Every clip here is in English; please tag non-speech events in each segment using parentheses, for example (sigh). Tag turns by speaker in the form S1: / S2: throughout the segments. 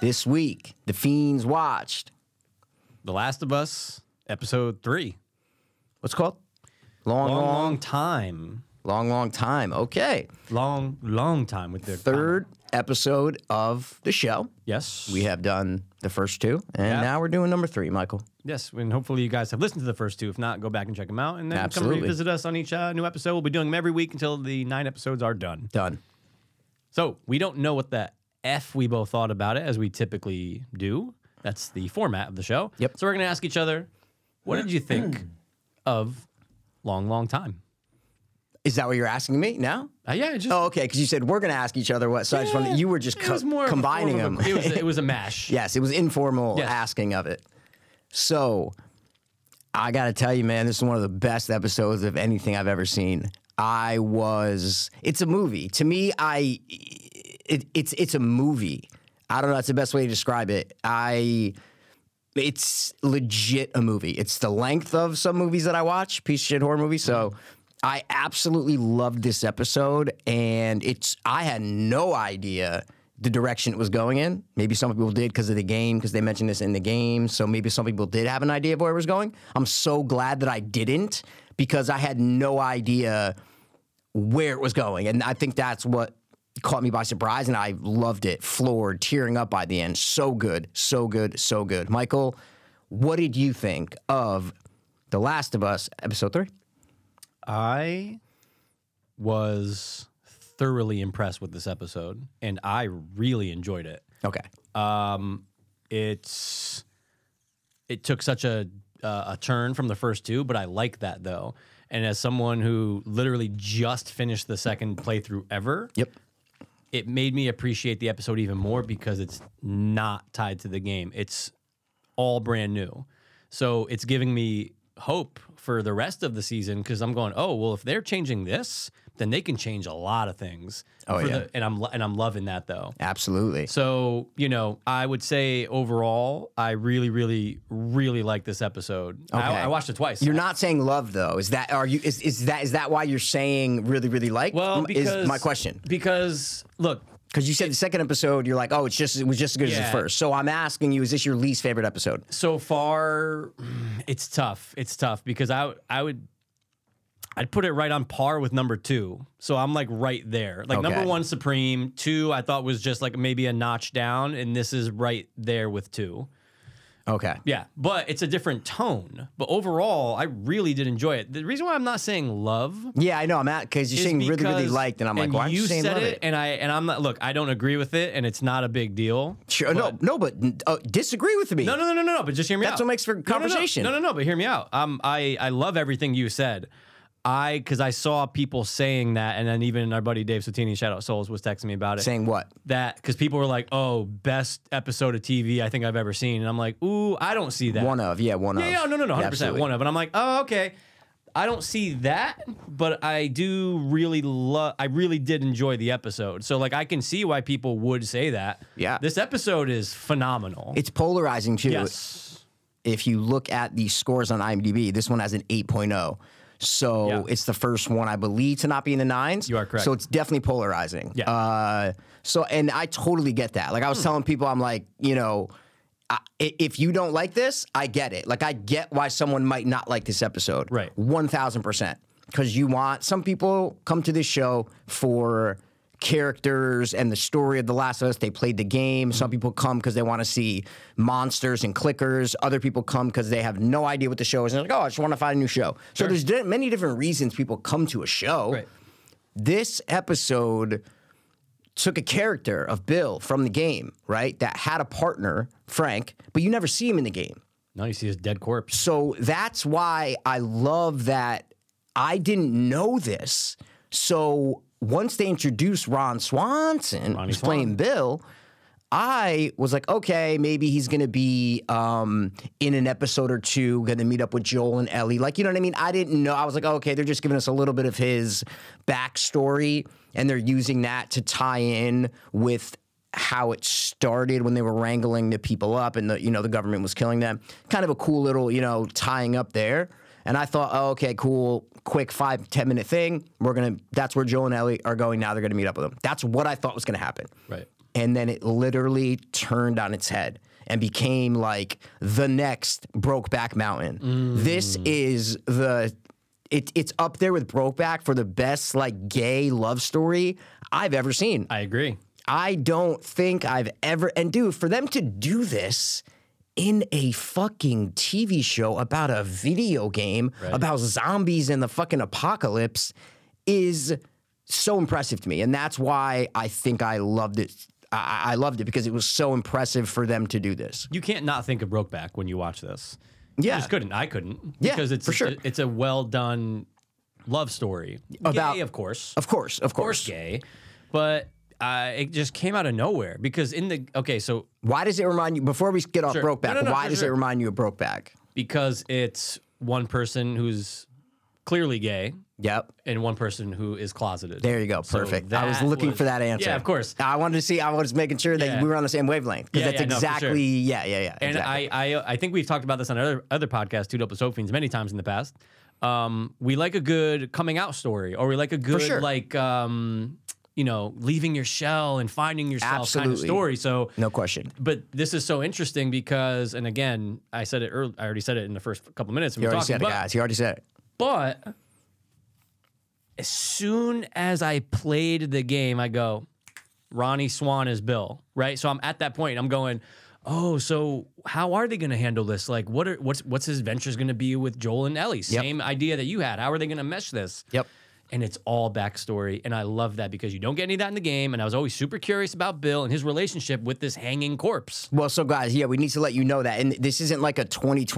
S1: This week, the fiends watched.
S2: The Last of Us, episode three.
S1: What's it called? Long,
S2: Long,
S1: long, long,
S2: long time.
S1: long, time. Okay.
S2: Long, long time with the
S1: Third episode of the show.
S2: Yes.
S1: We have done the first two, and
S2: Yeah.
S1: now we're doing number three, Michael.
S2: Yes, and hopefully you guys have listened to the first two. If not, go back and check them out, and then
S1: Absolutely.
S2: come revisit us on each uh, new episode. We'll be doing them every week until the nine episodes are done.
S1: Done.
S2: So we don't know what the f we both thought about it, as we typically do. That's the format of the show.
S1: Yep.
S2: So we're gonna ask each other, what did you think (clears throat) of long, long time?
S1: Is that what you're asking me now?
S2: Uh, yeah, it just
S1: Oh, okay. Because you said we're going to ask each other what. So I just wanted, you were just
S2: it
S1: co-
S2: was more of a
S1: combining
S2: form
S1: them.
S2: of a- it, was, it was (laughs) a mash.
S1: Yes, it was informal
S2: Yes.
S1: asking of it. So I got to tell you, man, this is one of the best episodes of anything I've ever seen. I was. It's a movie to me. I. It, it's it's a movie. I don't know. That's the best way to describe it. I. It's legit a movie. It's the length of some movies that I watch, piece of shit horror movies. So I absolutely loved this episode, and it's I had no idea the direction it was going in. Maybe some people did because of the game, because they mentioned this in the game. So maybe some people did have an idea of where it was going. I'm so glad that I didn't because I had no idea where it was going. And I think that's what caught me by surprise. And I loved it, floored, tearing up by the end. So good, so good, so good. Michael, what did you think of The Last of Us, episode three?
S2: I was thoroughly impressed with this episode, and I really enjoyed it.
S1: Okay.
S2: um, it's it took such a uh, a turn from the first two, but I like that though. And as someone who literally just finished the second playthrough ever,
S1: Yep.
S2: it made me appreciate the episode even more because it's not tied to the game. It's all brand new. So it's giving me hope for the rest of the season because I'm going, oh well, if they're changing this, then they can change a lot of things.
S1: Oh,
S2: For
S1: yeah.
S2: the- and I'm lo- and I'm loving that though.
S1: Absolutely.
S2: So, you know, I would say overall, I really, really, really like this episode.
S1: Okay.
S2: I, I watched it twice.
S1: You're not saying love though. Is that are you is, is that is that why you're saying really really like?
S2: well because
S1: is my question.
S2: Because look,
S1: Because you said the second episode, you're like, oh, it's just it was just as good as
S2: Yeah.
S1: the first. So I'm asking you, is this your least favorite episode?
S2: so far, it's tough. It's tough because I I would I'd put it right on par with number two. So I'm like right there. Like number
S1: Okay.
S2: one, Supreme. Two, I thought was just like maybe a notch down, and this is right there with two.
S1: Okay.
S2: Yeah, but it's a different tone. But overall, I really did enjoy it. The reason why I'm not saying love
S1: Yeah, I know. I'm at because you're
S2: is
S1: saying really really
S2: because-
S1: liked, and I'm like, why aren't you saying
S2: said
S1: love it?
S2: And I and I'm not. Look, I don't agree with it, and it's not a big deal.
S1: Sure. no, no, but uh, disagree with me.
S2: No, no, no, no, no. no, But just hear me out.
S1: That's what makes for
S2: No, no, no.
S1: conversation.
S2: No, no, no. but hear me out. Um, I I love everything you said. I because I saw people saying that, and then even our buddy Dave Satini, shout out Souls, was texting me about it.
S1: Saying what?
S2: that because people were like, "Oh, best episode of TV I think I've ever seen," and I'm like, "Ooh, I don't see that."
S1: One of, yeah, one of.
S2: Yeah, yeah, no, no, no, hundred percent,
S1: Absolutely.
S2: one of. And I'm like, oh, okay. I don't see that, but I do really love. I really did enjoy the episode, so like I can see why people would say that.
S1: Yeah.
S2: this episode is phenomenal.
S1: It's polarizing too.
S2: yes,
S1: If you look at the scores on IMDb, this one has an 8.0. So
S2: Yeah.
S1: it's the first one, I believe, to not be in the nines.
S2: You are correct.
S1: So it's definitely polarizing.
S2: Yeah. Hmm.
S1: Uh, so, and I totally get that. Like I was telling people, I'm like, you know, I, i- if you don't like this, I get it. Like I get why someone might not like this episode.
S2: Right.
S1: One thousand percent. Because you want some people come to this show for characters and the story of The Last of Us. They played the game.
S2: Hmm.
S1: Some people come because they want to see monsters and clickers. Other people come because they have no idea what the show is. And they're like, oh, I just want to find a new show. So there's di- many different reasons people come to a show.
S2: Right.
S1: This episode took a character of Bill from the game, right? That had a partner, Frank, but you never see him in the game.
S2: now you see his dead corpse.
S1: So that's why I love that I didn't know this. So once they introduced Ron Swanson, who's
S2: Swan.
S1: playing Bill, I was like, okay, maybe he's gonna be um, in an episode or two, gonna meet up with Joel and Ellie. Like, you know what I mean? I didn't know. I was like, okay, they're just giving us a little bit of his backstory, and they're using that to tie in with how it started when they were wrangling the people up and the you know the government was killing them. Kind of a cool little you know tying up there. And I thought, oh, okay, cool, quick five, 10 minute thing. We're gonna, that's where Joel and Ellie are going now. They're gonna meet up with them. That's what I thought was gonna happen
S2: Right.
S1: and then it literally turned on its head and became like the next Brokeback Mountain. This is the it, it's up there with Brokeback for the best like gay love story I've ever seen.
S2: I agree.
S1: I don't think I've ever and dude, for them to do this in a fucking TV show about a video game about zombies and the fucking apocalypse is so impressive to me. And that's why I think I loved it. I, I I loved it because it was so impressive for them to do this.
S2: You can't not think of Brokeback when you watch this.
S1: Yeah.
S2: You just couldn't. I couldn't.
S1: Yeah,
S2: Because it's
S1: for sure.
S2: it's a well done love story.
S1: About-
S2: Gay, of course.
S1: Of course, of
S2: course
S1: course.
S2: gay, but uh, it just came out of nowhere because in the okay, so
S1: Why does it remind you before we get off
S2: Sure.
S1: Brokeback?
S2: No, no, no,
S1: why
S2: for
S1: does it
S2: sure.
S1: remind you of Brokeback?
S2: because it's one person who's clearly gay
S1: Yep.
S2: and one person who is closeted.
S1: There you go.
S2: So
S1: Perfect. I was
S2: that
S1: looking
S2: was-
S1: for that answer.
S2: Yeah, of course.
S1: I wanted to see. I was making sure that
S2: Yeah.
S1: we were on the same wavelength because
S2: Yeah,
S1: that's
S2: yeah, no, for sure.
S1: exactly. Yeah, yeah, yeah.
S2: And
S1: exactly.
S2: I, I, I think we've talked about this on other other podcasts, Two Dope Soap Fiends, many times in the past. Um, we like a good coming out story, or we like a good
S1: sure.
S2: like um, you know, leaving your shell and finding yourself kind of
S1: Absolutely.
S2: story. So
S1: no question.
S2: but this is so interesting because, and again, I said it. Early, I already said it in the first couple minutes. when
S1: You
S2: we were
S1: already
S2: talking,
S1: said it,
S2: but,
S1: guys. You already said it.
S2: But as soon as I played the game, I go, Ronnie Swan is Bill, right? So I'm at that point. I'm going, oh, so how are they going to handle this? Like, what are what's what's his ventures going to be with Joel and Ellie? Same idea that you had. How are they going to mesh this?
S1: Yep.
S2: And it's all backstory, and I love that because you don't get any of that in the game. And I was always super curious about Bill and his relationship with this hanging corpse.
S1: Well, so guys, yeah, we need to let you know that, and this isn't like a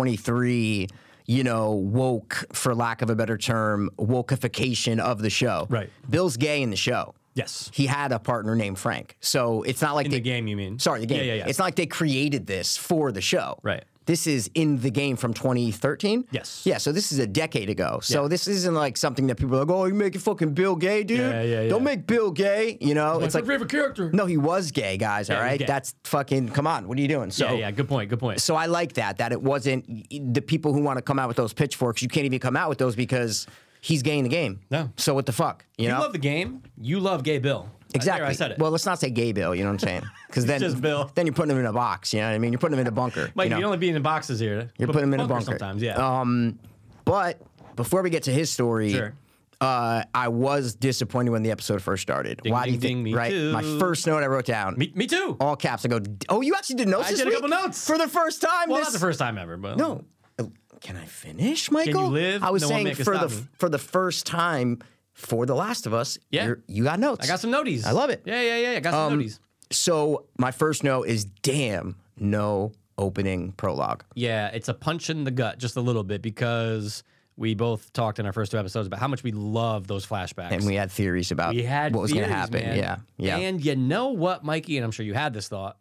S1: 2023, you know, woke, for lack of a better term, wokeification of the show.
S2: Right.
S1: Bill's gay in the show.
S2: Yes.
S1: He had a partner named Frank, so it's not like
S2: In
S1: they,
S2: the game, you mean?
S1: Sorry, the game.
S2: Yeah, yeah, yeah.
S1: It's not like they created this for the show.
S2: Right.
S1: This is in the game from 2013.
S2: Yes.
S1: Yeah, so this is a decade ago. So this isn't like something that people are like, oh, you making fucking Bill gay, dude.
S2: Yeah, yeah,
S1: Don't
S2: yeah.
S1: make Bill gay. You know, it's like,
S2: favorite character.
S1: no, he was gay, guys. all
S2: he was
S1: right.
S2: gay.
S1: That's fucking, come on. What are you doing? So,
S2: yeah, yeah. Good point. Good point.
S1: so I like that, that it wasn't the people who want to come out with those pitchforks, you can't even come out with those because he's gay in the game.
S2: No.
S1: So what the fuck? You,
S2: You
S1: know?
S2: love the game. You love Gay Bill.
S1: Exactly.
S2: There, I said it.
S1: Well, let's not say gay Bill. You know what I'm
S2: (laughs)
S1: saying? Because then,
S2: just Bill.
S1: then you're putting him in a box. You know what I mean? You're putting him in a bunker. you
S2: Mike, you
S1: know?
S2: would only be in the boxes here.
S1: You're putting him in a bunker.
S2: sometimes. Yeah.
S1: Um, but before we get to his story,
S2: Sure.
S1: uh, I was disappointed when the episode first started. Why do
S2: ding,
S1: you
S2: ding,
S1: think?
S2: me
S1: right, my
S2: too.
S1: first note I wrote down.
S2: me, me too.
S1: all caps. I go. "D- Oh, you actually did notes.
S2: I
S1: this
S2: did a
S1: week?
S2: couple notes.
S1: for the first time.
S2: well,
S1: this
S2: not the first time ever, but
S1: no. Uh, Can I finish, Michael?
S2: live?
S1: I was
S2: No one
S1: saying
S2: make a
S1: for the
S2: stop me.
S1: for the first time for The Last of Us.
S2: Yeah.
S1: you're- you got notes.
S2: I Um, got some noties.
S1: I love it.
S2: Yeah, yeah, yeah. I got some noties.
S1: So my first note is damn no opening prologue.
S2: Yeah, it's a punch in the gut just a little bit because we both talked in our first two episodes about how much we love those flashbacks.
S1: And we had theories about
S2: We had
S1: what was going to
S2: theories,
S1: happen.
S2: man.
S1: Yeah, yeah.
S2: And you know what, Mikey, and I'm sure you had this thought.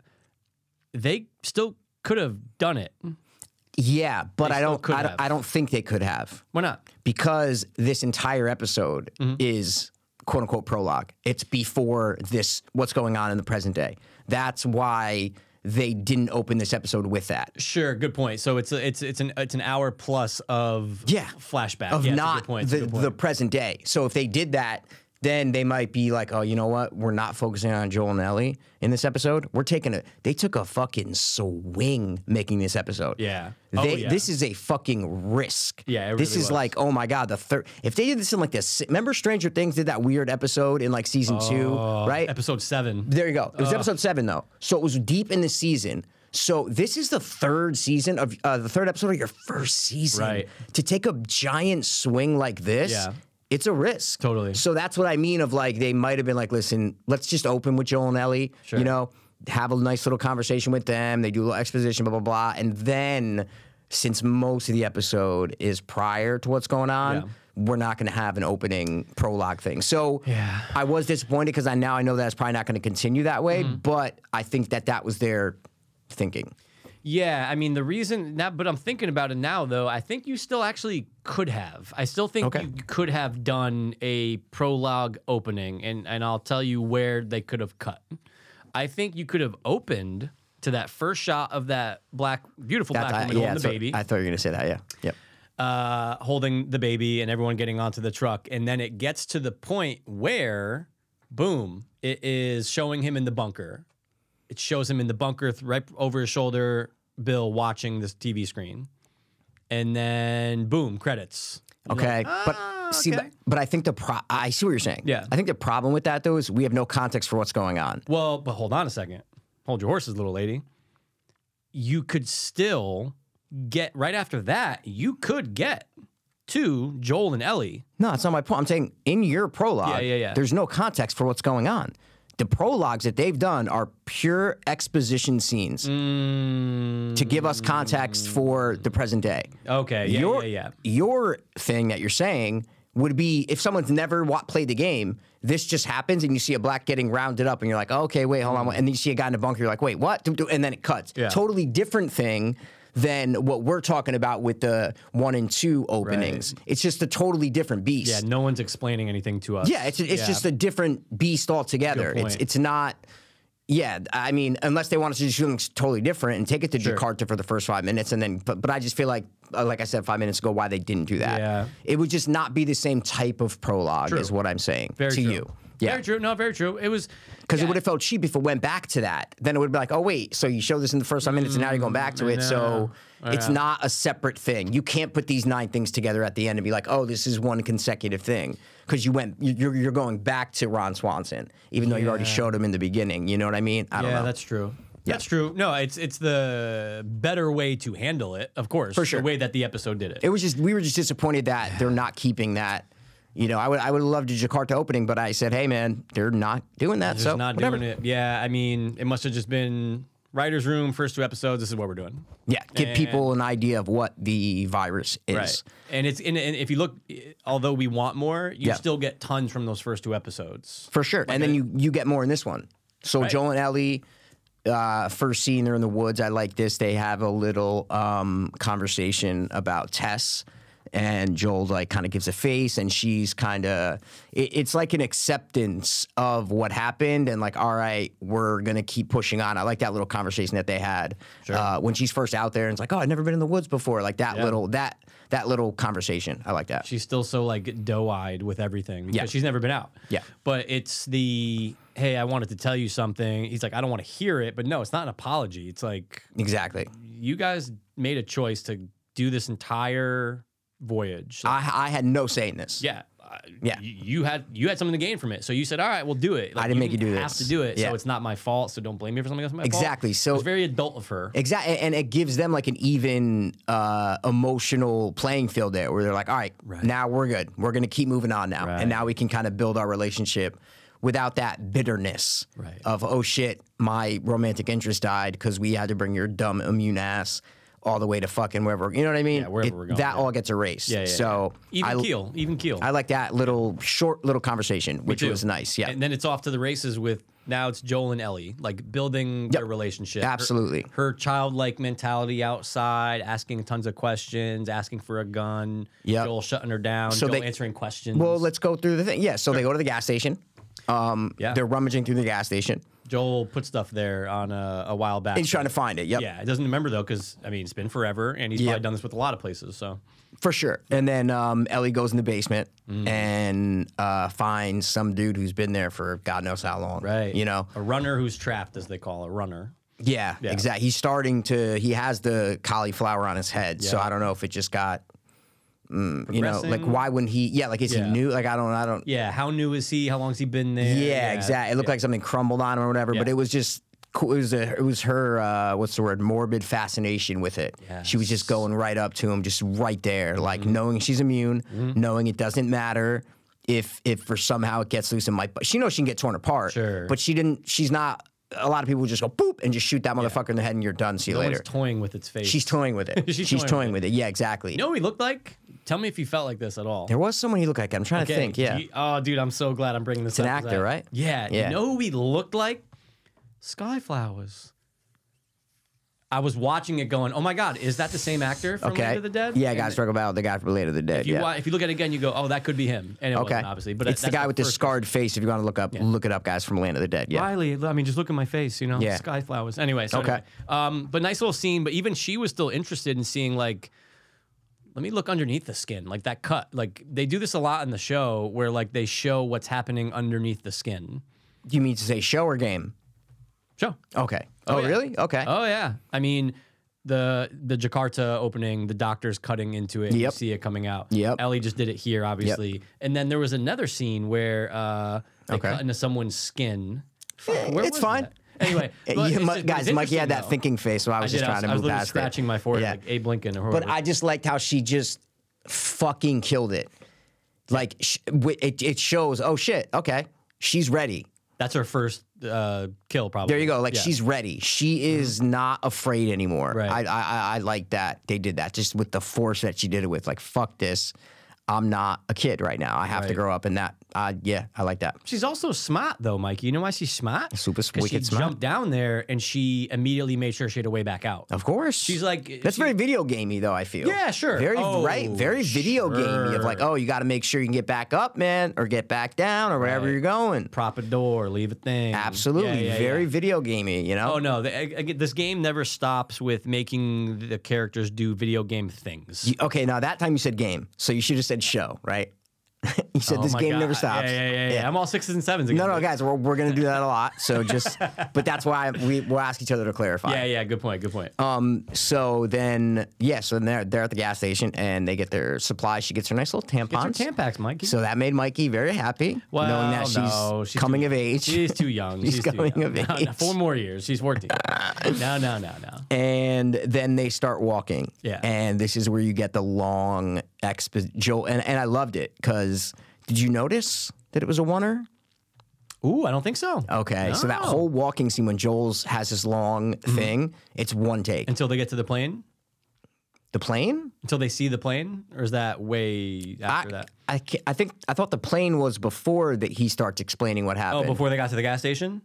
S2: They still could have done it.
S1: Yeah, but I
S2: still
S1: don't,
S2: could
S1: I don't.
S2: have.
S1: I don't think they could have
S2: Why not?
S1: because this entire episode
S2: Mm-hmm.
S1: is quote unquote prologue. It's before this. What's going on in the present day? That's why they didn't open this episode with that.
S2: Sure, good point. So it's a, it's it's an it's an hour plus of
S1: Yeah.
S2: flashback
S1: Of
S2: yeah, it's a
S1: not
S2: good point, it's a
S1: the,
S2: good point.
S1: the present day. So if they did that, then they might be like, oh, you know what? We're not focusing on Joel and Ellie in this episode. We're taking a. They took a fucking swing making this episode.
S2: Yeah.
S1: They,
S2: Oh, yeah.
S1: This is a fucking risk.
S2: Yeah, it
S1: this
S2: really
S1: is
S2: was.
S1: like, oh my god, the third. If they did this in like this, remember Stranger Things did that weird episode in like season two,
S2: Oh,
S1: right?
S2: episode seven.
S1: There you go. It was
S2: Uh.
S1: episode seven though, so it was deep in the season. So this is the third season of uh, the third episode of your first season.
S2: Right.
S1: To take a giant swing like this,
S2: Yeah.
S1: it's a risk.
S2: Totally.
S1: So that's what I mean. Of like, they might have been like, listen, let's just open with Joel and Ellie. You know, have a nice little conversation with them. They do a little exposition, blah blah blah, and then since most of the episode is prior to what's going on.
S2: Yeah.
S1: We're not going to have an opening prologue thing. So
S2: Yeah.
S1: I was disappointed because I now I know that's probably not going to continue that way,
S2: Mm-hmm.
S1: but I think that that was their thinking.
S2: Yeah, I mean the reason that, but I'm thinking about it now though. I think you still actually could have. I still think
S1: Okay.
S2: you could have done a prologue opening, and and I'll tell you where they could have cut. I think you could have opened to that first shot of that black, beautiful
S1: That's-
S2: black
S1: I,
S2: woman holding
S1: that's
S2: the
S1: what-
S2: baby,
S1: I thought you were going to say that. Yeah. Yep.
S2: uh, holding the baby, and everyone getting onto the truck, and then it gets to the point where, boom, it is showing him in the bunker. It shows him in the bunker, th- right over his shoulder, Bill watching this TV screen, and then boom, credits.
S1: Okay, but see,
S2: "Ah, okay.
S1: but, but I think the pro- I see what you're saying.
S2: Yeah.
S1: I think the problem with that though is we have no context for what's going on.
S2: Well, but hold on a second. Hold your horses, little lady. You could still get right after that. You could get to Joel and Ellie.
S1: No, that's not my point. I'm saying in your prologue,
S2: Yeah, yeah, yeah.
S1: there's no context for what's going on. The prologues that they've done are pure exposition scenes
S2: Mm.
S1: to give us context for the present day.
S2: Okay. Yeah.
S1: your,
S2: yeah. Yeah.
S1: Your thing that you're saying would be if someone's never wa- played the game, this just happens and you see a black getting rounded up and you're like, okay, wait, hold on. And then you see a guy in a bunker, you're like, wait, what? Do- do- And then it cuts.
S2: Yeah.
S1: Totally different thing than what we're talking about with the one and two openings. It's just a totally different beast.
S2: Yeah. No one's explaining anything to us.
S1: Yeah, it's it's
S2: Yeah.
S1: just a different beast altogether.
S2: Good
S1: It's
S2: point.
S1: it's not. Yeah, I mean, unless they want us to do something totally different and take it to Jakarta for the first five minutes, and then, but, but I just feel like, uh, like I said five minutes ago, why they didn't do that.
S2: Yeah.
S1: It would just not be the same type of prologue, is what I'm saying
S2: Very
S1: to
S2: true.
S1: you. Yeah.
S2: Very true. No, very true. It was
S1: Because it would have felt cheap if it went back to that. Then it would be like, oh, wait, so you showed this in the first five minutes and now you're going back
S2: Mm,
S1: to it. So it's not a separate thing. You can't put these nine things together at the end and be like, oh, this is one consecutive thing. Because you went, you- you're, you're going back to Ron Swanson, even though you already showed him in the beginning. You know what I mean? I don't
S2: yeah,
S1: know.
S2: that's true. That's true. No, it's it's the better way to handle it, of course. For
S1: sure.
S2: The way that the episode did it.
S1: it was just, we were just disappointed that they're not keeping that. You know, I would, I would love to Jakarta opening, but I said, hey, man, they're not doing that.
S2: Just
S1: so
S2: not
S1: whatever.
S2: doing it. Yeah, I mean, it must have just been writer's room, first two episodes, this is what we're doing.
S1: Yeah, give people an idea of what the virus is.
S2: Right. And it's and, and if you look although we want more, you
S1: Yeah.
S2: still get tons from those first two episodes.
S1: For sure. and then you you get more in this one. So Joel and Ellie, uh, first scene, they're in the woods. I like this. They have a little um, conversation about Tess. And Joel like kind of gives a face, and she's kind of it, it's like an acceptance of what happened, and like, all right, we're gonna keep pushing on. I like that little conversation that they had uh, when she's first out there, and it's like, oh, I've never been in the woods before. Like that little that that little conversation. I like that.
S2: she's still so like doe-eyed with everything because
S1: Yeah.
S2: she's never been out.
S1: Yeah.
S2: But it's the hey, I wanted to tell you something. He's like, I don't want to hear it, but no, it's not an apology. It's like
S1: exactly.
S2: you guys made a choice to do this entire voyage. Like,
S1: I I had no say in this.
S2: yeah. I-
S1: Yeah.
S2: y- You had you had something to gain from it, so you said, "All right, we'll do it." Like,
S1: I didn't make you do
S2: have
S1: this.
S2: to do it,
S1: Yeah.
S2: so it's not my fault. So don't blame me for something that's my fault.
S1: Exactly. So-
S2: it was very adult of her.
S1: Exactly, and it gives them like an even uh, emotional playing field there, where they're like, "All right, now we're good. We're going to keep moving on now,
S2: Right.
S1: and now we can kind of build our relationship without that bitterness
S2: Right.
S1: of oh shit, my romantic interest died because we had to bring your dumb immune ass all the way to fucking wherever. You know what I mean?
S2: wherever we're going,
S1: that
S2: yeah.
S1: all gets erased.
S2: yeah,
S1: so
S2: even
S1: I,
S2: keel, even keel.
S1: I like that little short little conversation, which was nice. Yeah,
S2: And then it's off to the races with now it's Joel and Ellie, like building their relationship. Her-
S1: Absolutely.
S2: Her, childlike mentality outside, asking tons of questions, asking for a gun.
S1: Yep.
S2: Joel shutting her down.
S1: So
S2: Joel
S1: they-
S2: answering questions.
S1: well, let's go through the thing. Yeah, so they go to the gas station. Um,
S2: Yeah.
S1: they're rummaging through the gas station.
S2: Joel put stuff there on a, a while back.
S1: He's trying to find it. Yep.
S2: yeah, it doesn't remember though, because I mean it's been forever, and he's probably done this with a lot of places. So
S1: For sure. And then um, Ellie goes in the basement and uh, finds some dude who's been there for God knows how long. You know?
S2: a runner who's trapped, as they call a runner.
S1: Yeah, exactly. He's starting to, he has the cauliflower on his head. So I don't know if it just got, mm, you know, like
S2: Progressing?
S1: why wouldn't he? Yeah, like is
S2: Yeah.
S1: he new? Like I don't, I don't. Yeah,
S2: Yeah, how new is he? How long's he been there?
S1: exactly. It looked like something crumbled on him or whatever, but
S2: Yeah.
S1: it was just. cool. It was a, it was her uh, what's the word morbid fascination with it. She was just going right up to him, just right there,
S2: Mm-hmm.
S1: like knowing she's immune, knowing it doesn't matter if if for somehow it gets loose and might. She knows she can get torn apart,
S2: Sure.
S1: but she didn't. She's not. A lot of people just go boop and just shoot that motherfucker in the head and you're done. See you
S2: No
S1: later.
S2: one's toying with its face.
S1: She's toying with it.
S2: (laughs) She's
S1: she's
S2: toying
S1: toying, with, it. Yeah, exactly.
S2: You know what he looked like? Tell me if he felt like this at all.
S1: There was someone he looked like. I'm trying to think. Yeah.
S2: You- oh, dude, I'm so glad I'm bringing this
S1: an
S2: up. 'cause
S1: actor,
S2: I-
S1: right?
S2: Yeah.
S1: Yeah.
S2: You know who he looked like? Skyflowers. I was watching it going, oh my God, is that the same actor from
S1: okay.
S2: Land of the Dead?
S1: Yeah,
S2: And
S1: guys, talk about the guy from Later the Dead.
S2: If you,
S1: yeah.
S2: wa- if you look at it again, you go, oh, that could be him. And it
S1: okay.
S2: wasn't, obviously. But
S1: it's the
S2: that's
S1: guy with the
S2: first-
S1: scarred face. If you want to look up, look it up, guys, from Land of the Dead. Yeah.
S2: Riley, I mean, just look at my face, you know?
S1: Yeah.
S2: Skyflowers. Anyway, so
S1: Okay.
S2: anyway. Um, but nice little scene. But even she was still interested in seeing, like, let me look underneath the skin, like that cut. Like, they do this a lot in the show where, like, they show what's happening underneath the skin.
S1: You mean to say show or game?
S2: Joe.
S1: Okay. Oh,
S2: yeah.
S1: really? Okay.
S2: Oh yeah. I mean, the the Jakarta opening, the doctors cutting into it, and you
S1: Yep.
S2: see it coming out.
S1: Yep.
S2: Ellie just did it here, obviously. And then there was another scene where uh, they
S1: Okay. Eh,
S2: cut into someone's skin. Fuck, where
S1: it's
S2: was
S1: fine.
S2: that? Anyway,
S1: (laughs) Hey,
S2: but
S1: you-
S2: it's-
S1: Mi-
S2: it's
S1: guys, Mikey had
S2: interesting,
S1: that
S2: though.
S1: thinking face, so I
S2: I
S1: was
S2: did.
S1: just
S2: I
S1: trying
S2: was,
S1: to
S2: I was
S1: move
S2: literally
S1: past
S2: scratching
S1: it.
S2: my forehead
S1: Yeah.
S2: like Abe Lincoln or
S1: but
S2: whoever.
S1: I just liked how she just fucking killed it. Like sh- wi- it, it shows. Oh shit. Okay, she's ready.
S2: That's her first uh, kill, probably.
S1: There you go. Like
S2: Yeah. Mm-hmm.
S1: she's ready. She is not afraid anymore.
S2: Right.
S1: I, I I I like that they did that just with the force that she did it with. Like fuck this. I'm not a kid right now. I have to
S2: Right.
S1: grow up, and that. Uh, yeah, I like that.
S2: She's also smart though, Mikey. You know why she's smart?
S1: Super
S2: 'Cause
S1: wicked
S2: she
S1: smart.
S2: jumped down there and she immediately made sure she had a way back out.
S1: Of course.
S2: She's like,
S1: That's
S2: she-
S1: very video gamey, though. I feel.
S2: Yeah, sure.
S1: Very
S2: Oh,
S1: right. Very video gamey of like,
S2: sure.
S1: oh, you got to make sure you can get back up, man, or get back down, or wherever
S2: Right.
S1: you're going.
S2: prop a door, leave a thing.
S1: Absolutely,
S2: Yeah, yeah,
S1: very
S2: yeah.
S1: video gamey. You know.
S2: Oh no! The, I, I get- this game never stops with making the characters do video game things.
S1: You- okay, now that time you said game, so you should have said show, right? (laughs) you said
S2: Oh
S1: this
S2: my
S1: game never
S2: God.
S1: stops.
S2: Yeah, yeah, yeah, yeah. I'm all sixes and sevens. Again.
S1: No, no, guys, we're, we're gonna do that a lot. So just, (laughs) but that's why we we'll ask each other to clarify.
S2: Yeah, yeah. Good point. Good point.
S1: Um. So then, yeah. So then they're they're at the gas station and they get their supplies. She gets her nice little
S2: Get your
S1: tampons.
S2: Tampax, Mikey.
S1: So that made Mikey very happy,
S2: Well,
S1: knowing that she's,
S2: no, she's
S1: coming
S2: too-
S1: of age.
S2: She's too young.
S1: She's
S2: She's, too
S1: coming
S2: young.
S1: of
S2: No, no,
S1: age.
S2: four more years.
S1: (laughs)
S2: She's 14. no, no, no, no.
S1: and then they start walking.
S2: Yeah.
S1: And this is where you get the long expo. Joel, and, and I loved it because did you notice that it was a oneer?
S2: Ooh, I don't think so.
S1: Okay. So that
S2: No. Mm-hmm.
S1: whole walking scene when Joel's has his long thing, it's one take.
S2: Until they get to the plane?
S1: the plane?
S2: Until they see the plane? Or is that way
S1: I,
S2: after that?
S1: I, ca- I think I thought the plane was before that he starts explaining what
S2: Oh,
S1: happened.
S2: before they got to the gas station?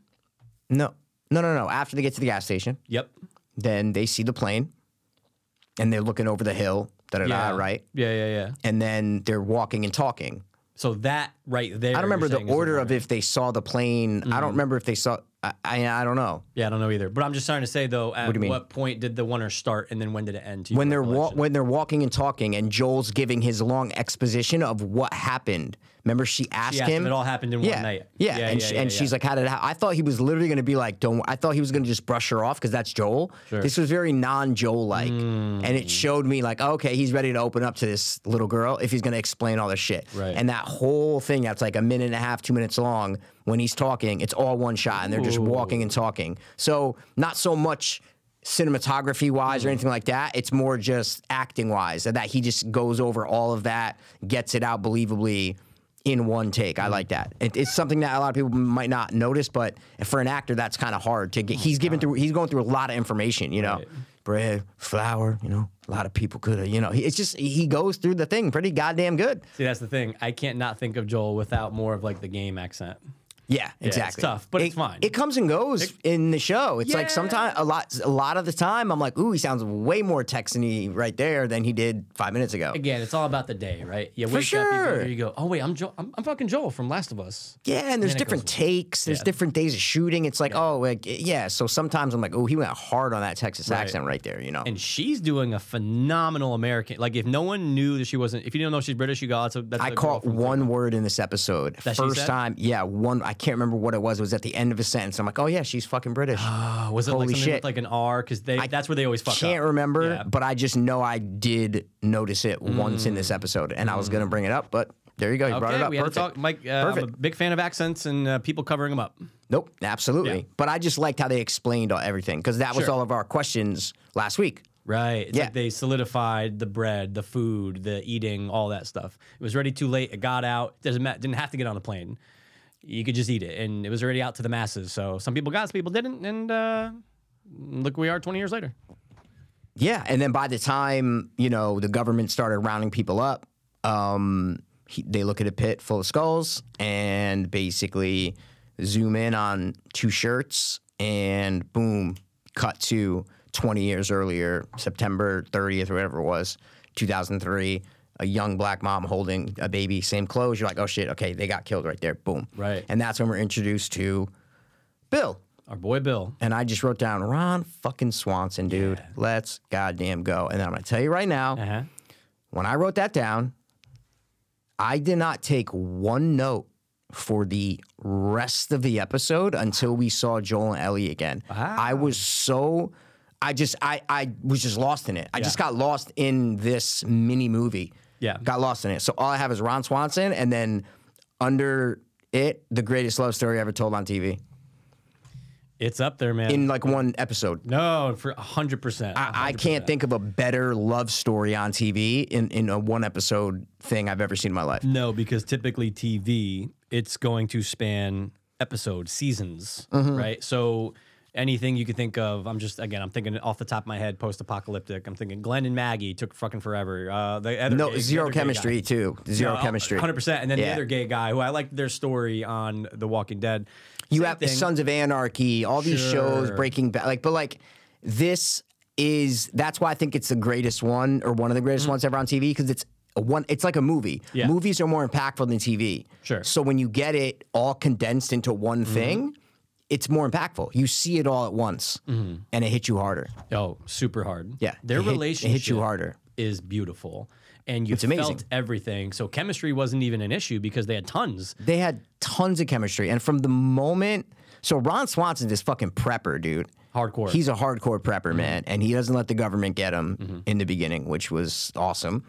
S1: no, no, no, no. After they get to the gas station,
S2: Yep.
S1: then they see the plane, and they're looking over the hill. Da da da. Ah, Right.
S2: Yeah, yeah, yeah.
S1: and then they're walking and talking.
S2: So that right there.
S1: I don't remember the order of if they saw the plane. I
S2: Mm-hmm.
S1: don't remember if they saw. I I, I don't know
S2: Yeah, I don't know either. But I'm just trying to say though, at
S1: you
S2: what,
S1: mean?
S2: point did the oneer start and then when did it end? To your
S1: when they're wa-
S2: recollection?
S1: when they're walking and talking, and Joel's giving his long exposition of what happened. Remember, she asked,
S2: She asked
S1: him.
S2: if it all happened in
S1: yeah,
S2: one night.
S1: yeah, and, she, and she's like, "How did it ha-" I thought he was literally going to be like, "Don't." I thought he was going to just brush her off because that's Joel. This was very non-Joel like, and it showed me like, "Oh, okay, he's ready to open up to this little girl if he's going to explain all this shit.
S2: Right.
S1: And that whole thing that's like a minute and a half, two minutes long when he's talking, it's all one shot, and they're just walking and talking. So not so much cinematography wise or anything like that. It's more just acting wise that he just goes over all of that, gets it out believably in one take. I like that. It, it's something that a lot of people might not notice, but for an actor, that's kind of hard to get. He's giving through. He's going through a lot of information. You know, bread, flour. You know, a lot of people could. have, You know, he- it's just he goes through the thing pretty goddamn good.
S2: See, that's the thing. I can't not think of Joel without more of like the game accent.
S1: Yeah, exactly.
S2: tough, but
S1: It-
S2: it's fine.
S1: It comes and goes in the show. It's like
S2: Yeah.
S1: sometimes a lot, a lot of the time, I'm like, ooh, he sounds way more Texany right there than he did five minutes ago.
S2: Again, it's all about the day, right? You wake up, you
S1: sure.
S2: go, you go, oh wait, I'm Joel. I'm, I'm fucking Joel from Last of Us.
S1: Yeah, and there's
S2: then it
S1: different
S2: goes-
S1: takes. There's different days of shooting. It's like, oh, like yeah. So sometimes I'm like, oh, he went hard on that Texas accent right there. You know.
S2: and she's doing a phenomenal American. Like if no one knew that she wasn't, if you don't know she's British, you go, "Oh, that's a, that's
S1: I
S2: a girl
S1: caught
S2: from-
S1: one word in this episode.
S2: That she
S1: First
S2: said?
S1: time, yeah, one. I can't remember what it was. It was at the end of a sentence. I'm like, oh yeah, she's fucking British.
S2: Oh, was it like
S1: Holy
S2: something
S1: shit.
S2: with like an R? Because they that's where they always fuck
S1: can't
S2: up.
S1: remember,
S2: Yeah.
S1: but I just know I did notice it once in this episode, and I was gonna bring it up, but there you go. You brought it
S2: Mm. okay,
S1: up.
S2: we had to
S1: Perfect.
S2: talk. Mike, uh, I'm a
S1: Perfect.
S2: big fan of accents and uh, people covering them up.
S1: Nope, absolutely.
S2: Yeah.
S1: But I just liked how they explained all, everything because that was
S2: Sure.
S1: all of our questions last week.
S2: Right. It's
S1: Yeah.
S2: like they solidified the bread, the food, the eating, all that stuff. It was ready too late. It got out. Doesn't matter. Didn't have to get on the plane. You could just eat it, and it was already out to the masses. So some people got, some people didn't, and uh, look, where we are twenty years later.
S1: Yeah, and then by the time you know the government started rounding people up, um, he, they look at a pit full of skulls and basically zoom in on two shirts and boom, cut to 20 years earlier, September 30th, or whatever it was, 2003. A young black mom holding a baby, same clothes. You're like, oh shit, okay, they got killed right there. Boom.
S2: Right.
S1: And that's when we're introduced to Bill.
S2: Our boy Bill.
S1: And I just wrote down Ron fucking Swanson, dude. Let's goddamn go. And I'm gonna tell you right now,
S2: Uh huh.
S1: when I wrote that down, I did not take one note for the rest of the episode until we saw Joel and Ellie again. I was so I just I I was just lost in it. I just
S2: Yeah.
S1: got lost in this mini movie.
S2: Yeah.
S1: Got lost in it. So all I have is Ron Swanson and then under it, the greatest love story ever told on TV.
S2: It's up there, man.
S1: In like one episode.
S2: no, for hundred percent.
S1: I can't think of a better love story on TV in, in a one episode thing I've ever seen in my life.
S2: No, because typically TV, it's going to span episodes, seasons,
S1: Mm-hmm.
S2: right? So anything you could think of, I'm just again, I'm thinking off the top of my head, post-apocalyptic. I'm thinking Glenn and Maggie took fucking forever. Uh, the other
S1: No,
S2: gay- the
S1: zero
S2: other gay guy.
S1: chemistry too. Zero
S2: No,
S1: chemistry.
S2: 100%. And then the
S1: Yeah.
S2: other gay guy who I liked their story on The Walking Dead.
S1: You
S2: Same
S1: have
S2: thing.
S1: Sons of Anarchy, all these shows,
S2: Sure.
S1: Breaking Bad, like, but like this is that's why I think it's the greatest one or one of the greatest ones ever on TV because it's a one. It's like a movie.
S2: Mm. Yeah.
S1: Movies are more impactful than TV.
S2: Sure. Mm-hmm.
S1: So when you get it all condensed into one thing, it's more impactful. You see it all at once, and it hits you harder.
S2: Oh, super hard.
S1: Yeah,
S2: Mm-hmm. Their
S1: it hit- it hits you
S2: relationship
S1: harder.
S2: is beautiful. And you
S1: amazing.
S2: felt everything. So chemistry wasn't even an issue because they had tons.
S1: They had tons of chemistry, and from the moment, so Ron Swanson's this fucking prepper, dude.
S2: Hardcore. Mhm.
S1: He's a hardcore prepper, man, and he doesn't let the government get him in the beginning, which was awesome.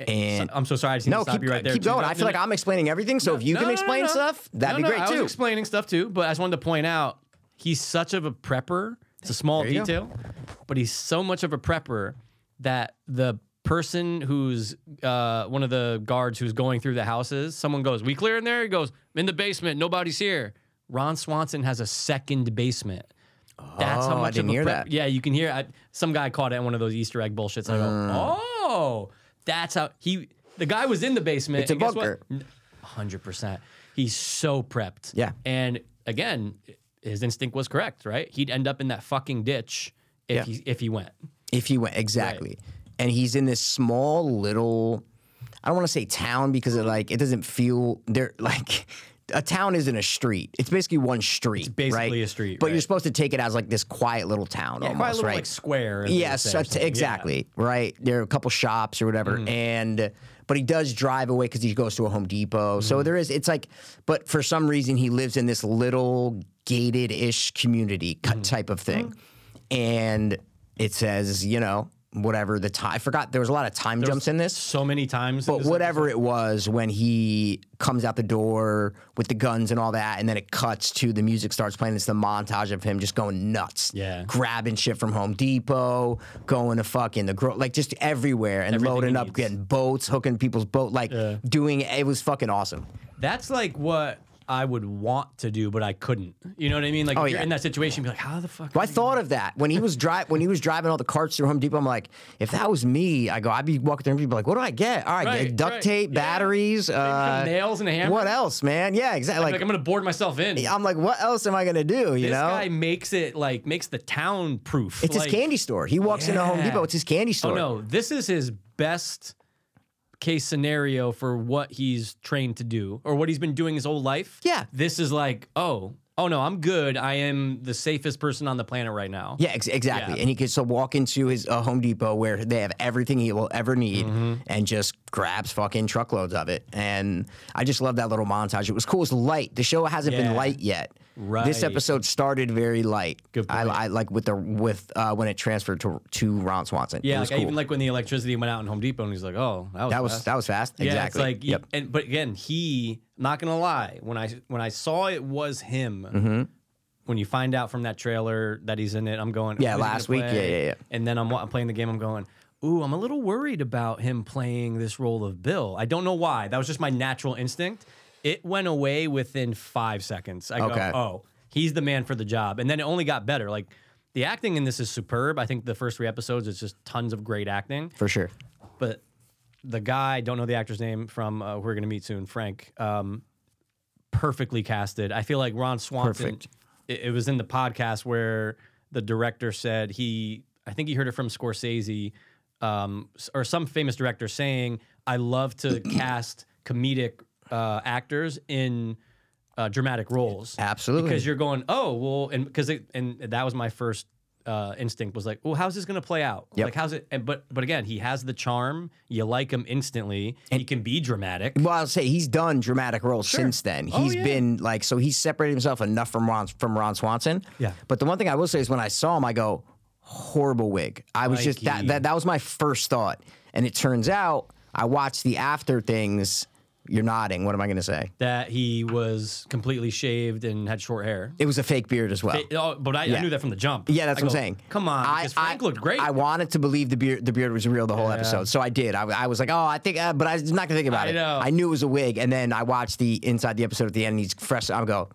S1: And
S2: I'm Mhm. Eh, so sorry. I just need
S1: no,
S2: to stop
S1: keep,
S2: you right there.
S1: keep
S2: too.
S1: going.
S2: No,
S1: I
S2: no,
S1: feel like
S2: no.
S1: I'm explaining everything, so if you
S2: No,
S1: can
S2: no, no,
S1: explain
S2: no.
S1: stuff, that'd
S2: No,
S1: be
S2: no,
S1: great
S2: I
S1: too.
S2: was explaining stuff too, but I just wanted to point out he's such of a prepper. It's a small
S1: you go.
S2: detail, but he's so much of a prepper that the person who's uh, one of the guards who's going through the houses, someone goes, "We clear in there?" He goes, "I'm "In the basement, nobody's here." Ron Swanson has a second basement. That's
S1: Oh,
S2: how
S1: I
S2: much
S1: didn't
S2: of a
S1: hear
S2: prep-
S1: that.
S2: Yeah, you can hear. I, some guy caught it in one of those Easter egg bullshits. I go,
S1: Uh.
S2: "Oh, that's how he." The guy was in the basement.
S1: It's a
S2: and guess what?
S1: bunker.
S2: Hundred percent. He's so prepped.
S1: Yeah.
S2: And again, his instinct was correct, right? He'd end up in that fucking ditch if
S1: Yeah.
S2: he if he went.
S1: If he went exactly, and he's in this small little, I don't want to say town because it like it doesn't feel there (laughs) like. A town isn't a street. It's basically one street.
S2: basically
S1: right?
S2: a street,
S1: But you're
S2: right.
S1: supposed to take it as like this quiet little town almost,
S2: Probably a little
S1: right?
S2: like square. is what
S1: Yes,
S2: they say
S1: that's-
S2: or something. Yeah. Mm-hmm.
S1: exactly. Right. There are a couple shops or whatever. And but he does drive away because he goes to a Home Depot. So
S2: Mm-hmm.
S1: there is it's like but for some reason he lives in this little gated ish community
S2: Mm-hmm.
S1: cut type of thing. And it says, you know, whatever the time I forgot there was a lot of time jumps in this.
S2: So many times. in
S1: But
S2: this-
S1: whatever it was when he comes out the door with the guns and all that, and then it cuts to the music starts playing. It's the montage of him just going nuts,
S2: Yeah.
S1: grabbing shit from Home Depot, going to fucking the gro- like just everywhere and
S2: Everything he
S1: loading up,
S2: needs.
S1: getting boats, hooking people's boat, like doing it was fucking awesome.
S2: That's like what I would want to do, but I couldn't. You know what I mean? Like if you're
S1: Oh, yeah.
S2: in that situation, be like, how the fuck?
S1: Well, I thought of that when he was drive when he was driving all the carts through Home Depot. I'm like, if that was me, I go, I'd be walking through Home Depot like, what do I get? All right,
S2: Right,
S1: duct
S2: right.
S1: tape,
S2: Yeah.
S1: batteries, uh,
S2: some nails and a hammer.
S1: What else, man? Yeah, exactly.
S2: like I'm gonna board myself in.
S1: I'm like, what else am I gonna do? You
S2: this
S1: know,
S2: guy makes it like makes the town proof.
S1: it's his candy store. He walks into Home
S2: Yeah.
S1: Depot. It's his candy store.
S2: Oh no, this is his best case scenario for what he's trained to do or what he's been doing his whole life.
S1: Yeah.
S2: This is like, oh, oh no, I'm good. I am the safest person on the planet right now.
S1: Yeah, ex- exactly.
S2: Yeah.
S1: And he can so walk into his uh, Home Depot where they have everything he will ever need,
S2: Mm-hmm.
S1: and just grabs fucking truckloads of it. And I just love that little montage. It was cool. It's light. The show hasn't been
S2: Yeah.
S1: light yet. This
S2: Right.
S1: episode started very light.
S2: Good
S1: I,
S2: point.
S1: I like with the with uh, when it transferred to to Ron Swanson.
S2: Yeah,
S1: it
S2: like
S1: was
S2: I
S1: cool.
S2: even like when the electricity went out in Home Depot and he's like, oh,
S1: that
S2: that was
S1: was
S2: fast.
S1: that was fast.
S2: Yeah,
S1: exactly.
S2: it's like
S1: yep.
S2: and but again, he not gonna lie, when I when I saw it was him,
S1: Mm-hmm.
S2: when you find out from that trailer that he's in it, I'm going,
S1: Yeah,
S2: who's he gonna
S1: last week, yeah,
S2: play?
S1: yeah, yeah.
S2: And then I'm, wa- I'm playing the game, I'm going, ooh, I'm a little worried about him playing this role of Bill. I don't know why. That was just my natural instinct. It went away within five seconds. I
S1: Okay.
S2: go, oh, he's the man for the job. And then it only got better. Like the acting in this is superb. I think the first three episodes it's just tons of great acting
S1: for sure.
S2: but the guy don't know the actor's name from uh, who we're gonna meet soon frank um, perfectly casted i feel like ron swanson
S1: Perfect.
S2: It, it was in the podcast where the director said he i think he heard it from scorsese um, s- or some famous director saying i love to (clears throat) cast comedic uh, actors in uh, dramatic roles
S1: Absolutely.
S2: because you're going, oh well, and because and that was my first uh, instinct was like, "Well, how's this going to play out?
S1: Yep.
S2: Like, how's it?" And but but again, he has the charm. You like him instantly. he can be dramatic.
S1: Well, I'll say he's done dramatic roles since then.
S2: Oh,
S1: He's
S2: yeah.
S1: been like so he's separated himself enough from Ron from Ron Swanson.
S2: Yeah.
S1: But the one thing I will say is when I saw him, I go, horrible wig. I was just that,
S2: Mikey.
S1: that that was my first thought. And it turns out I watched the after things. You're nodding. What am I gonna say?
S2: That he was completely shaved and had short hair.
S1: It was a fake beard as well.
S2: It- oh, but I, I knew that from the jump.
S1: Yeah, that's
S2: I
S1: what
S2: go,
S1: I'm saying.
S2: Come on, because Frank looked great.
S1: I wanted to believe the beard. The beard was real the whole episode, so I did. I, I was like, oh, I think, uh, but I was not gonna think about
S2: I
S1: it.
S2: know.
S1: I knew it was a wig, and then I watched the inside the episode at the end. and He's fresh. I go,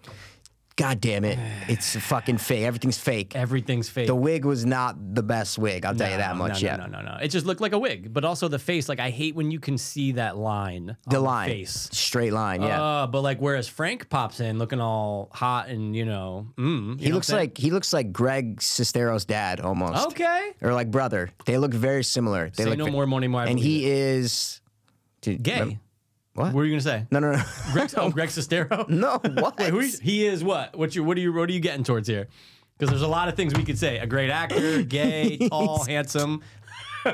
S1: god damn
S2: (sighs)
S1: it, it's fucking fake. Everything's fake.
S2: Everything's fake.
S1: The wig was not the best wig. I'll tell you that
S2: No,
S1: much.
S2: No,
S1: yeah.
S2: no, no, no, no. It just looked like a wig, but also the face. Like I hate when you can see that line. on
S1: The line,
S2: face.
S1: straight line. Yeah.
S2: Uh, but like, whereas Frank pops in looking all hot and you know, mm, you
S1: he
S2: know
S1: looks
S2: what I'm
S1: like he looks like Greg Sestero's dad almost.
S2: saying? okay.
S1: Or like brother. They look very similar. They
S2: Say
S1: look
S2: no
S1: ve-
S2: more, money more. I
S1: And
S2: believe it.
S1: he is dude,
S2: gay.
S1: What?
S2: What were you
S1: (laughs)
S2: gonna say?
S1: No, no,
S2: (laughs)
S1: no.
S2: Greg, oh, Greg
S1: (laughs)
S2: Sestero.
S1: No,
S2: (laughs)
S1: what?
S2: Wait, who is- he is what? What you? What are you? What are you getting towards here? Because there's a lot of things we could say. A
S1: (laughs)
S2: great actor, gay, tall, handsome.
S1: (laughs)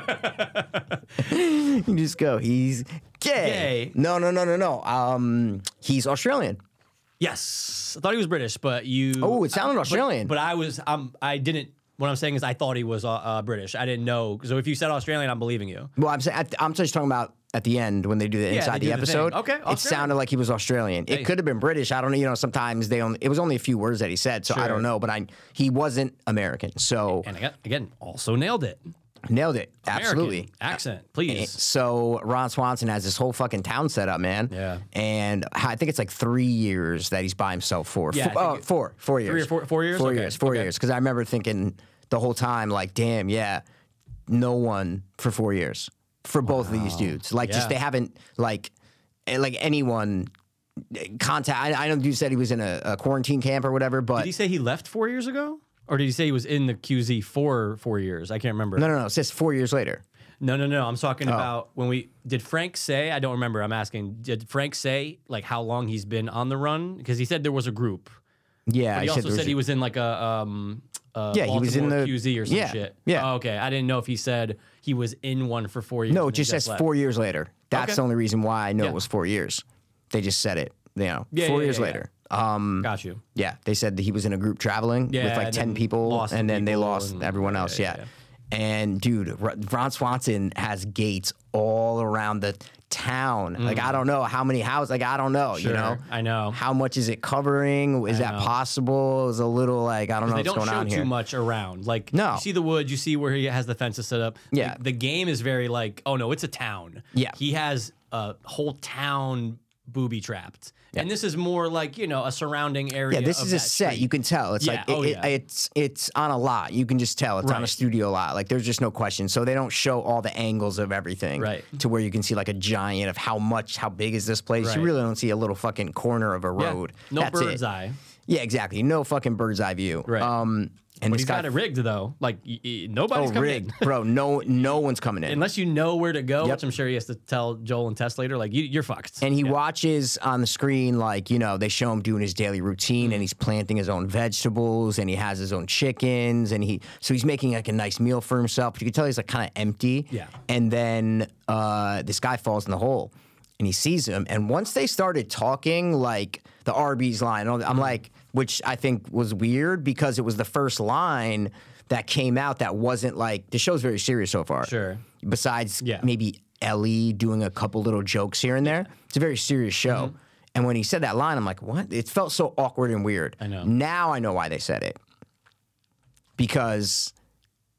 S1: You just go. He's gay.
S2: Gay.
S1: No, no, no, no, no. Um, he's Australian.
S2: Yes, I thought he was British, but you.
S1: Oh, it sounded Australian.
S2: But I was, um, I didn't. What I'm saying is, I thought he was uh, uh, British. I didn't know. So if you said Australian, I'm believing you.
S1: well, I'm saying I'm just talking about at the end when they do the inside
S2: they
S1: the
S2: do the thing.
S1: episode.
S2: Okay,
S1: it
S2: Australian.
S1: sounded like he was Australian. It could have been British. I don't know. You know, sometimes they only it was only a few words that he said, so I
S2: Sure.
S1: don't know. But I he wasn't American, so
S2: And again, again also nailed it.
S1: nailed it
S2: American
S1: absolutely.
S2: accent, please.
S1: Eh, So Ron Swanson has this whole fucking town set up, man.
S2: Yeah.
S1: And I think it's like three years that he's by himself for.
S2: Yeah, I
S1: four,
S2: think
S1: oh,
S2: it-
S1: four, four years.
S2: or four- four years?
S1: Four
S2: Okay,
S1: years. Four
S2: okay.
S1: years. Because I remember thinking the whole time, like, damn, yeah, no one for four years for both of these dudes. Like, just
S2: Yeah.
S1: they haven't like, eh, like anyone eh, contact. I, I know dude said he was in a, a quarantine camp or whatever, but
S2: Did he say he left four years ago, or did he say he was in the QZ for four years? I can't remember.
S1: no, Oh. no, no. It's just four years later.
S2: No, no, no. I'm talking about when we did Frank say, I don't remember. I'm asking, did Frank say like how long he's been on the run? Because he said there was a group.
S1: Yeah.
S2: He also
S1: there was
S2: said
S1: a-
S2: he was in like a um uh
S1: Yeah, he was in
S2: Baltimore
S1: the-
S2: QZ or some
S1: yeah,
S2: shit.
S1: yeah.
S2: Oh, okay. I didn't know if he said he was in one for four years.
S1: No,
S2: and
S1: Oh, it
S2: then
S1: just
S2: just
S1: says
S2: left.
S1: four years later. That's
S2: Okay.
S1: the only reason why I know
S2: Yeah.
S1: it was four years. They just said it. You know,
S2: Yeah,
S1: four
S2: yeah,
S1: years
S2: yeah, yeah.
S1: later. Um,
S2: Got you.
S1: yeah, they said that he was in a group traveling
S2: Yeah,
S1: with like
S2: and
S1: ten
S2: then
S1: people,
S2: lost
S1: and
S2: the
S1: then they
S2: people
S1: lost
S2: and-
S1: everyone
S2: yeah,
S1: else. Yeah.
S2: yeah,
S1: And dude, R- Ron Swanson has gates all around the town. Like I don't know how many houses. Like I don't know. You
S2: Mm. Sure,
S1: know.
S2: I know.
S1: How much is it covering? Is that possible? It was a little like I don't know
S2: They
S1: what's
S2: don't
S1: going
S2: show
S1: on
S2: too
S1: here.
S2: much around. Like
S1: No.
S2: you see the woods, you see where he has the fences set up.
S1: Yeah.
S2: Like, the game is very like, oh no, it's a town.
S1: Yeah.
S2: He has a whole town booby trapped. And this is more like, you know, a surrounding area.
S1: Yeah, this
S2: of
S1: is a
S2: that
S1: set.
S2: street.
S1: You can tell. It's
S2: Yeah,
S1: like
S2: oh,
S1: it,
S2: yeah.
S1: it, it's it's on a lot. You can just tell it's on a
S2: Right.
S1: studio lot. Like there's just no question. So they don't show all the angles of everything,
S2: Right.
S1: To where you can see like a giant of how much, how big is this place? You
S2: Right.
S1: really don't see a little fucking corner of a
S2: Yeah.
S1: road.
S2: No
S1: That's
S2: bird's
S1: it.
S2: eye.
S1: Yeah, exactly. No fucking bird's eye view.
S2: Right.
S1: Um, and
S2: But
S1: this
S2: he's
S1: guy
S2: got it rigged though. Like y- y- nobody's
S1: oh,
S2: coming in.
S1: rigged, bro. No, no one's coming in.
S2: unless you know where to go, which I'm sure he has to tell Joel and Tess later. Like you, you're fucked.
S1: And he watches on the screen, like, you know, they show him doing his daily routine and he's planting his own vegetables and he has his own chickens and he, so he's making like a nice meal for himself. But you can tell he's like kind of empty.
S2: Yeah.
S1: And then uh, this guy falls in the hole and he sees him. And once they started talking, like the Arby's line, and all that, I'm like, which I think was weird because it was the first line that came out that wasn't like, the show's very serious so far
S2: Sure.
S1: besides
S2: Yeah.
S1: maybe Ellie doing a couple little jokes here and there. It's a very serious show.
S2: Mm-hmm.
S1: And when he said that line, I'm like, what? It felt so awkward and weird. I
S2: know.
S1: Now I know why they said it. Because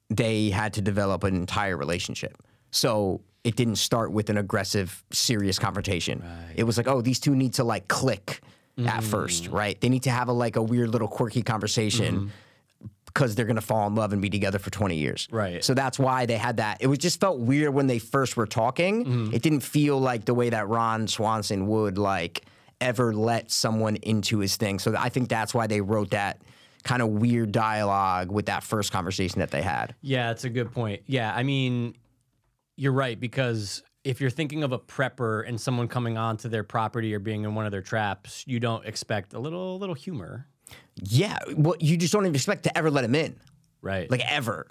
S1: they had to develop an entire relationship. So it didn't start with an aggressive, serious confrontation. It was like, oh, these two need to like click at first, right? They need to have a like a weird little quirky conversation because they're gonna fall in love and be together for 20 years.
S2: Right.
S1: So that's why they had that. It was just felt weird when they first were talking. It didn't feel like the way that Ron Swanson would like ever let someone into his thing. So I think that's why they wrote that kind of weird dialogue with that first conversation that they had.
S2: Yeah, that's a good point. Yeah, I mean, you're right because if you're thinking of a prepper and someone coming onto their property or being in one of their traps, you don't expect a little little humor.
S1: Yeah. Well, you just don't even expect to ever let him in.
S2: Right.
S1: like ever.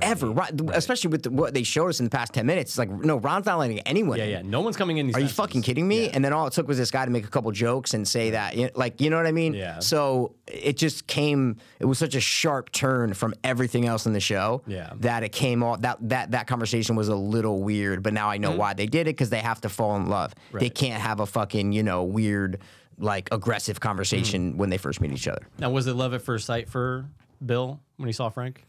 S1: Ever, right, especially with the, what they showed us in the past ten minutes, it's like no, Ron's not letting anyone.
S2: yeah,
S1: in.
S2: yeah. No one's coming in. These
S1: Are you fucking kidding me? And then all it took was this guy to make a couple jokes and say that, you know, like, you know what I mean?
S2: Yeah.
S1: So it just came. It was such a sharp turn from everything else in the show.
S2: Yeah.
S1: That it came off. That that that conversation was a little weird, but now I
S2: Mm-hmm.
S1: know why they did it because they have to fall in love. They can't have a fucking you know weird like aggressive
S2: Mm.
S1: conversation when they first meet each other.
S2: Now, was it love at first sight for Bill when he saw Frank?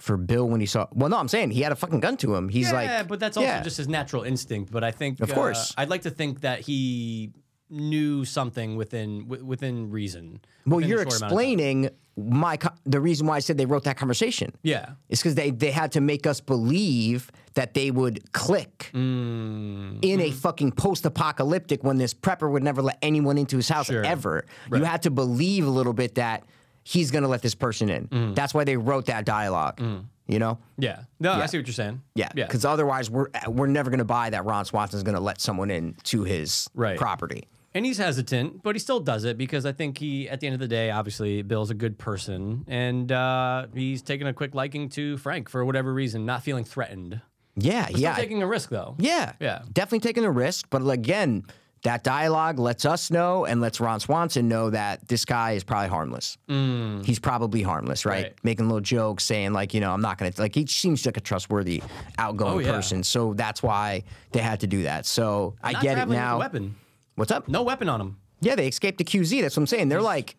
S1: For Bill, when he saw, well, no, I'm saying he had a fucking gun to him. He's like,
S2: yeah, but that's also
S1: yeah.
S2: just his natural instinct. But I think,
S1: Of
S2: uh,
S1: course.
S2: I'd like to think that he knew something within wi- within reason.
S1: well,
S2: within a
S1: you're
S2: short amount of time.
S1: explaining my co- the reason why I said they wrote that conversation.
S2: Yeah,
S1: It's because they, they had to make us believe that they would click
S2: Mm.
S1: in a fucking post apocalyptic when this prepper would never let anyone into his house
S2: Sure.
S1: ever. You had to believe a little bit that he's going to let this person in.
S2: Mm.
S1: That's why they wrote that dialogue, you know?
S2: yeah. No, I see what you're saying.
S1: Yeah,
S2: Mm. yeah.
S1: because otherwise we're we're never going to buy that Ron Swanson's going to let someone in to his
S2: Right.
S1: property.
S2: And he's hesitant, but he still does it because I think he, at the end of the day, obviously Bill's a good person, and uh, he's taken a quick liking to Frank for whatever reason, not feeling threatened.
S1: Yeah, yeah,
S2: Yeah, taking a risk though.
S1: yeah,
S2: Yeah.
S1: Definitely taking a risk, but again, that dialogue lets us know and lets Ron Swanson know that this guy is probably harmless. He's probably harmless, right?
S2: Mm. Right.
S1: Making little jokes, saying like, you know, I'm not gonna like. He seems like a trustworthy, outgoing
S2: Oh, yeah.
S1: person, so that's why they had to do that. So I
S2: Not
S1: get it
S2: traveling with a
S1: now.
S2: Weapon.
S1: What's up?
S2: No weapon on him.
S1: Yeah, they escaped the QZ. That's what I'm saying. They're like,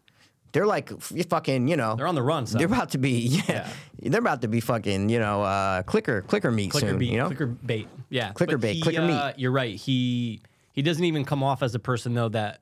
S1: they're like f- fucking, you know,
S2: They're on the run. So.
S1: they're about to be (laughs) yeah, they're about to be fucking you know uh, clicker clicker meat
S2: clicker
S1: soon
S2: bait,
S1: you know
S2: clicker bait. Yeah,
S1: Clicker
S2: But
S1: bait,
S2: he, uh,
S1: clicker meat.
S2: You're right. He he doesn't even come off as a person though that,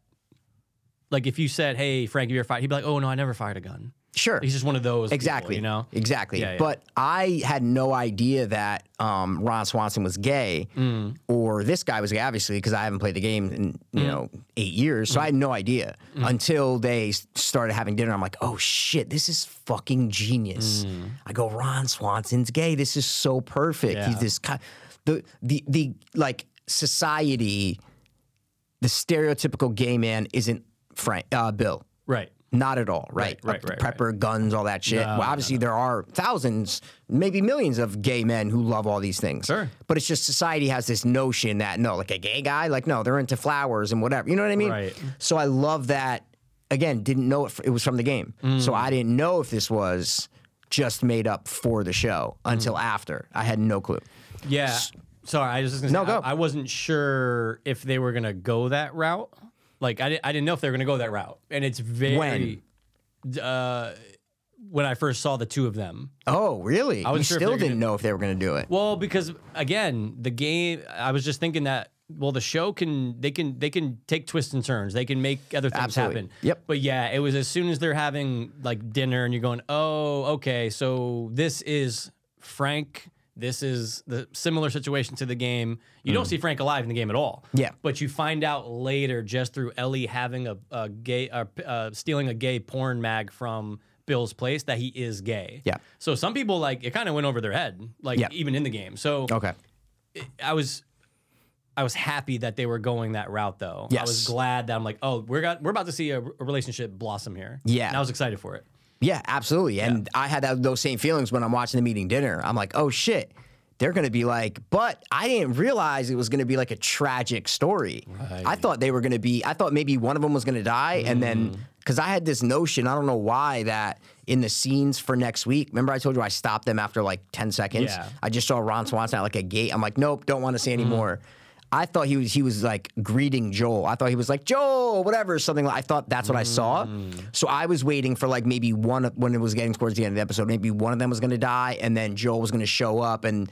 S2: like, if you said, "Hey, Frank, you ever fired?" He'd be like, "Oh no, I never fired a gun."
S1: sure
S2: He's just one of those. people,
S1: exactly
S2: you know.
S1: exactly
S2: Yeah, yeah.
S1: but I had no idea that um, Ron Swanson was gay
S2: Mm.
S1: or this guy was gay obviously because I haven't played the game in you know eight years so I had
S2: Mm.
S1: no idea until they s- started having dinner I'm like oh shit this is fucking genius I go Ron Swanson's gay this is so perfect he's
S2: Mm. Yeah.
S1: this kind the the the like society the stereotypical gay man isn't Frank uh, Bill.
S2: Right.
S1: Not at all, right?
S2: Right, right, right,
S1: Prepper, guns, all that shit. well, obviously, there are thousands, maybe millions of gay men who love all these things.
S2: Sure.
S1: But it's just society has this notion that, no, like a gay guy, like, no, they're into flowers and whatever. You know what I mean?
S2: Right.
S1: So I love that, again, didn't know it, f- it was from the game.
S2: Mm.
S1: So I didn't know if this was just made up for the show until
S2: Mm.
S1: after. I had no clue.
S2: Yeah. Sorry, I was just gonna
S1: No,
S2: say,
S1: go.
S2: I, I wasn't sure if they were gonna go that route. Like I, di- I didn't know if they were gonna go that route, and it's very
S1: When?
S2: d- Uh, when I first saw the two of them,
S1: Oh, really? I
S2: wasn't
S1: you
S2: sure if they
S1: still
S2: were gonna-
S1: didn't know if they were going to do it.
S2: Well, because again, the game. I was just thinking that. Well, the show can they can they can take twists and turns. They can make other things
S1: Absolutely.
S2: happen.
S1: Yep.
S2: But yeah, it was as soon as they're having like dinner and you're going, oh, okay, so this is Frank. This is the similar situation to the game. You don't see Frank alive in the game at all.
S1: Mm. Yeah.
S2: But you find out later just through Ellie having a, a gay, uh, p- uh, stealing a gay porn mag from Bill's place that he is gay.
S1: Yeah.
S2: So some people like it kind of went over their head, like
S1: Yeah. Oh.
S2: even in the game. So
S1: Okay.
S2: I was, I was happy that they were going that route though. I was
S1: Yes.
S2: glad that I'm like, oh, we're got we're about to see a, a relationship blossom here.
S1: Yeah.
S2: And I was excited for it.
S1: Yeah, absolutely. And I had that, those same feelings when I'm watching them eating dinner. I'm like, oh shit, they're gonna be like, but I didn't realize it was gonna be like a tragic story. I thought they were gonna be, I thought maybe one of them was gonna die, and then because I had this notion, I don't know why that in the scenes for next week. Remember, I told you I stopped them after like ten seconds.
S2: Yeah.
S1: I just saw Ron Swanson at like a gate. I'm like, nope, don't want to see anymore. I thought he was he was like greeting Joel. I thought he was like Joel, whatever, something. Like, I thought that's what I saw.
S2: Mm.
S1: So I was waiting for like maybe one of, when it was getting towards the end of the episode, maybe one of them was going to die, and then Joel was going to show up and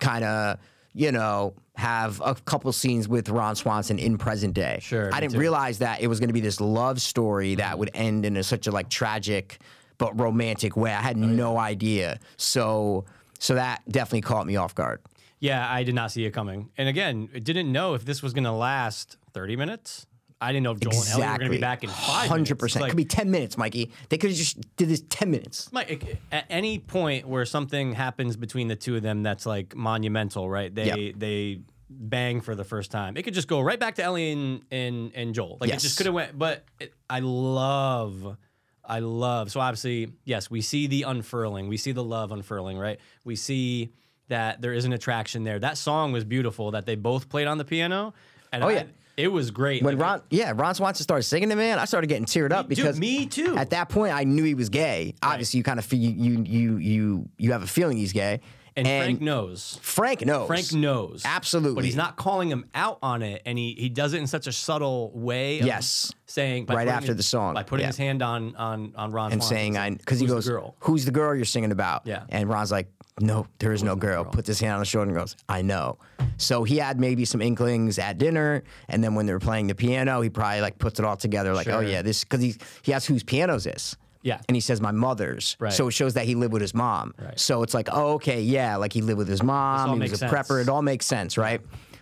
S1: kind of you know have a couple scenes with Ron Swanson in present day.
S2: Sure,
S1: I
S2: me
S1: didn't
S2: too.
S1: realize that it was going to be this love story that would end in a, such a like tragic but romantic way. I had
S2: Oh,
S1: no idea. So so that definitely caught me off guard.
S2: Yeah, I did not see it coming. And again, I didn't know if this was going to last 30 minutes. I didn't know if Joel and Ellie were going to be back in five.
S1: Hundred
S2: minutes.
S1: percent.
S2: Like,
S1: Could be ten minutes, Mikey. They could have just did this ten minutes.
S2: Mike, it- at any point where something happens between the two of them that's like monumental, right? They
S1: Yep.
S2: they bang for the first time. It could just go right back to Ellie and and, and Joel. Like it
S1: Yes.
S2: just could have went. But it, I love I love. So obviously, yes, we see the unfurling. We see the love unfurling, right? We see that there is an attraction there. That song was beautiful that they both played on the piano. And
S1: Oh,
S2: I-
S1: yeah.
S2: it was great.
S1: When
S2: Like,
S1: Ron, yeah, Ron Swanson started singing to me, man, I started getting teared up
S2: dude,
S1: because
S2: me too.
S1: At that point, I knew he was gay. Obviously, you kind of feel you you you you have a feeling he's gay,
S2: and, Frank knows.
S1: Frank knows.
S2: Frank knows.
S1: Absolutely.
S2: But he's not calling him out on it. And he, he does it in such a subtle way. Of
S1: Yes.
S2: Saying by
S1: Right
S2: putting
S1: after
S2: his-
S1: the song,
S2: By putting
S1: yeah.
S2: his hand on on, on Ron
S1: and saying I because he goes,
S2: girl.
S1: "Who's the girl you're singing about?"
S2: Yeah.
S1: and Ron's like, "No, there is no girl." Put this hand on his shoulder and goes, "I know." So he had maybe some inklings at dinner, and then when they were playing the piano, he probably like puts it all together, like, "Oh
S2: Sure.
S1: yeah, this," because he he asks whose piano's this.
S2: Yeah.
S1: and he says my mother's.
S2: Right.
S1: So it shows that he lived with his mom.
S2: Right.
S1: So it's like, oh, okay, yeah, like he lived with his
S2: all
S1: mom. He was a
S2: makes
S1: prepper. It
S2: sense.
S1: all makes sense, right?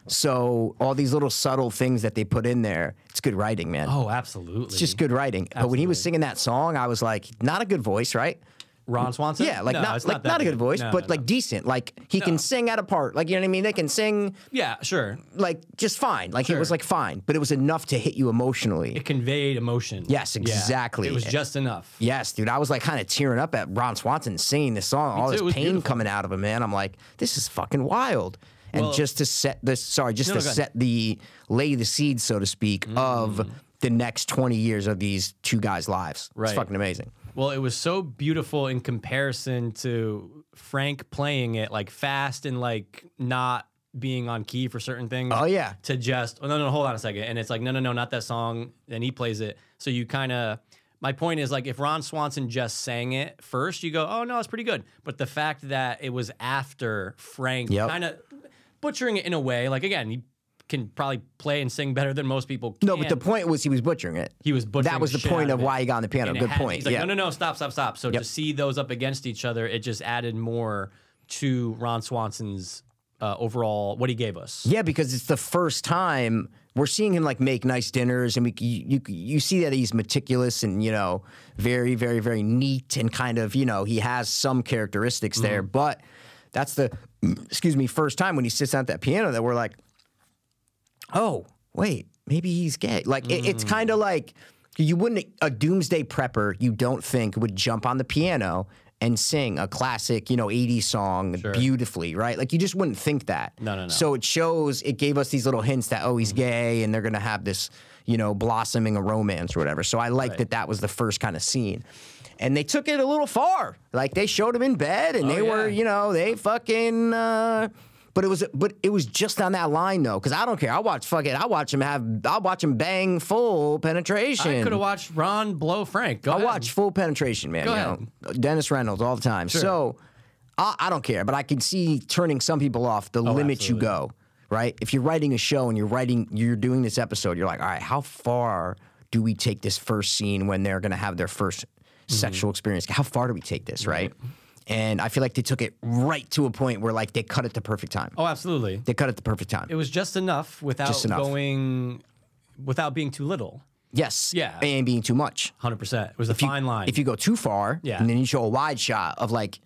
S1: So all these little subtle things that they put in there, it's good writing, man.
S2: Oh, absolutely.
S1: It's just good writing. But when he was singing that song, I was like, not a good voice, right?
S2: Ron Swanson.
S1: Yeah, like
S2: No,
S1: not,
S2: it's
S1: like
S2: that
S1: not a good voice,
S2: No,
S1: but
S2: no,
S1: like decent. Like he can sing at a part. Like you know what I mean? They can sing
S2: no. yeah, sure.
S1: like just fine. Like it was
S2: Sure.
S1: like fine, but it was enough to hit you emotionally.
S2: It conveyed emotion.
S1: Yes,
S2: Yeah.
S1: exactly.
S2: It was just enough.
S1: Yes, dude. I was like kind of tearing up at Ron Swanson singing this song, all
S2: too,
S1: this
S2: it was
S1: pain
S2: beautiful.
S1: coming out of him, man. I'm like, this is fucking wild. And
S2: Well-
S1: just to set this, sorry, just
S2: no,
S1: to
S2: go ahead. Mm.
S1: set the lay the seed, so to speak, of the next 20 years of these two guys' lives.
S2: Right.
S1: It's fucking amazing.
S2: Well, it was so beautiful in comparison to Frank playing it like fast and like not being on key for certain things.
S1: Oh, yeah.
S2: To just oh, no no hold on a second and it's like no no no not that song and he plays it so you kind of my point is like if Ron Swanson just sang it first you go oh no it's pretty good but the fact that it was after Frank
S1: Yep.
S2: kind of butchering it in a way like again he can probably play and sing better than most people.
S1: No, but the
S2: can.
S1: point was he was butchering it.
S2: He was butchering
S1: That was
S2: the
S1: the
S2: shit
S1: point of
S2: out of it.
S1: why he got on the piano.
S2: And it
S1: Oh, Good
S2: had-
S1: point.
S2: He's like,
S1: yeah.
S2: no, no, no, stop, stop, stop. So to see those up against each other, it just added more to Ron Swanson's uh, overall what he gave us.
S1: Yeah, because it's the first time we're seeing him like make nice dinners, and we you you, you see that he's meticulous and you know very very very neat and kind of you know he has some characteristics there,
S2: Mm-hmm.
S1: but that's the excuse me first time when he sits down at that piano that we're like, oh wait maybe he's gay. Like it,
S2: Mm.
S1: it's kind of like you wouldn't a doomsday prepper you don't think would jump on the piano. And sing a classic, you know, 80s song beautifully, right? Like, you just wouldn't think that.
S2: No, Mm-hmm. no, no.
S1: So it shows, it gave us these little hints that, oh, he's gay and they're going to have this, you know, blossoming a romance or whatever. So I like that that was the first kind of scene. And they took it a little far. Like they showed him in bed and they were,
S2: Oh, yeah.
S1: you know, they fucking. Uh, but it was, but it was just on that line though, because I don't care. I watch fuck it. I watch him have. I watch him bang full penetration.
S2: I could have watched Ron blow Frank. Go
S1: I
S2: ahead.
S1: watch full penetration, man.
S2: Go
S1: you
S2: ahead.
S1: know, Dennis Reynolds all the time. So I, I don't care, but I can see turning some people off
S2: Oh,
S1: the limit you go, right? If you're writing a show and you're writing, you're doing this episode, you're like, all right, how far do we take this first scene when they're going to have their 1st
S2: Mm-hmm.
S1: sexual experience? How far do we take this, right? And I feel like they took it right to a point where like they cut it the perfect time.
S2: Oh, absolutely.
S1: They cut it the perfect time.
S2: It was just enough without
S1: Just enough.
S2: going, without being too little.
S1: yes.
S2: Yeah.
S1: And being too much.
S2: Hundred percent. It was a
S1: you-
S2: fine line.
S1: If you go too far,
S2: Yeah.
S1: and then you show a wide shot of like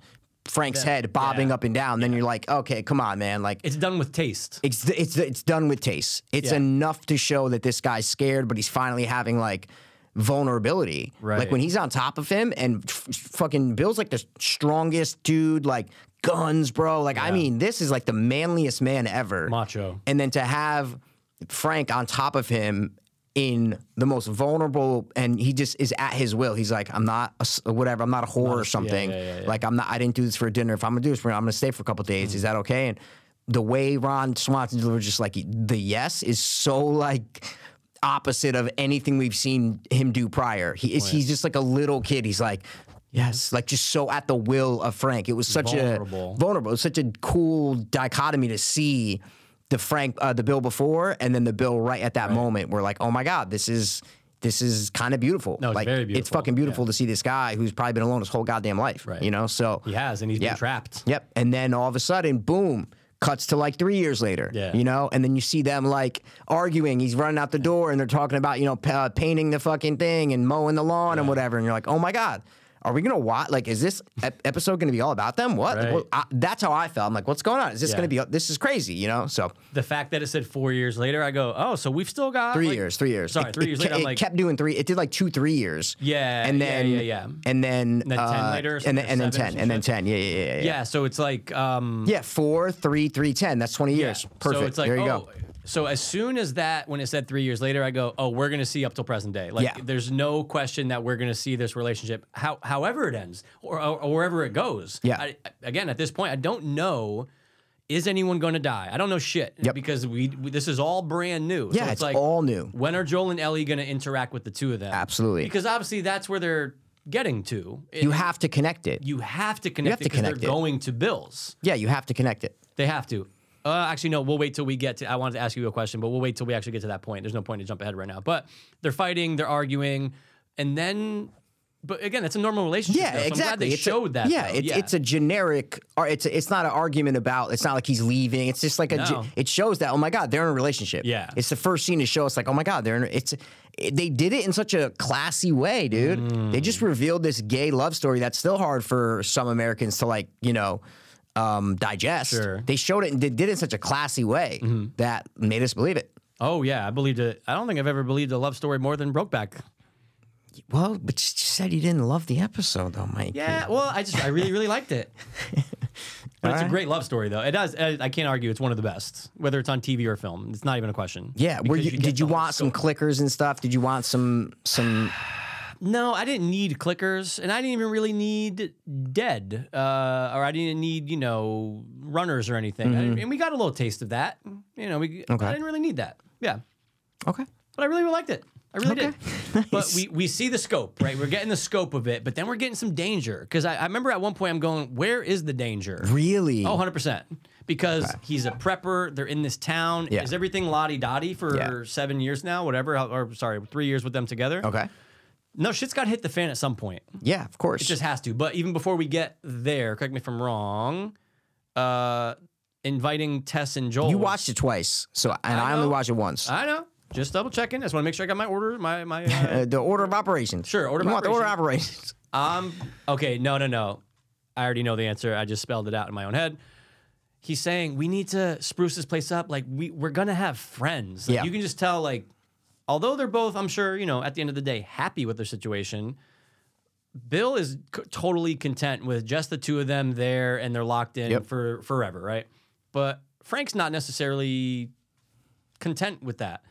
S1: Frank's head bobbing
S2: yeah.
S1: up and down, then you're like, okay, come on, man. Like
S2: it's done with taste.
S1: it's it's it's done with taste. It's
S2: Yeah.
S1: enough to show that this guy's scared, but he's finally having like vulnerability. Like
S2: Right.
S1: when he's on top of him, and f- f- fucking Bill's like the strongest dude, like guns, bro. Like I mean, this is like the manliest man ever,
S2: Macho.
S1: And then to have Frank on top of him in the most vulnerable, and he just is at his will. He's like, I'm not a s whatever. I'm not a whore or something.
S2: yeah, yeah, Mm-hmm. yeah.
S1: Like I'm not. I didn't do this for dinner. If I'm gonna do this for, I'm gonna stay for a couple days. Is that okay? And the way Ron Swanson delivers, just like the yes, is so like opposite of anything we've seen him do prior. He is. He's just like a little kid. He's like. Yes, like just so at the will of Frank. It was such
S2: Vulnerable.
S1: a vulnerable. It was such a cool dichotomy to see the Frank, uh, the Bill before, and then the Bill right at that moment. We're like, oh my god, this is this is kind of beautiful.
S2: No, it's
S1: like,
S2: very
S1: It's
S2: beautiful.
S1: fucking beautiful to see this guy who's probably been alone his whole goddamn life.
S2: Right.
S1: You know, so
S2: He has, and he's
S1: Yeah.
S2: been trapped.
S1: Yep. And then all of a sudden, boom, cuts to like three years later.
S2: Yeah.
S1: You know, and then you see them like arguing. He's running out the door and they're talking about, you know, p- uh, painting the fucking thing and mowing the lawn and whatever. And you're like, oh my God. Are we gonna watch? Like, is this ep- episode gonna be all about them? What? Like,
S2: Right.
S1: well, I, that's how I felt. I'm like, what's going on? Is this
S2: Yeah.
S1: gonna be? This is crazy, you know. So
S2: The fact that it said four years later, I go, oh, so we've still got
S1: three
S2: like-
S1: years, three years.
S2: Sorry,
S1: It-
S2: three
S1: it
S2: years
S1: ke-
S2: later, I'm
S1: it
S2: like-
S1: kept doing three. It did like two, three years.
S2: Yeah,
S1: and
S2: yeah,
S1: then
S2: yeah, yeah.
S1: and then uh,
S2: then 10 later or
S1: and then
S2: something, or
S1: and then
S2: seven or
S1: ten, and then
S2: some
S1: ten. Yeah, yeah, yeah, yeah.
S2: Yeah. so it's like, um,
S1: Yeah, four, three, three, ten. That's twenty years.
S2: yeah.
S1: Perfect.
S2: So it's like,
S1: there you
S2: oh,
S1: go.
S2: so as soon as that, when it said three years later, I go, oh, we're gonna see up till present day. Like,
S1: Yeah.
S2: there's no question that we're gonna see this relationship, how, however it ends or, or, or wherever it goes.
S1: Yeah.
S2: I, again, at this point, I don't know. Is anyone going to die? I don't know shit
S1: Yep.
S2: because we, we this is all brand new.
S1: Yeah,
S2: so it's,
S1: it's
S2: like
S1: all new.
S2: When are Joel and Ellie going to interact with the two of them?
S1: Absolutely.
S2: because obviously that's where they're getting to.
S1: You have to connect it.
S2: you have to connect
S1: to
S2: it because they're
S1: connect it.
S2: going to Bills.
S1: yeah, you have to connect it.
S2: They have to. Uh, actually, no. We'll wait till we get to. I wanted to ask you a question, but we'll wait till we actually get to that point. There's no point to jump ahead right now. But they're fighting, they're arguing, and then. But again, it's a normal relationship.
S1: Yeah,
S2: though, so
S1: exactly.
S2: I'm glad they
S1: It's a-
S2: showed that.
S1: Yeah,
S2: though.
S1: it's, it's a generic. or It's a, it's not an argument about. It's not like he's leaving. It's just like a. ge-
S2: No.
S1: It shows that oh my god they're in a relationship.
S2: Yeah.
S1: it's the first scene to show us like oh my god they're in. It's it, they did it in such a classy way, dude. They
S2: Mm.
S1: just revealed this gay love story that's still hard for some Americans to like you know. Um, digest.
S2: Sure. Mm-hmm.
S1: They showed it and they did it in such a classy way that made us believe it.
S2: Oh yeah, I believed it. I don't think I've ever believed a love story more than Brokeback.
S1: Well, but you just said you didn't love the episode though, Mike.
S2: Yeah, well, I just I really really liked
S1: (laughs)
S2: it. But it's a great love story though. It does. I, I can't argue. It's one of the best, whether it's on TV or film. It's not even a question.
S1: Yeah, were
S2: Because
S1: you,
S2: get
S1: did
S2: the
S1: you
S2: whole
S1: want some
S2: scope.
S1: clickers and stuff? Did you want some
S2: (sighs)
S1: some?
S2: No, I didn't need clickers, and I didn't even really need dead, uh, or I didn't need you know runners or anything. I-
S1: Mm-hmm.
S2: and we got a little taste of that. You know, we I didn't really need that. Yeah,
S1: Okay.
S2: but I really, really liked it. I really
S1: Okay. (laughs)
S2: did. But we, we see the scope, right? We're getting the scope of it, but then we're getting some danger. Because I, I remember at one point I'm going, where is the danger?
S1: (laughs) Really?
S2: Oh, 100%. Because he's a prepper. They're in this town.
S1: Yeah.
S2: Is everything lottie dottie for
S1: Yeah.
S2: seven years now, whatever? Or, or sorry, three years with them together.
S1: Okay.
S2: No, shit's got to hit the fan at some point.
S1: Yeah, of course.
S2: Just has to. But even before we get there, correct me if I'm wrong, uh, inviting Tess and Joel.
S1: you watched it twice, so and I, only
S2: know.
S1: watched it once.
S2: I know. Just double checking. I just want to make sure I got my order. My,
S1: (laughs)
S2: my, uh,
S1: Uh, the order of operations.
S2: Sure, order of
S1: you want the order of operations.
S2: Um. Okay. No. No. No. I already know the answer. I just spelled it out in my own head. He's saying we need to spruce this place up. Like we we're gonna have friends. Like,
S1: Yeah.
S2: You can just tell. Like, although they're both, I'm sure you know, at the end of the day, happy with their situation. Bill is c- totally content with just the two of them there, and they're locked in
S1: Yep.
S2: for forever, right? But Frank's not necessarily content with that.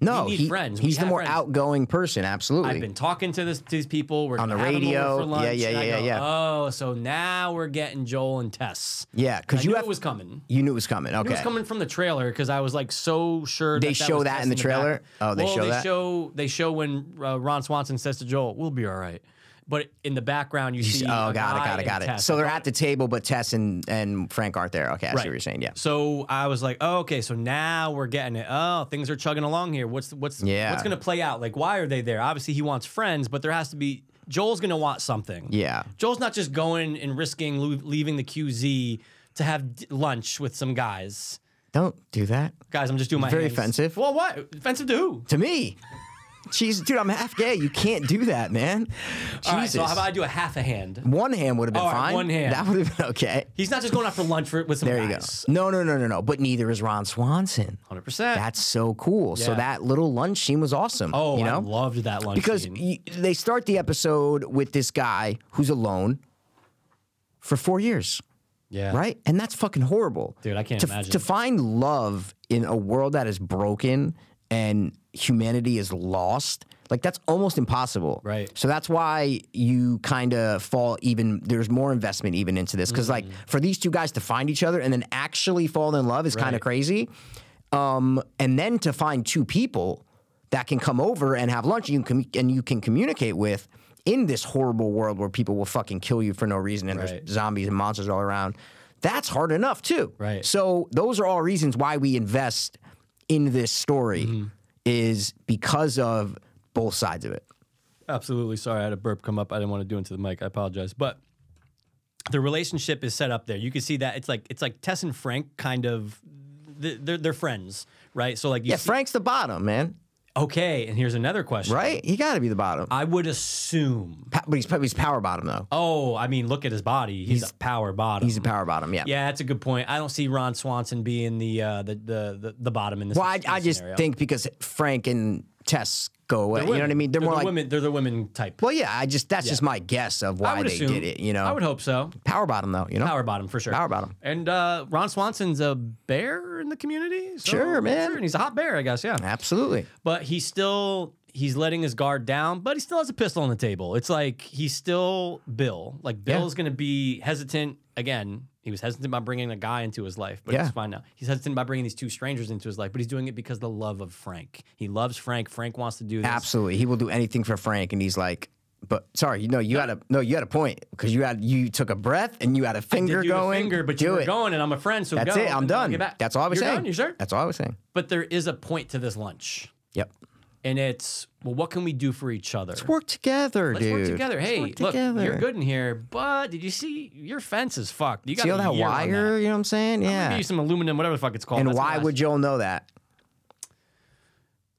S1: No,
S2: need
S1: he-
S2: friends. (laughs) We
S1: he's the
S2: have
S1: more
S2: friends.
S1: outgoing person. Absolutely.
S2: I've been talking to this to these people. We're on
S1: the radio.
S2: For lunch,
S1: Yeah, yeah,
S2: and I
S1: yeah,
S2: go,
S1: yeah.
S2: Oh, so now we're getting Joel and Tess.
S1: yeah,
S2: I
S1: because
S2: knew
S1: you have,
S2: it was coming.
S1: you knew it was coming. Okay.
S2: It was coming from the trailer because I was like so sure.
S1: They
S2: that
S1: show
S2: was
S1: that
S2: Tess
S1: in the
S2: back.
S1: trailer? Oh, they
S2: well,
S1: show
S2: they
S1: that?
S2: Show they show when uh, Ron Swanson says to Joel, "We'll be all right." But in the background, you see.
S1: oh,
S2: a
S1: got it, got
S2: guy
S1: it,
S2: and
S1: got it.
S2: Tess.
S1: So they're at the table, but Tess and, and Frank aren't there. Okay, I see what
S2: Right.
S1: you're saying. Yeah.
S2: So I was like, oh, okay, so now we're getting it. Oh, things are chugging along here. What's what's
S1: Yeah.
S2: what's gonna play out? Like, why are they there? Obviously, he wants friends, but there has to be Joel's gonna want something.
S1: Yeah.
S2: Joel's not just going and risking lo- leaving the QZ to have d- lunch with some guys.
S1: Don't do that
S2: Guys, I'm just doing my
S1: Very
S2: hands.
S1: offensive.
S2: Well, what offensive to who?
S1: to me. Jeez, dude, I'm half gay. You can't do that, man. Jesus.
S2: All right, so how about I do a half a hand?
S1: One hand would have been
S2: All right,
S1: fine.
S2: one hand.
S1: That would have been okay.
S2: He's not just going out for lunch for, with some
S1: There
S2: guys.
S1: you go. No, no, no, no, no. But neither is Ron Swanson.
S2: Hundred percent.
S1: That's so cool. So
S2: Yeah.
S1: that little lunch scene was awesome.
S2: Oh,
S1: you know,
S2: I loved that lunch
S1: because
S2: scene.
S1: y they start the episode with this guy who's alone for four years,
S2: yeah,
S1: right? And that's fucking horrible,
S2: Dude, I can't
S1: to,
S2: imagine.
S1: to find love in a world that is broken and humanity is lost. Like that's almost impossible,
S2: Right.
S1: So that's why you kind of fall even. There's more investment even into this
S2: Mm-hmm.
S1: because, like, for these two guys to find each other and then actually fall in love is kind of
S2: Right.
S1: crazy. Um, and then to find two people that can come over and have lunch and you can, and you can communicate with in this horrible world where people will fucking kill you for no reason and
S2: Right.
S1: there's zombies and monsters all around. That's hard enough too.
S2: Right.
S1: So those are all reasons why we invest in this story
S2: Mm-hmm.
S1: is because of both sides of it.
S2: Absolutely. Sorry, I had a burp come up. I didn't want to do into the mic. I apologize. But the relationship is set up there. You can see that it's like it's like Tess and Frank kind of th- they're they're friends, right? So like you
S1: Yeah,
S2: see-
S1: Frank's the bottom, man.
S2: Okay, and here's another question.
S1: right? He got to be the bottom.
S2: I would assume.
S1: Pa- but he's, he's power bottom though.
S2: Oh, I mean, look at his body. He's, a power bottom.
S1: He's a power bottom. Yeah.
S2: yeah, that's a good point. I don't see Ron Swanson being the uh, the, the the the bottom in this.
S1: Well, I,
S2: in
S1: I
S2: this
S1: just
S2: scenario.
S1: think because Frank and Tess go away. You know what I
S2: Women.
S1: mean? They're, more
S2: the
S1: like.
S2: women. They're the women type.
S1: Well, yeah. I just that's just my guess of
S2: I
S1: why
S2: would
S1: they
S2: assume.
S1: did it. You know,
S2: I would hope so.
S1: power bottom though. You know,
S2: Power bottom for sure.
S1: Power bottom.
S2: And uh, Ron Swanson's a bear in the community. so-
S1: Sure, man.
S2: and he's a hot bear, I guess. Yeah.
S1: absolutely.
S2: but he's still he's letting his guard down, but he still has a pistol on the table. It's like he's still Bill. Like Bill's going to be hesitant again. He was hesitant about bringing a guy into his life, but
S1: Yeah.
S2: it's fine now. He's hesitant about bringing these two strangers into his life, but he's doing it because the love of Frank. He loves Frank. Frank wants to do this.
S1: Absolutely, he will do anything for Frank, and he's like, "But sorry, you know, you had a no, you had a point because you had you took a breath and you had a
S2: Did
S1: finger
S2: you the
S1: going,
S2: finger, but
S1: do
S2: you were
S1: it.
S2: going, and I'm a friend, so
S1: That's
S2: go,
S1: it. I'm
S2: and I'll
S1: done.
S2: get back.
S1: That's all I was
S2: You're
S1: saying.
S2: done? You sure?
S1: That's all I was saying.
S2: But there is a point to this lunch,
S1: Yep.
S2: and it's well, what can we do for each other?
S1: Work together,
S2: Let's
S1: dude.
S2: work together. Hey,
S1: work
S2: look,
S1: together.
S2: you're good in here, but did you see your fence is fucked? You got
S1: See all that wire? You know what I'm saying?
S2: Yeah.
S1: Yeah.
S2: Maybe some aluminum, whatever the fuck it's called.
S1: And
S2: That's
S1: why
S2: gonna
S1: would Joel know that?
S2: last-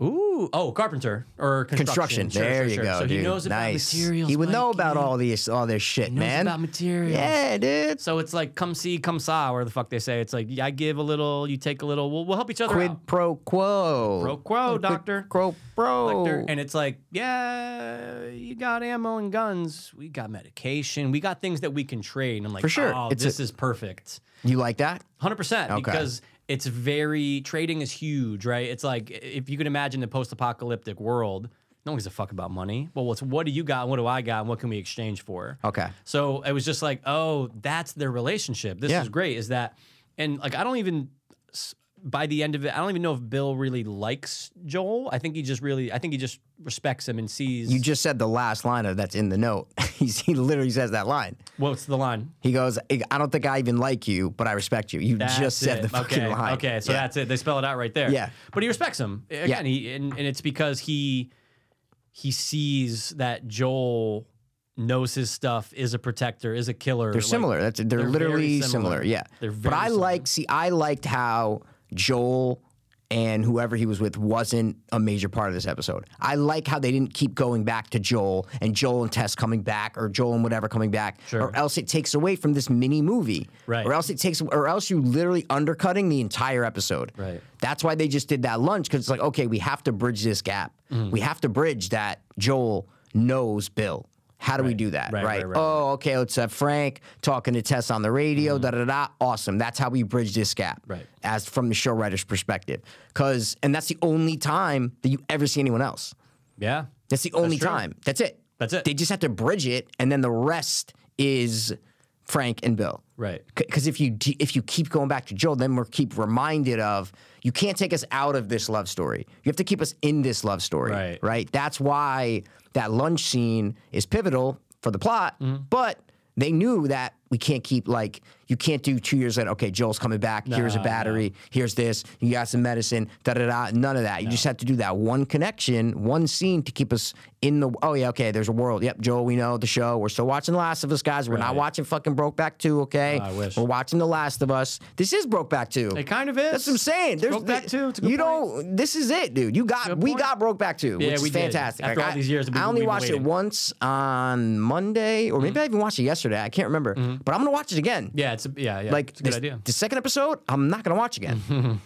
S2: Ooh, oh, carpenter or construction.
S1: Construction.
S2: Sure,
S1: there
S2: sure,
S1: you
S2: sure.
S1: go,
S2: So
S1: dude.
S2: he knows about
S1: nice.
S2: materials.
S1: he would know
S2: Mike,
S1: about
S2: you know?
S1: all these, all their shit,
S2: He knows
S1: man.
S2: about materials.
S1: yeah, dude.
S2: So it's like come see, come saw, or the fuck they say. It's like I give a little, you take a little. We'll, we'll help each other
S1: Quid
S2: out.
S1: pro quo.
S2: Pro quo, doctor.
S1: Quid pro
S2: Collector.
S1: pro.
S2: And it's like, yeah, you got ammo and guns. We got medication. We got things that we can trade. And I'm like,
S1: For sure.
S2: oh,
S1: It's a-
S2: this is perfect.
S1: You like that?
S2: Hundred percent, because it's very trading is huge, right? It's like if you can imagine the post-apocalyptic world, no one gives a fuck about money. Well, what's what do you got? and What do I got? And what can we exchange for?
S1: Okay.
S2: So it was just like, oh, that's their relationship. This
S1: Yeah.
S2: is great. Is that, and like I don't even s- by the end of it, I don't even know if Bill really likes Joel. I think he just really, I think he just respects him and sees.
S1: You just said the last line of that's in the note. (laughs) He's, he literally says that line.
S2: what's the line?
S1: He goes, "I- "I don't think I even like you, but I respect you." You
S2: That's
S1: just said
S2: it.
S1: the fucking
S2: okay.
S1: line.
S2: Okay, so
S1: Yeah.
S2: that's it. They spell it out right there.
S1: Yeah.
S2: but he respects him again. He and, and it's because he he sees that Joel knows his stuff, is a protector, is a killer.
S1: They're similar. That's they're,
S2: they're very
S1: literally
S2: similar.
S1: similar. Yeah.
S2: They're
S1: but
S2: very
S1: I
S2: similar.
S1: like see I liked how Joel and whoever he was with wasn't a major part of this episode. I like how they didn't keep going back to Joel and Joel and Tess coming back or Joel and whatever coming back or else it takes away from this mini movie.
S2: Right.
S1: Or else it takes or else you literally undercutting the entire episode.
S2: Right.
S1: That's why they just did that lunch cuz it's like okay, we have to bridge this gap.
S2: Mm-hmm.
S1: We have to bridge that Joel knows Bill. How do we do that?
S2: Right, right, right,
S1: oh, okay, let's have Frank talking to Tess on the radio, da da da. Awesome. That's how we bridge this gap.
S2: Mm-hmm. Right.
S1: As from the show writer's perspective. Cause and that's the only time that you ever see anyone else.
S2: Yeah,
S1: That's the only
S2: true.
S1: time. That's it.
S2: That's it.
S1: They just have to bridge it, and then the rest is Frank and Bill.
S2: Right.
S1: Because if you d- if you keep going back to Joel, then we're keep reminded of you can't take us out of this love story. You have to keep us in this love story.
S2: Right.
S1: Right. That's why that lunch scene is pivotal for the plot. But they knew that we can't keep like you can't do two years later. Okay, Joel's coming back. here's a
S2: no.
S1: battery. Here's this. You got some medicine. Da da da. None of that. You just have to do that one connection, one scene to keep us in the. Oh yeah, okay. There's a world. Yep, Joel. We know the show. We're still watching The Last of Us, guys. We're not watching fucking Brokeback Two. Okay,
S2: I wish.
S1: we're watching The Last of Us. This is Brokeback Two.
S2: it kind of is.
S1: That's what I'm saying. There's
S2: Brokeback 2, it's a good
S1: you don't. This is it, dude. You got we
S2: point.
S1: got Brokeback Two,
S2: Yeah,
S1: which
S2: we
S1: is
S2: did.
S1: fantastic.
S2: After all
S1: I,
S2: these years, we-
S1: I only
S2: we've been
S1: watched
S2: waiting. Mm-hmm.
S1: it once on Monday, or maybe I even watched it yesterday. I can't remember, but I'm gonna watch it again.
S2: Yeah, it's a, yeah, yeah.
S1: Like
S2: it's a good
S1: this-
S2: idea.
S1: the second episode, I'm not gonna watch again.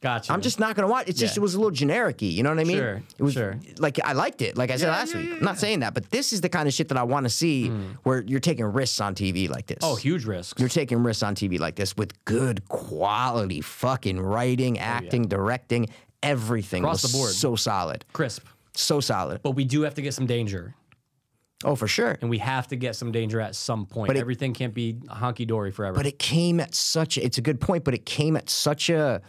S2: Gotcha.
S1: I'm just not gonna watch. It's just
S2: Yeah.
S1: it was a little generic-y, You know what I mean?
S2: Sure,
S1: It was
S2: sure.
S1: like I liked it. Like I said
S2: Yeah,
S1: last
S2: yeah,
S1: week.
S2: yeah, Mm.
S1: I'm not saying that, but this is the kind of shit that I want to see where you're taking risks on TV like this.
S2: oh huge risks.
S1: You're taking risks on TV like this with good quality fucking writing, acting, directing, everything
S2: Oh, Across
S1: was
S2: the board.
S1: So solid,
S2: crisp.
S1: so solid.
S2: But we do have to get some danger,
S1: Oh, for sure.
S2: and we have to get some danger at some point.
S1: it-
S2: Everything can't be honky dory forever.
S1: But it came at such. It's a good point, but it came at such a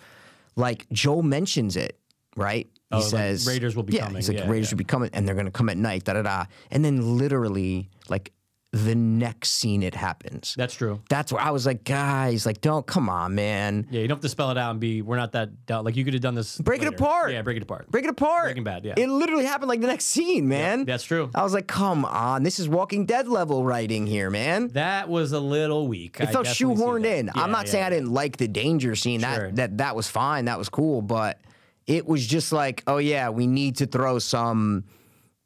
S1: like Joel mentions it, right? He
S2: Oh, like,
S1: says
S2: "Raiders will be
S1: yeah,
S2: coming."
S1: He's like
S2: Yeah,
S1: Raiders will be coming, and they're going to come at night. Da da da. And then literally, like the next scene, it happens.
S2: That's true.
S1: That's where I was like, guys, like, don't come on, man.
S2: Yeah, you don't have to spell it out and be. We're not that dumb. Like you could have done this.
S1: Break it
S2: later.
S1: apart.
S2: Yeah, break it apart.
S1: Break it apart.
S2: Breaking Bad, yeah.
S1: It literally happened like the next scene, man.
S2: that's true.
S1: I was like, come on, this is Walking Dead level writing here, man.
S2: That was a little weak.
S1: It felt shoehorned in. I'm not saying I didn't like the danger scene.
S2: Sure.
S1: That that that was fine. That was cool, but It was just like, oh yeah, we need to throw some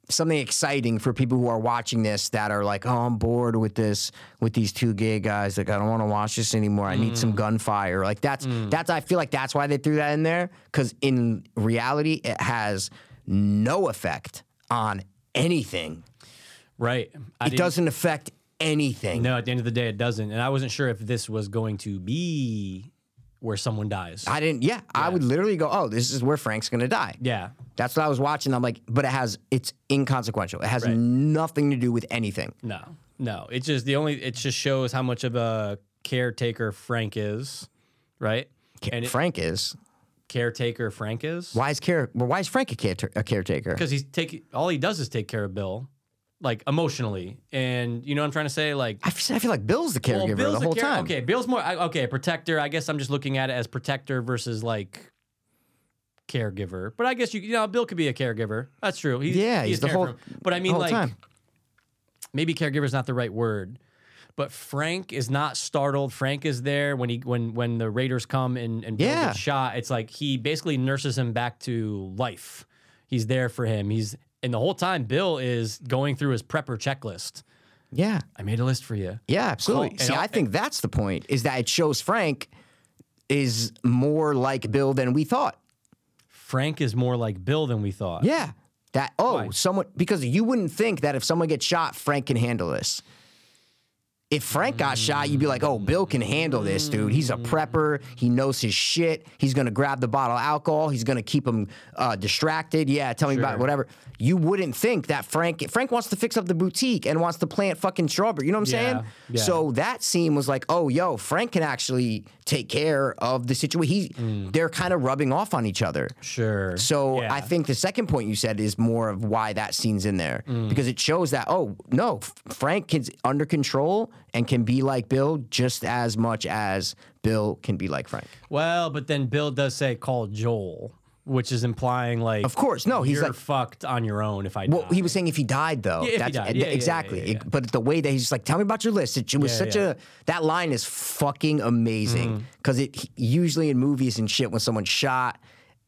S1: something exciting for people who are watching this that are like, oh, I'm bored with this with these two gay guys. Like, I don't want to watch this anymore. I need
S2: Mm.
S1: some gunfire. Like that's that's I feel like that's why they threw that in there because in reality, it has no effect on anything.
S2: Right. I
S1: It
S2: didn't-
S1: doesn't affect anything.
S2: No, at the end of the day, it doesn't. And I wasn't sure if this was going to be where someone dies.
S1: I didn't. Yeah, I would literally go, oh, this is where Frank's gonna die.
S2: yeah.
S1: That's what I was watching. I'm like, but it has, it's inconsequential. It has
S2: Right.
S1: nothing to do with anything.
S2: No, no. It's just the only. It just shows how much of a caretaker Frank is, right? and it-
S1: Frank is.
S2: caretaker Frank is
S1: Why is care? Well, why is Frank a, careta- a caretaker?
S2: because he's taking all he does is take care of Bill, like emotionally, and you know what I'm trying to say, like.
S1: I f- I feel like Bill's the caregiver the whole
S2: care-
S1: time.
S2: Okay, Bill's more I, okay protector. I guess I'm just looking at it as protector versus like caregiver. But I guess you, you know Bill could be a caregiver. That's true. He,
S1: Yeah,
S2: he
S1: he's
S2: is
S1: the
S2: caring for
S1: whole-
S2: him. But I mean,
S1: whole
S2: like
S1: time.
S2: maybe caregiver is not the right word. But Frank is not startled. Frank is there when he when when the Raiders come and and Bill
S1: Yeah.
S2: gets shot. It's like he basically nurses him back to life. He's there for him. He's and the whole time Bill is going through his prepper checklist.
S1: Yeah,
S2: I made a list for you.
S1: yeah, absolutely.
S2: and
S1: See,
S2: I'll-
S1: I think that's the point is that it shows Frank is more like Bill than we thought.
S2: Frank is more like Bill than we thought.
S1: Yeah, that oh,
S2: Why?
S1: someone because you wouldn't think that if someone gets shot, Frank can handle this. If Frank got shot, you'd be like, "Oh, Bill can handle this, dude. He's a prepper. He knows his shit. He's gonna grab the bottle of alcohol. He's gonna keep him uh, distracted. Yeah, tell me about it, whatever." You wouldn't think that Frank Frank wants to fix up the boutique and wants to plant fucking strawberry. You know what I'm
S2: Yeah,
S1: saying?
S2: yeah.
S1: So that scene was like, "Oh, yo, Frank can actually take care of the situation." He,
S2: Mm.
S1: they're kind of rubbing off on each other.
S2: Sure.
S1: So
S2: Yeah.
S1: I think the second point you said is more of why that scene's in there
S2: Mm.
S1: because it shows that oh no, F- Frank is under control and can be like Bill just as much as Bill can be like Frank.
S2: Well, but then Bill does say call Joel, which is implying like
S1: Of course, no, he's
S2: you're
S1: like.
S2: fucked on your own if I
S1: Well,
S2: die.
S1: he was saying if he died though,
S2: if he died. Yeah, yeah, yeah,
S1: exactly.
S2: yeah, yeah.
S1: It- but the way that he's just like, tell me about your list. It, was
S2: Yeah,
S1: such
S2: yeah. Mm-hmm.
S1: a that line is fucking amazing because it usually in movies and shit when someone's shot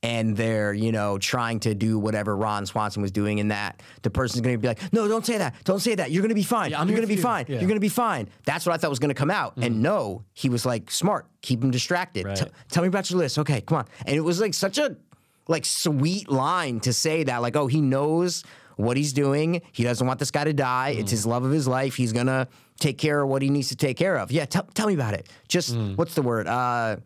S1: and they're you know trying to do whatever Ron Swanson was doing in that the person's gonna be like, no, don't say that, don't say that. You're gonna be fine. You're
S2: I'm here
S1: gonna
S2: for
S1: be
S2: you."
S1: fine.
S2: Yeah. Mm-hmm.
S1: You're gonna be fine. That's what I thought was gonna come out. And no, he was like, smart. Keep him distracted. T-
S2: Right.
S1: tell me about your list. Okay, come on. And it was like such a like sweet line to say that, like, oh, he knows what he's doing. He doesn't want this guy to die.
S2: Mm.
S1: It's his love of his life. He's gonna take care of what he needs to take care of. Yeah, tell tell me about it. Just
S2: Mm.
S1: what's the word? Uh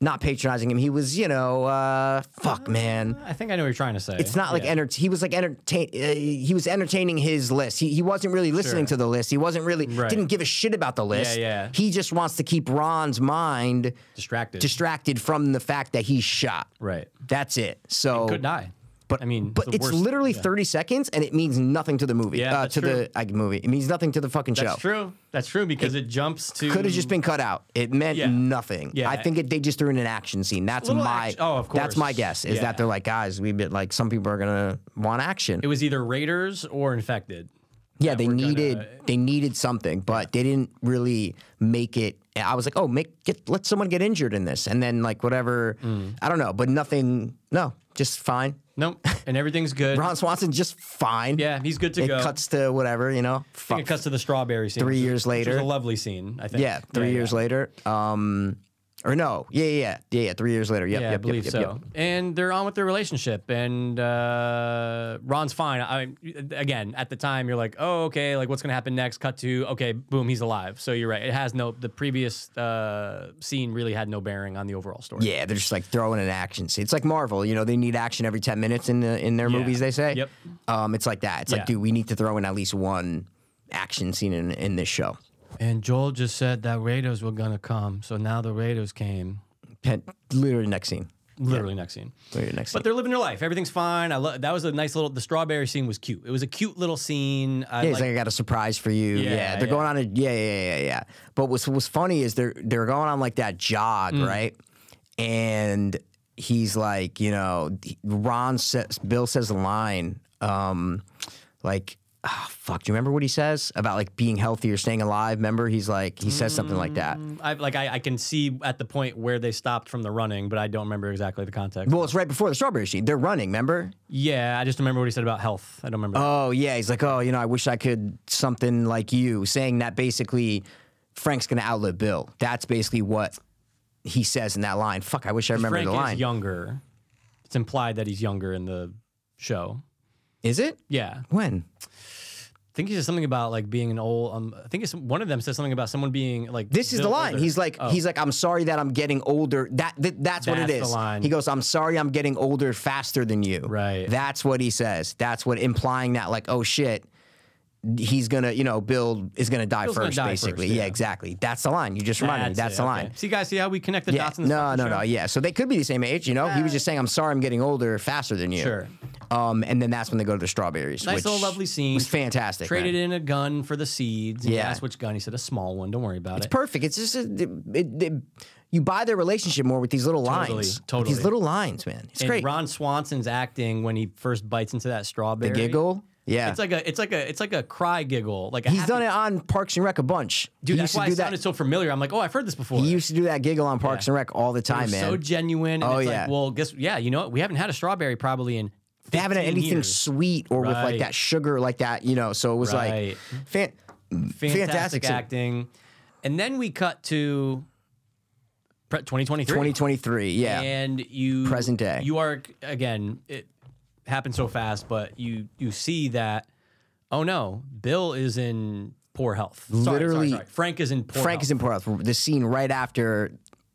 S1: not patronizing him. He was, you know, uh fuck man.
S2: I think I know what you're trying to say.
S1: It's not like enter- he was like entertain. Uh, he was entertaining his list. He, he wasn't really listening to the list. He wasn't really
S2: Right.
S1: didn't give a shit about the list.
S2: yeah.
S1: He just wants to keep Ron's mind
S2: distracted.
S1: distracted from the fact that he's shot.
S2: right.
S1: That's it. So
S2: Could die.
S1: But
S2: I mean,
S1: but
S2: the
S1: it's
S2: worst-
S1: literally
S2: yeah.
S1: thirty seconds, and it means nothing to the movie.
S2: Yeah,
S1: uh,
S2: that's
S1: to
S2: true.
S1: the like, movie. It means nothing to the fucking show.
S2: That's true. That's true because it, jumps to
S1: Could have just been cut out. It meant
S2: Yeah.
S1: nothing.
S2: Yeah.
S1: I think it, they just threw in an action scene. That's
S2: Little
S1: my
S2: act- oh, of
S1: That's
S2: course.
S1: my guess is
S2: Yeah.
S1: that they're like, guys, we've been like some people are gonna want action.
S2: It was either Raiders or infected.
S1: Yeah, they
S2: we're gonna-
S1: needed they needed something, but they didn't really make it. I was like, oh, make get let someone get injured in this, and then like whatever,
S2: Mm.
S1: I don't know, but nothing. No, just fine. (laughs)
S2: Nope. And everything's good.
S1: Ron Swanson just fine.
S2: yeah, he's good to
S1: it
S2: go.
S1: cuts to whatever you know.
S2: I
S1: Fuck.
S2: think it cuts to the strawberry scene.
S1: Three
S2: which is-
S1: years
S2: which is
S1: later.
S2: a lovely scene. I think.
S1: yeah, three years later. Um, or no, yeah, yeah, yeah, yeah, yeah, three years later. Yep,
S2: Yeah,
S1: yep,
S2: I believe
S1: yep,
S2: so.
S1: yep, yep.
S2: And they're on with their relationship, and uh, Ron's fine. I again at the time you're like, oh okay, like what's gonna happen next? Cut to okay, boom, he's alive. So you're right. It has no the previous uh, scene really had no bearing on the overall story.
S1: Yeah, they're just like throwing an action scene. It's like Marvel, you know, they need action every ten minutes in the, in their
S2: Yeah.
S1: movies. They say,
S2: Yep.
S1: Um, it's like that. It's
S2: Yeah.
S1: like, dude, we need to throw in at least one action scene in, in this show.
S2: And Joel just said that Raiders were gonna come, so now the Raiders came.
S1: Pen, literally next scene.
S2: Literally next scene.
S1: Literally next
S2: But
S1: scene.
S2: they're living their life. Everything's fine. I love that was a nice little. The strawberry scene was cute. It was a cute little scene. I
S1: Yeah, he's
S2: like,
S1: like, I got a surprise for you. Yeah,
S2: Yeah,
S1: they're
S2: yeah.
S1: going on a yeah, yeah, yeah, yeah. But what's what's funny is they're they're going on like that jog, right? And he's like, you know, he- Ron says, Bill says a line, um, like, ah, fuck, do you remember what he says about like being healthy or staying alive? Remember, he's like, he says something like that.
S2: I like I, I can see at the point where they stopped from the running, but I don't remember exactly the context.
S1: Well, it's right before the strawberry sheet. They're running, remember?
S2: yeah, I just remember what he said about health. I don't remember.
S1: Oh, yeah. He's like, oh, you know, I wish I could something like you, saying that basically Frank's going to outlive Bill. That's basically what he says in that line. Fuck, I wish I remembered
S2: Frank
S1: the line.
S2: is younger. It's implied that he's younger in the show.
S1: Is it?
S2: Yeah, I
S1: When?
S2: think he says something about like being an old. Um, I think it's one of them says something about someone being like.
S1: This is the
S2: built
S1: line.
S2: older.
S1: He's like, he's like, I'm sorry that I'm getting older. That, th- that's, what it
S2: Oh. That's the
S1: is.
S2: line.
S1: He goes, I'm sorry I'm getting older faster than you.
S2: Right.
S1: That's what he says. That's what implying that, like, oh shit, he's gonna, you know, Bill is gonna die
S2: gonna
S1: first,
S2: die first,
S1: basically.
S2: yeah.
S1: yeah, exactly. That's the line. You just reminded me.
S2: That's
S1: That's
S2: it,
S1: the
S2: okay.
S1: line.
S2: See, guys, see how we connect the
S1: Yeah.
S2: dots in this
S1: No,
S2: fucking
S1: no,
S2: show?
S1: no. Yeah. So they could be the same age, you know? He was just saying, I'm sorry I'm getting older faster than you.
S2: Sure.
S1: Um, and then that's when they go to the strawberries.
S2: Nice
S1: which
S2: little lovely scene.
S1: was fantastic.
S2: Traded
S1: man.
S2: in a gun for the seeds. Yeah.
S1: Yeah.
S2: That's which gun. He said a small one. Don't worry about it.
S1: Perfect. It's just, a, it, it- you buy their relationship more with these little
S2: Totally,
S1: lines. With
S2: totally.
S1: These little lines, man. It's
S2: and
S1: great.
S2: Ron Swanson's acting when he first bites into that strawberry. The
S1: Giggle. Yeah.
S2: It's like a it's like a it's like a cry giggle. Like a
S1: He's done it on Parks and Rec a bunch.
S2: Dude,
S1: he
S2: that's
S1: used
S2: why
S1: to
S2: it
S1: do that.
S2: sounded so familiar. I'm like, oh, I've heard this before.
S1: he used to do that giggle on Parks and Rec all the time, man.
S2: so genuine. And
S1: Oh,
S2: it's
S1: yeah.
S2: like, well, guess yeah, you know what? We haven't had a strawberry probably in
S1: they haven't had
S2: 15
S1: anything
S2: years.
S1: sweet or with like
S2: Right.
S1: that sugar like that, you know. So it was
S2: Right.
S1: like, fan-
S2: fantastic,
S1: fantastic scene.
S2: acting. And then we cut to pre- 2023.
S1: 2023. Yeah.
S2: and you
S1: Present day.
S2: You are again. It happened so fast, but you you see that. Oh no, Bill is in poor health. Sorry, sorry,
S1: Literally-
S2: sorry. Frank is in poor.
S1: Frank
S2: health.
S1: is in poor health. The scene right after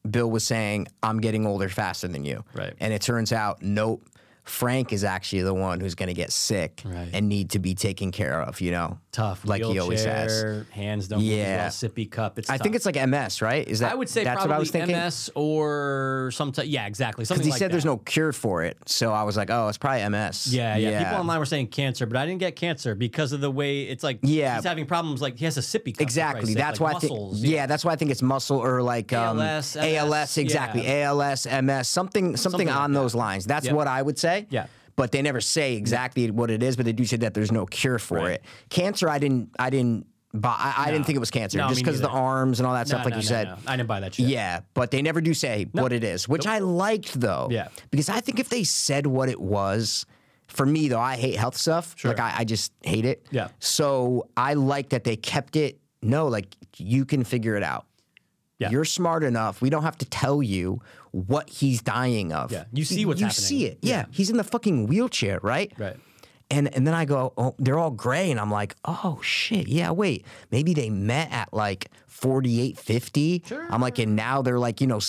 S1: Bill was saying, "I'm getting older faster than you,"
S2: Right.
S1: And it turns out, nope. Frank is actually the one who's going to get sick
S2: Right.
S1: and need to be taken care of. You know,
S2: tough.
S1: like he always says.
S2: wheelchair, Hands don't. Yeah,
S1: Yeah.
S2: well, sippy cup. It's.
S1: I think it's like MS, right? Is that
S2: I would say
S1: that's
S2: probably
S1: what I was thinking?
S2: MS or some. T- yeah, exactly. Something
S1: Because he
S2: like
S1: said
S2: that.
S1: there's no cure for it, so I was like, oh, it's probably MS.
S2: Yeah, yeah, People online were saying cancer, but I didn't get cancer because of the way it's like.
S1: Yeah.
S2: he's having problems. Like he has a sippy cup. for Christ's
S1: Exactly.
S2: sake,
S1: That's why
S2: like muscles,
S1: I think. Yeah. that's why I think it's muscle or like um,
S2: ALS, MS,
S1: ALS, Exactly.
S2: yeah.
S1: ALS, MS, something, something,
S2: Something like
S1: on those lines. That's
S2: Yep.
S1: what I would say.
S2: Yeah.
S1: But they never say exactly what it is, but they do say that there's no cure for
S2: Right.
S1: it. Cancer, I didn't, I didn't, buy, I, I didn't think it was cancer
S2: No,
S1: just
S2: me
S1: because of the
S2: neither.
S1: arms and all that
S2: No,
S1: stuff, like
S2: no,
S1: you
S2: no,
S1: said.
S2: no. I didn't buy that shit.
S1: Yeah, but they never do say what it is, which I liked though.
S2: Yeah.
S1: Because I think if they said what it was, for me though, I hate health stuff. Like I, I just hate it.
S2: Yeah.
S1: So I like that they kept it. No, like you can figure it out.
S2: Yeah.
S1: You're smart enough. We don't have to tell you what he's dying of.
S2: Yeah, you see what's
S1: you
S2: happening.
S1: see it. Yeah. He's in the fucking wheelchair, right?
S2: Right.
S1: And and then I go, oh, they're all gray, and I'm like, oh shit, yeah, wait, maybe they met at like 48, 50. I'm like, and now they're like, you know,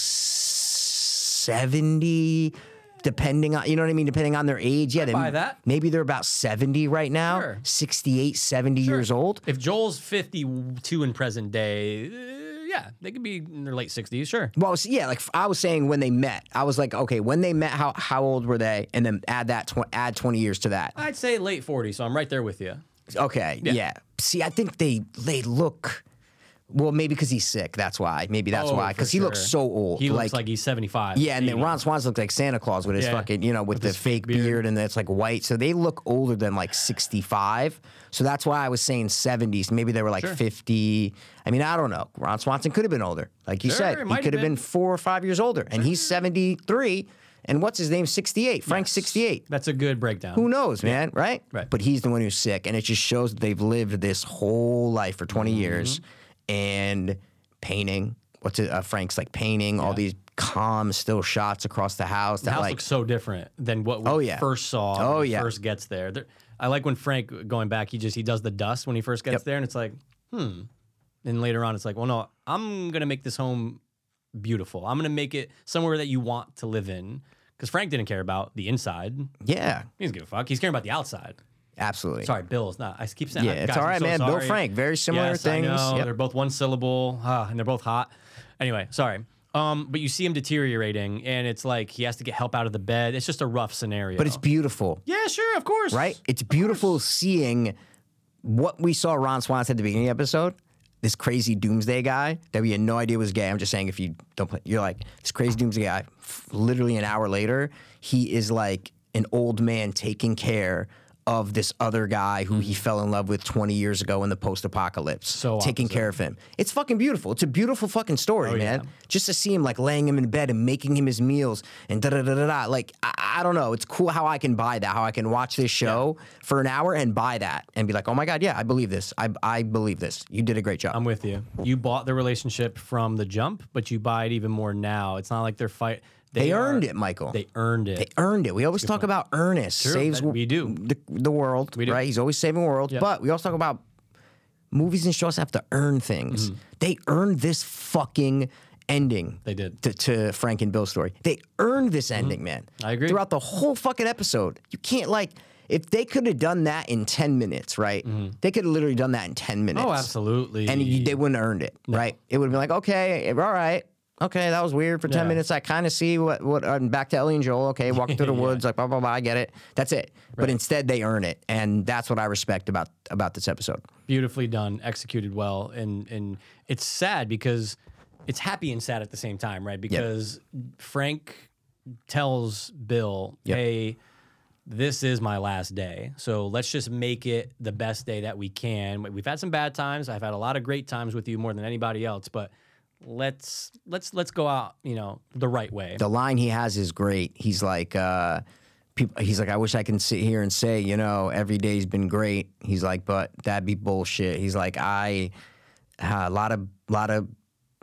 S1: 70, depending on, you know what I mean, depending on their age. Yeah, they,
S2: buy that.
S1: maybe they're about 70 right now,
S2: Sure.
S1: 68, 70 years old.
S2: If Joel's 52 in present day, uh, yeah, they could be in their late 60s, sure.
S1: Well, I was, yeah, like I was saying when they met, I was like, okay, when they met, how how old were they? And then add that tw- add 20 years to that.
S2: I'd say late 40, so I'm right there with you.
S1: Okay. Yeah. See, I think they they look. Well, maybe because he's sick. That's why. Maybe that's
S2: Oh,
S1: why.
S2: for
S1: Because he looks so
S2: sure.
S1: old.
S2: He looks like he's 75.
S1: Yeah, and then
S2: 80.
S1: Ron Swanson looks like Santa Claus with his
S2: Yeah.
S1: fucking, you know, with, the fake beard. and it's like white. So they look older than like 65. So that's why I was saying 70s. Maybe they were like 50. I mean, I don't know. Ron Swanson could have been older. Like you
S2: Sure,
S1: said,
S2: it
S1: he
S2: might
S1: could have
S2: have
S1: been.
S2: been.
S1: four or five years older. And he's 73. And what's his name? 68. Frank's 68.
S2: That's a good breakdown.
S1: Who knows, man? Right?
S2: Right.
S1: But he's the one who's sick, and it just shows that they've lived this whole life for 20
S2: Mm-hmm.
S1: years, and painting. What's it? Uh, Frank's like painting all these calm, still shots across the house.
S2: the
S1: That
S2: house
S1: like
S2: looks so different than what we
S1: Oh, yeah.
S2: first saw when
S1: Oh,
S2: he
S1: yeah.
S2: first gets there. there. I like when Frank, going back, he just, he does the dust when he first gets there, and it's like, hmm. And later on, it's like, well, no, I'm going to make this home beautiful. I'm going to make it somewhere that you want to live in. Because Frank didn't care about the inside. He
S1: yeah,
S2: doesn't give a fuck. He's caring about the outside.
S1: absolutely.
S2: Sorry, Bill is not. I keep saying.
S1: Yeah,
S2: guys,
S1: it's
S2: I'm
S1: all right,
S2: so
S1: man. Bill
S2: sorry.
S1: Frank, very similar
S2: yes,
S1: things.
S2: I know.
S1: Yep.
S2: They're both one syllable, ah, and they're both hot. Anyway, sorry. Um, but you see him deteriorating, and it's like he has to get help out of the bed. It's just a rough scenario.
S1: But it's beautiful,
S2: yeah, sure, of course,
S1: right? It's beautiful seeing what we saw Ron Swanson at the beginning of the episode. This crazy doomsday guy that we had no idea was gay. I'm just saying, if you don't play, you're like, this crazy doomsday guy. F- Literally an hour later, he is like an old man taking care of this other guy who he fell in love with 20 years ago in the post apocalypse,
S2: So
S1: taking care of him. It's fucking beautiful. It's a beautiful fucking
S2: Oh,
S1: story, man. Just to see him like laying him in bed and making him his meals and da da da da da. Like, I, I don't know. It's cool how I can buy that, how I can watch this show for an hour and buy that and be like, oh my God, yeah, I believe this. I, I believe this. You did a great job.
S2: I'm with you. You bought the relationship from the jump, but you buy it even more now. It's not like they're fight.
S1: they
S2: are-
S1: earned it, Michael.
S2: They earned it.
S1: They earned it. We always talk about Ernest saves
S2: that we do.
S1: the, the world,
S2: do.
S1: right? He's always saving the world, but we also talk about movies and shows have to earn things. They earned this fucking ending.
S2: Mm-hmm. They did. Mm-hmm.
S1: to, to Frank and Bill's story. They earned this ending, man.
S2: I agree.
S1: Throughout the whole fucking episode, you can't like. If they could have done that in ten minutes, right? They could have literally done that in ten minutes.
S2: Mm-hmm. oh, absolutely.
S1: And you, they wouldn't have earned it, right? It would have been like, okay, all right. Okay, that was weird for 10
S2: Yeah.
S1: minutes. I kind of see what, what, uh, back to Ellie and Joel. Okay, walking
S2: (laughs)
S1: through the woods, like, blah, blah, blah. I get it. That's it. But instead, they earn it. And that's what I respect about about this episode.
S2: beautifully done, executed well, and and it's sad because it's happy and sad at the same time, right? Because Frank tells Bill, "Hey, this is my last day, so let's just make it the best day that we can. We've had some bad times. I've had a lot of great times with you more than anybody else, but." Let's let's let's go out, you know, the right way.
S1: The line he has is great. He's like, uh, people, he's like, I wish I can sit here and say, you know, every day's been great. He's like, but that'd be bullshit. He's like, I, uh, a lot of, lot of,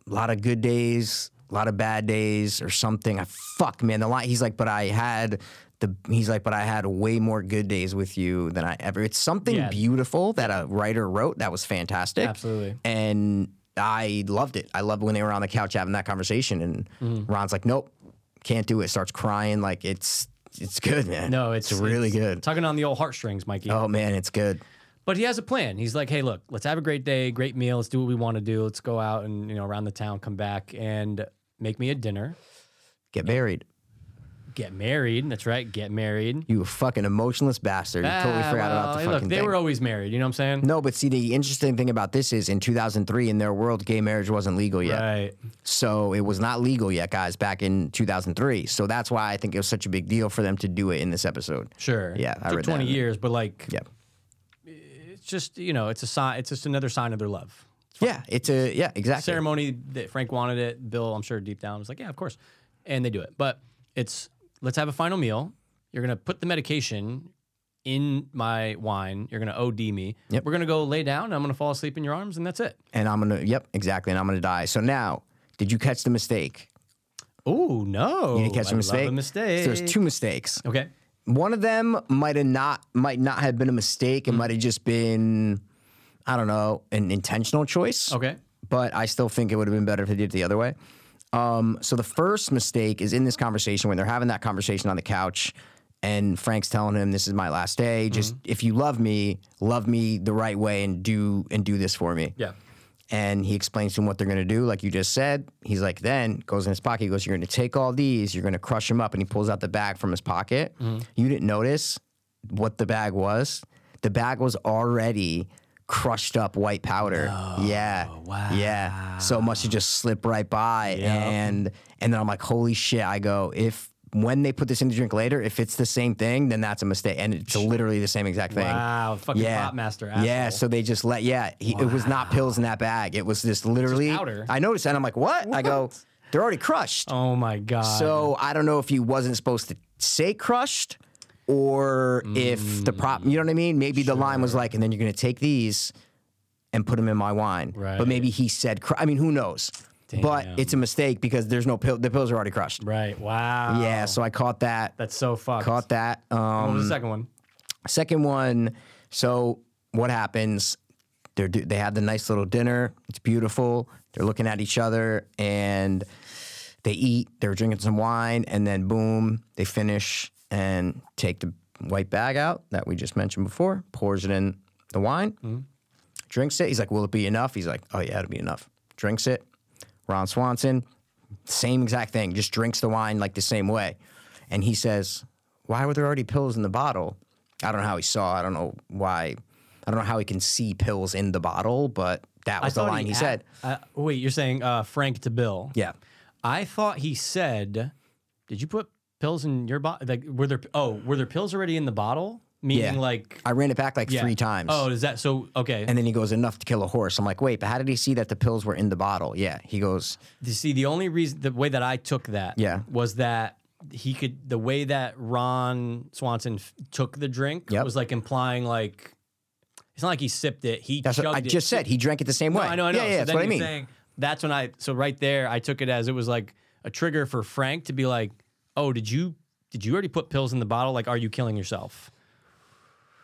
S1: lot of good days, a lot of bad days, or something. I fuck, man. The line. He's like, but I had the. He's like, but I had way more good days with you than I ever. It's something
S2: Yeah.
S1: beautiful that a writer wrote. That was fantastic.
S2: Absolutely.
S1: And I loved it. I loved when they were on the couch having that conversation, and
S2: Mm-hmm.
S1: Ron's like, nope, can't do it. Starts crying. Like it's it's good, man.
S2: No, it's,
S1: really
S2: it's
S1: good.
S2: Tugging on the old heartstrings, Mikey.
S1: Oh man, it's good.
S2: But he has a plan. He's like, hey, look, let's have a great day, great meal. Let's do what we want to do. Let's go out and, you know, around the town, come back and make me a dinner,
S1: Get married.
S2: get married. That's right, get married.
S1: You fucking emotionless bastard. You totally
S2: Ah,
S1: forgot
S2: well,
S1: about the
S2: hey,
S1: fucking
S2: Look, they
S1: thing.
S2: were always married. You know what I'm saying?
S1: No, but see, the interesting thing about this is in 2003, in their world, gay marriage wasn't legal yet.
S2: Right.
S1: So it was not legal yet, guys, back in 2003. So that's why I think it was such a big deal for them to do it in this episode.
S2: Sure.
S1: Yeah, I
S2: Took
S1: read that
S2: 20
S1: in it.
S2: years, but like,
S1: Yeah.
S2: it's just, you know, it's a sign. It's just another sign of their love.
S1: Yeah, it's a, yeah, exactly.
S2: ceremony that Frank wanted it. Bill, I'm sure deep down was like, yeah, of course. And they do it. But it's let's have a final meal. You're gonna put the medication in my wine. You're gonna OD me.
S1: Yep.
S2: We're gonna go lay down. I'm gonna fall asleep in your arms, and that's it.
S1: and I'm going to, yep, exactly. And I'm going to die. So now, did you catch the mistake?
S2: Oh no!
S1: You didn't catch
S2: I
S1: the mistake?
S2: Love a mistake.
S1: So there's two mistakes.
S2: Okay.
S1: one of them might have not might not have been a mistake. It
S2: Mm.
S1: might have just been, I don't know, an intentional choice.
S2: Okay.
S1: But I still think it would have been better if they did it the other way. Um, so the first mistake is in this conversation when they're having that conversation on the couch, and Frank's telling him, "This is my last day. Just
S2: Mm.
S1: if you love me, love me the right way, and do and do this for me."
S2: Yeah.
S1: And he explains to him what they're going to do, like you just said. He's like, then goes in his pocket. He goes, You're going to take all these, you're going to crush them up. And he pulls out the bag from his pocket. You didn't notice what the bag was. The bag was already crushed up white powder. yeah.
S2: wow.
S1: Yeah. So it must have just slipped right by. And and then I'm like, Holy shit. I go, If when they put this in the drink later, if it's the same thing, then that's a mistake. And it's literally the same exact thing.
S2: Wow. Fucking pop master. Asshole.
S1: Yeah, so they just let yeah, he, it was not pills in that bag. It was just literally
S2: powder.
S1: I noticed that and I'm like, what? I go, they're already crushed.
S2: Oh my god.
S1: So I don't know if he wasn't supposed to say crushed or if the prop, you know what I mean? Maybe the line was like, and then you're going to take these and put them in my wine.
S2: Right.
S1: But maybe he said, cr- I mean, who knows? But
S2: Damn.
S1: it's a mistake because there's no pill. The pills are already crushed.
S2: Right. Wow.
S1: Yeah, so I caught that.
S2: That's so fucked.
S1: Caught that. Um,
S2: what was the second one?
S1: Second one, so what happens? They're do- they have the nice little dinner. It's beautiful. They're looking at each other and they eat. They're drinking some wine and then boom, they finish and take the white bag out that we just mentioned before. Pours it in the wine. Drinks it. He's like, "Will it be enough?" He's like, "Oh yeah, it'll be enough." Drinks it. Ron Swanson, same exact thing. Just drinks the wine like the same way, and he says, "Why were there already pills in the bottle?" I don't know how he saw. I don't know why. I don't know how he can see pills in the bottle, but that was the
S2: thought
S1: line he,
S2: a-
S1: said.
S2: Uh, wait, you're saying uh, Frank to Bill?
S1: Yeah.
S2: I thought he said, "Did you put pills in your bottle? Like, were there? Oh, were there pills already in the bottle? Meaning
S1: Yeah.
S2: like
S1: I ran it back like
S2: yeah.
S1: three times.
S2: Oh, is that so? Okay.
S1: And then he goes, enough to kill a horse. I'm like, wait, but how did he see that the pills were in the bottle? Yeah. He goes,
S2: You see, the only reason, the way that I took that,
S1: Yeah.
S2: was that he could. The way that Ron Swanson f- took the drink
S1: Yep.
S2: was like implying like it's not like he sipped it. He
S1: that's
S2: chugged
S1: what I
S2: it.
S1: just said. He drank it the same way.
S2: No, I know, I know.
S1: Yeah, yeah,
S2: So
S1: that's
S2: then
S1: what I
S2: you're
S1: mean.
S2: saying- that's when I. So right there, I took it as it was like a trigger for Frank to be like, "Oh, did you did you already put pills in the bottle? Like, are you killing yourself?"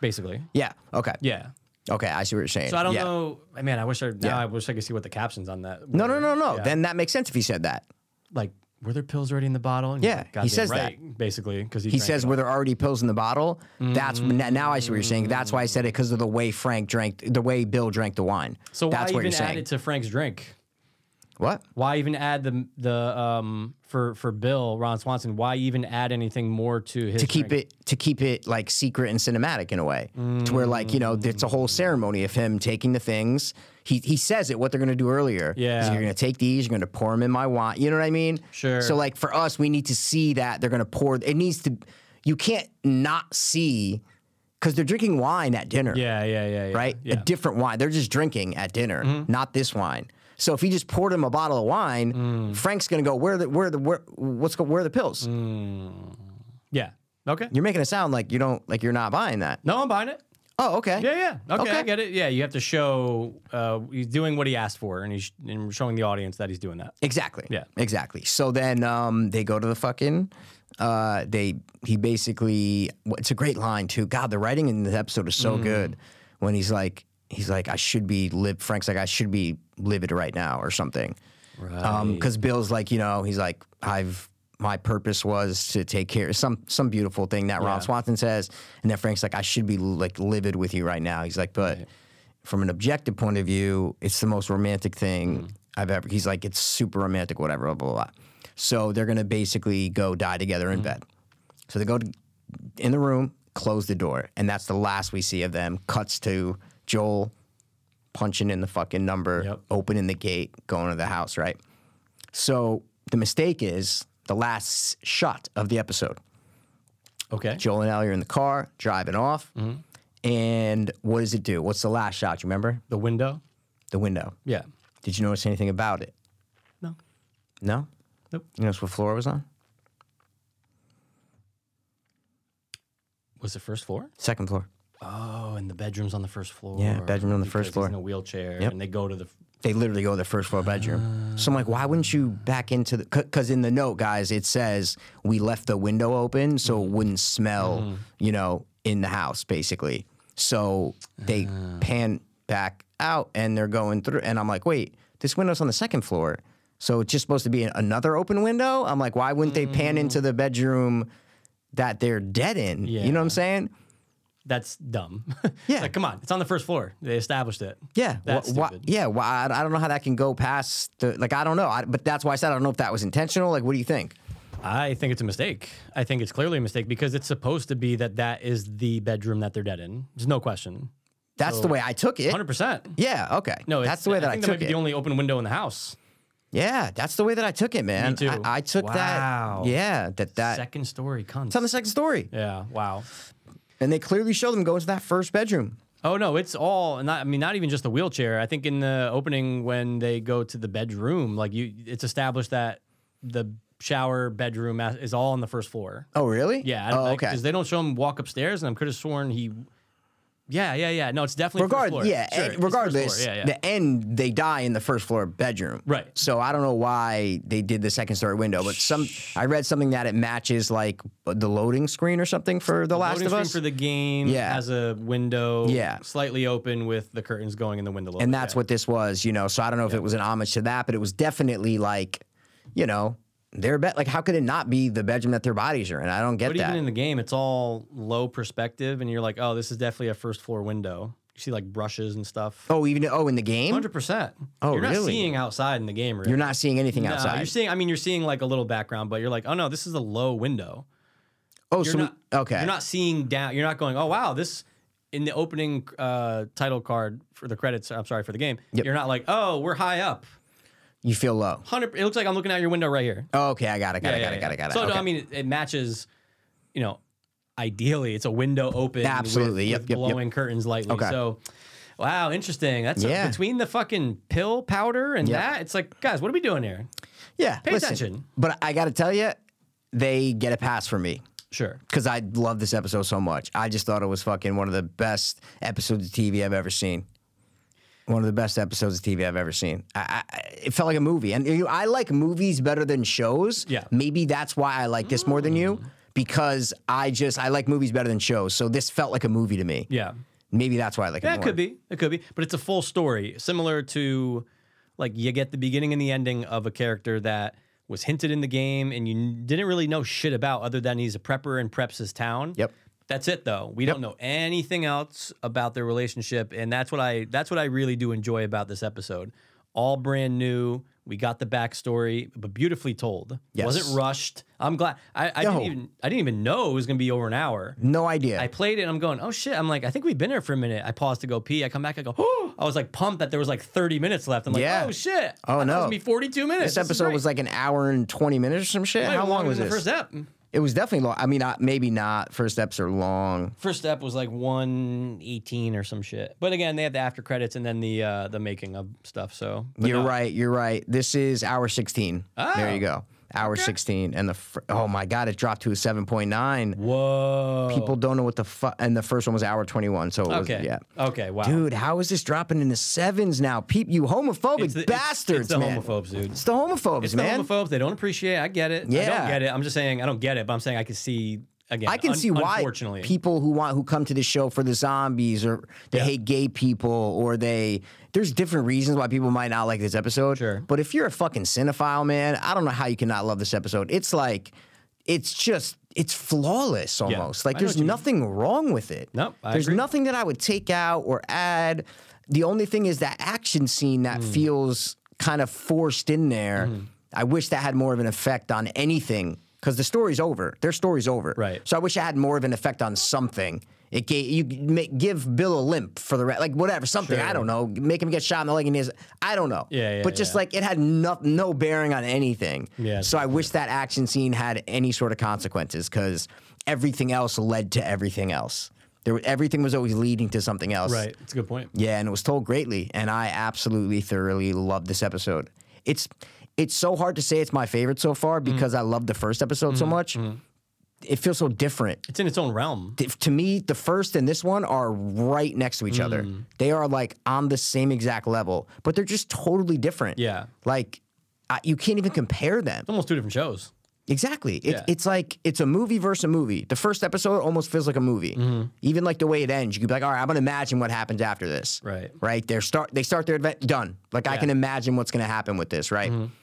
S2: Basically,
S1: yeah. Okay.
S2: yeah.
S1: Okay. I see what you're saying.
S2: So I don't
S1: yeah.
S2: know. Man, I wish I now
S1: Yeah.
S2: I wish I could see what the captions on that.
S1: No,
S2: were.
S1: no, no, no.
S2: Yeah.
S1: Then that makes sense if he said that.
S2: like were there pills already in the bottle? And
S1: Yeah,
S2: like,
S1: he
S2: "Goddamn
S1: says
S2: right, basically because
S1: He says, were there already pills in the bottle? That's
S2: Mm-hmm.
S1: n- now I see what you're saying. That's why I said it because of the way Frank drank, the way Bill drank the wine.
S2: So why
S1: that's what
S2: even
S1: you're saying.
S2: add it to Frank's drink?
S1: what?
S2: Why even add the the um for for Bill Ron Swanson? Why even add anything more to his
S1: to keep it to keep it like secret and cinematic in a way to where like you know it's a whole ceremony of him taking the things he he says it what they're going to do earlier is
S2: Yeah.
S1: you're going to take these you're going to pour them in my wine you know what i mean
S2: Sure.
S1: so like for us we need to see that they're going to pour it needs to you can't not see cuz they're drinking wine at dinner
S2: Yeah, yeah, yeah, yeah.
S1: right
S2: Yeah. Mm-hmm.
S1: a different wine they're just drinking at dinner not this wine so if he just poured him a bottle of wine
S2: Mm.
S1: frank's going to go where are the where are the where what's go, where are the pills
S2: yeah. Okay.
S1: you're making it sound like you don't like you're not buying that
S2: No, I'm buying it.
S1: Oh, okay.
S2: Yeah, yeah. Okay,
S1: Okay.
S2: I get it. Yeah, you have to show uh, he's doing what he asked for, and he's and showing the audience that he's doing that.
S1: Exactly.
S2: Yeah.
S1: Exactly. So then um, they go to the fucking. Uh, they he basically it's a great line too. God, the writing in this episode is
S2: Mm.
S1: so good. When he's like he's like I should be live. Frank's like I should be livid right now or something. Because Bill's like you know he's like I've my purpose was to take care some some beautiful thing that Ron
S2: Yeah.
S1: Swanson says, and then Frank's like I should be like livid with you right now. He's like but. from an objective point of view, it's the most romantic thing I've ever. He's like, it's super romantic, whatever, blah, blah, blah. So they're going to basically go die together in bed. So they go to, in the room, close the door, and that's the last we see of them. Cuts to Joel punching in the fucking number,
S2: Yep.
S1: opening the gate, going to the house, right? So the mistake is the last shot of the episode.
S2: Okay.
S1: Joel and Ellie are in the car, driving off. And what does it do? What's the last shot? You remember?
S2: The window.
S1: The window.
S2: Yeah.
S1: Did you notice anything about it?
S2: No.
S1: No?
S2: Nope.
S1: You notice what floor it was on?
S2: Was the first floor?
S1: Second floor.
S2: Oh, and the bedroom's on the first floor.
S1: Yeah, bedroom on the
S2: because
S1: first
S2: he's
S1: floor.
S2: in a wheelchair, and they go to the
S1: They literally go to the first floor bedroom. so I'm like, why wouldn't you back into the? Because in the note, guys, it says we left the window open so it wouldn't smell,
S2: Mm-hmm.
S1: you know, in the house, basically. So they
S2: Ah.
S1: pan back out and they're going through, and I'm like, wait, this window's on the second floor, so it's just supposed to be another open window. I'm like, why wouldn't they pan
S2: Mm.
S1: into the bedroom that they're dead in? You know what
S2: Yeah.
S1: I'm saying?
S2: That's dumb. (laughs)
S1: Yeah.
S2: like, come on. It's on the first floor. They established it.
S1: Yeah, wh-
S2: That's
S1: why-
S2: stupid.
S1: yeah, why I, I don't know how that can go past the like. I don't know, I, but that's why I said I don't know if that was intentional. Like, what do you think?
S2: I think it's a mistake. I think it's clearly a mistake because it's supposed to be that that is the bedroom that they're dead in. There's no question.
S1: That's the way I took it.
S2: 100%.
S1: Yeah, okay.
S2: No,
S1: that's
S2: it's-
S1: the way that I,
S2: think that might
S1: took
S2: be
S1: it.
S2: the only open window in the house.
S1: yeah, that's the way that I took it, man.
S2: too.
S1: I, I took
S2: Wow.
S1: that. Yeah, that that.
S2: Second story, cunts.
S1: It's on the second story,
S2: yeah, wow.
S1: and they clearly show them going to that first bedroom.
S2: Oh no, it's all and not, I mean not even just the wheelchair. I think in the opening when they go to the bedroom, like you it's established that the shower bedroom as- is all on the first floor.
S1: Oh, really?
S2: Yeah. I
S1: Oh,
S2: don't,
S1: okay.
S2: Because they don't show him walk upstairs, and I could have sworn he. Yeah, yeah, yeah. No, it's definitely first
S1: Regard,
S2: floor.
S1: yeah,
S2: Sure,
S1: and
S2: it's first
S1: regardless,
S2: floor. Yeah, yeah.
S1: the end they die in the first floor bedroom.
S2: Right.
S1: So I don't know why they did the second story window, but some I read something that it matches like the loading screen or something for The Last
S2: Loading
S1: of
S2: screen
S1: Us.
S2: for the game
S1: Yeah.
S2: has a window
S1: Yeah.
S2: slightly open with the curtains going in the window. a little
S1: and
S2: bit,
S1: that's
S2: yeah.
S1: what this was, you know. So I don't know if it was an homage to that, but it was definitely like, you know, their bed. Like, how could it not be the bedroom that their bodies are in? I don't get
S2: But
S1: that.
S2: even in the game, it's all low perspective, and you're like, oh, this is definitely a first floor window. You see like brushes and stuff.
S1: oh, even oh, in the game,
S2: Hundred percent.
S1: Oh,
S2: you're not
S1: really?
S2: seeing outside in the game. Really.
S1: you're not seeing anything
S2: No,
S1: outside.
S2: You're seeing. I mean, you're seeing like a little background, but you're like, oh no, this is a low window.
S1: oh,
S2: You're
S1: so we-
S2: not,
S1: okay,
S2: You're not seeing down. You're not going. Oh wow, this in the opening uh, title card for the credits. I'm sorry for the game. You're not like, oh, we're high up.
S1: you feel low.
S2: Hundred. It looks like I'm looking out your window right here.
S1: Oh, okay, I got it, got it,
S2: Yeah,
S1: got it,
S2: yeah,
S1: got it,
S2: yeah.
S1: got it.
S2: So no,
S1: okay.
S2: I mean, it, it matches. You know, ideally it's a window open
S1: Absolutely.
S2: with,
S1: Yep,
S2: with
S1: yep, yep.
S2: blowing curtains lightly
S1: Okay.
S2: so wow interesting that's
S1: Yeah.
S2: a, between the fucking pill powder and
S1: Yep.
S2: that it's like guys what are we doing here
S1: Yeah,
S2: Pay
S1: listen,
S2: attention.
S1: But I got to tell you, they get a pass from me
S2: sure
S1: because I love this episode so much. I just thought it was fucking one of the best episodes of TV I've ever seen. One of the best episodes of TV I've ever seen. I, I, it felt like a movie, and you, I like movies better than shows.
S2: Yeah. Mm.
S1: maybe that's why I like this more than you because I just I like movies better than shows. So this felt like a movie to me.
S2: yeah
S1: Maybe that's why I like it.
S2: that
S1: more.
S2: could be it could be but it's a full story similar to like you get the beginning and the ending of a character that was hinted in the game and you n- didn't really know shit about other than he's a prepper and preps his town
S1: Yep.
S2: that's it though we don't know anything else about their relationship and that's what i that's what i really do enjoy about this episode all brand new we got the backstory but beautifully told
S1: Yes.
S2: wasn't rushed i'm glad i, I
S1: No.
S2: didn't even i didn't even know it was going to be over an hour
S1: No idea.
S2: I played it and I'm going, oh shit. I'm like, I think we've been here for a minute. I paused to go pee. I come back, I go, (gasps) oh, I was like pumped that there was like 30 minutes left. I'm like,
S1: Yeah.
S2: oh shit.
S1: Oh,
S2: That
S1: no.
S2: was gonna be 42 minutes.
S1: this episode was like an hour and twenty minutes or some shit. How long was
S2: the
S1: this?
S2: First step.
S1: It was definitely long. I mean, I, maybe not. First steps are long.
S2: First step was like 118 or some shit. But again, they have the after credits and then the uh, the making of stuff. So but Oh,
S1: you're
S2: no.
S1: right. You're right. This is hour 16. There you go. Hour 16. And the fr- oh my god, it dropped to a 7.9.
S2: Whoa.
S1: People don't know what the fuck. And the first one was hour 21. So it was
S2: Okay.
S1: yeah.
S2: Okay. Wow.
S1: Dude, how is this dropping in the sevens now? Peep, you homophobic
S2: It's the- it's-
S1: bastards,
S2: It's, the
S1: man.
S2: homophobes, dude.
S1: It's the homophobes,
S2: It's
S1: man.
S2: the homophobes. They don't appreciate. it. I get it. I
S1: Yeah.
S2: don't get it. I'm just saying I don't get it, but I'm saying I can see again.
S1: I can
S2: un-
S1: see why
S2: Unfortunately,
S1: people who want who come to the show for the zombies or they
S2: Yeah.
S1: hate gay people or they there's different reasons why people might not like this episode.
S2: Sure.
S1: But if you're a fucking cinephile, man, I don't know how you cannot love this episode. It's like it's just it's flawless almost.
S2: I
S1: Like
S2: know
S1: there's
S2: what you mean.
S1: nothing wrong with it.
S2: Nope, I
S1: there's
S2: agree.
S1: nothing that I would take out or add. The only thing is that action scene that
S2: Hmm.
S1: feels kind of forced in there. I wish that had more of an effect on anything because the story's over. Their story's over.
S2: Right.
S1: So I wish I had more of an effect on something. It gave you make, give Bill a limp for the re- like whatever something I don't know. Make him get shot in the leg and his I don't know.
S2: Yeah, yeah,
S1: But just
S2: yeah.
S1: like it had no no bearing on anything.
S2: Yeah,
S1: So I wish that action scene had any sort of consequences because everything else led to everything else. There were- everything was always leading to something else.
S2: right? It's a good point.
S1: Yeah, and it was told greatly, and I absolutely thoroughly loved this episode. It's it's so hard to say it's my favorite so far
S2: Mm-hmm.
S1: because I loved the first episode so much. It feels so different.
S2: It's in its own realm.
S1: Th- To me, the first and this one are right next to each other.
S2: Mm.
S1: They are like on the same exact level, but they're just totally different.
S2: Yeah.
S1: Like I, you can't even compare them.
S2: Almost two different shows.
S1: Exactly. It,
S2: Yeah.
S1: It's like it's a movie versus a movie. The first episode almost feels like a movie.
S2: Mm-hmm.
S1: Even like the way it ends, you could be like, "All right, I'm gonna imagine what happens after this."
S2: Right.
S1: Right. They start. They start their event. Done. Like I can imagine what's gonna happen with this. Right.
S2: Mm-hmm.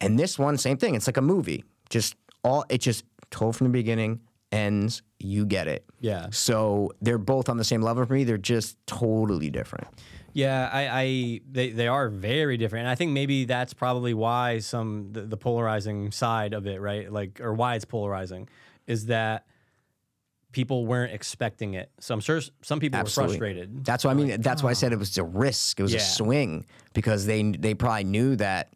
S1: And this one, same thing. It's like a movie. Just all. It just told from the beginning. Ends. You get it.
S2: Yeah.
S1: So they're both on the same level for me. They're just totally different.
S2: Yeah, I, I they, they are very different. And I think maybe that's probably why some the, the polarizing side of it, right? Like or why it's polarizing is that people weren't expecting it. So I'm sure s- some people
S1: Absolutely.
S2: were frustrated.
S1: That's what I mean. That's why I said it was a risk. It was
S2: Yeah.
S1: a swing because they they probably knew that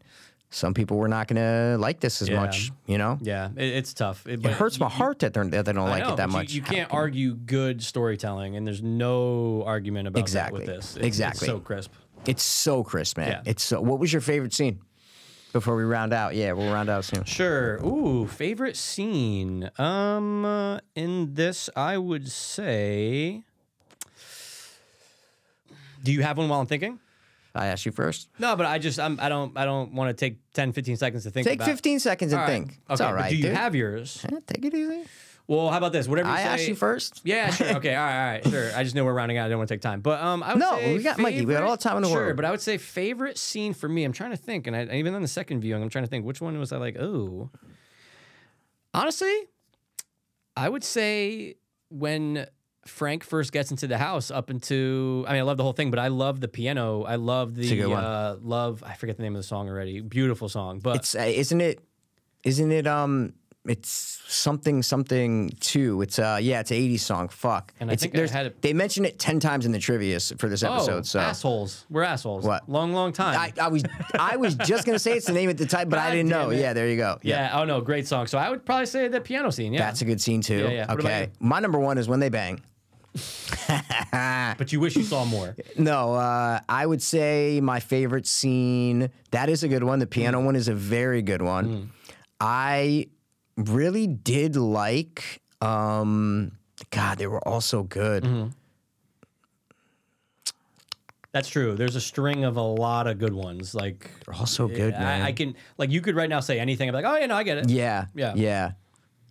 S1: some people were not going to like this as
S2: Yeah.
S1: much. You know,
S2: yeah, it, it's tough.
S1: it hurts my heart that, they're, that they don't like it that much.
S2: You, can't argue good storytelling, and there's no argument about
S1: Exactly.
S2: that with this.
S1: Exactly.
S2: It's so crisp.
S1: It's so crisp, man.
S2: Yeah.
S1: It's so. What was your favorite scene? Before we round out, yeah, we'll round out soon.
S2: Sure. Ooh, favorite scene. Um, uh, in this, I would say. Do you have one while I'm thinking?
S1: I asked you first.
S2: No, but I just I'm, I don't I don't want to take 10, 15 seconds to think.
S1: Take
S2: about.
S1: 15 seconds and
S2: All right.
S1: think. It's
S2: Okay,
S1: all
S2: but
S1: right,
S2: Do you
S1: dude.
S2: have yours?
S1: Eh, Take it easy.
S2: Well, how about this? Whatever you
S1: I
S2: say,
S1: asked you first.
S2: Yeah, sure. Okay, all right, all right, sure. I just know we're rounding out. I don't want to take time, but um, I would
S1: No,
S2: say
S1: we got- Mikey, we got all the
S2: favorite-
S1: time in the
S2: sure,
S1: world.
S2: but I would say favorite scene for me. I'm trying to think, and I, even on the second viewing, I'm trying to think which one was I like. Oh, honestly, I would say when Frank first gets into the house, up into I mean, I love the whole thing, but I love the piano. I love
S1: a good
S2: the
S1: one.
S2: uh, love. I forget the name of the song already. Beautiful song, but
S1: It's uh, isn't it? Isn't it? Um, it's something something two. It's uh yeah, it's an 80s song. Fuck.
S2: And I
S1: It's-
S2: think I
S1: there's-
S2: had it- Oh,
S1: they mentioned it ten times in the trivia s- for this episode. so
S2: assholes. We're assholes.
S1: What?
S2: Long, long time.
S1: I, I was I was just gonna say it's the name at the time, but I
S2: (laughs) God
S1: didn't
S2: damn
S1: know.
S2: it.
S1: Yeah, there you go. Yeah.
S2: yeah. Oh no, great song. So I would probably say the piano scene. Yeah.
S1: That's a good scene too.
S2: Yeah, yeah. What about
S1: Okay. My number one is when they bang.
S2: but you wish you saw more.
S1: No, uh, I would say my favorite scene. That is a good one. The piano one is a very good one.
S2: Mm.
S1: I really did like. Um, God, they were all so good.
S2: Mm-hmm. That's true. There's a string of a lot of good ones. Like
S1: They're all so good, man.
S2: I, I can like you could right now say anything. I'm like, oh yeah, no, I get it.
S1: yeah,
S2: Yeah.
S1: yeah.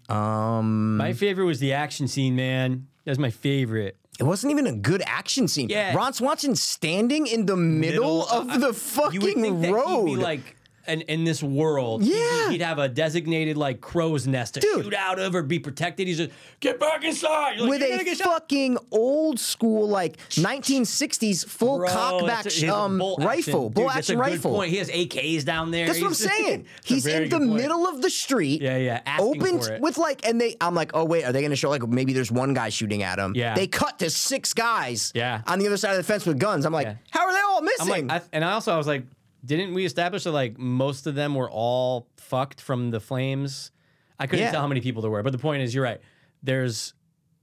S2: My favorite was the action scene, man. That was my favorite.
S1: It wasn't even a good action scene.
S2: Yeah.
S1: Ron Swanson standing in the middle, of the fucking
S2: you would think that
S1: road.
S2: He'd be like in, in this world, he'd-
S1: Yeah.
S2: he'd, have a designated like crow's nest to
S1: Dude.
S2: shoot out of or be protected. He's just get back inside. You're like,
S1: with
S2: "You're gonna
S1: a
S2: get shot."
S1: fucking old school like 1960s full
S2: Bro,
S1: cockback
S2: that's a- he has a
S1: um,
S2: bolt action.
S1: rifle,
S2: Dude,
S1: boll
S2: that's a
S1: action
S2: good
S1: rifle.
S2: Point. He has AKs down there.
S1: That's what I'm
S2: (laughs)
S1: saying.
S2: That's a
S1: He's
S2: very
S1: in the
S2: good point.
S1: middle of the street.
S2: Yeah, yeah, asking for
S1: Opened
S2: it.
S1: with like, and they, I'm like, oh wait, are they going to show like maybe there's one guy shooting at him?
S2: Yeah.
S1: They cut to six guys.
S2: Yeah.
S1: On the other side of the fence with guns. I'm like,
S2: Yeah.
S1: how are they all
S2: I'm like,
S1: missing?
S2: I, and I also I was like, didn't we establish that like most of them were all fucked from the flames? I couldn't
S1: Yeah.
S2: tell how many people there were, but the point is, you're right. There's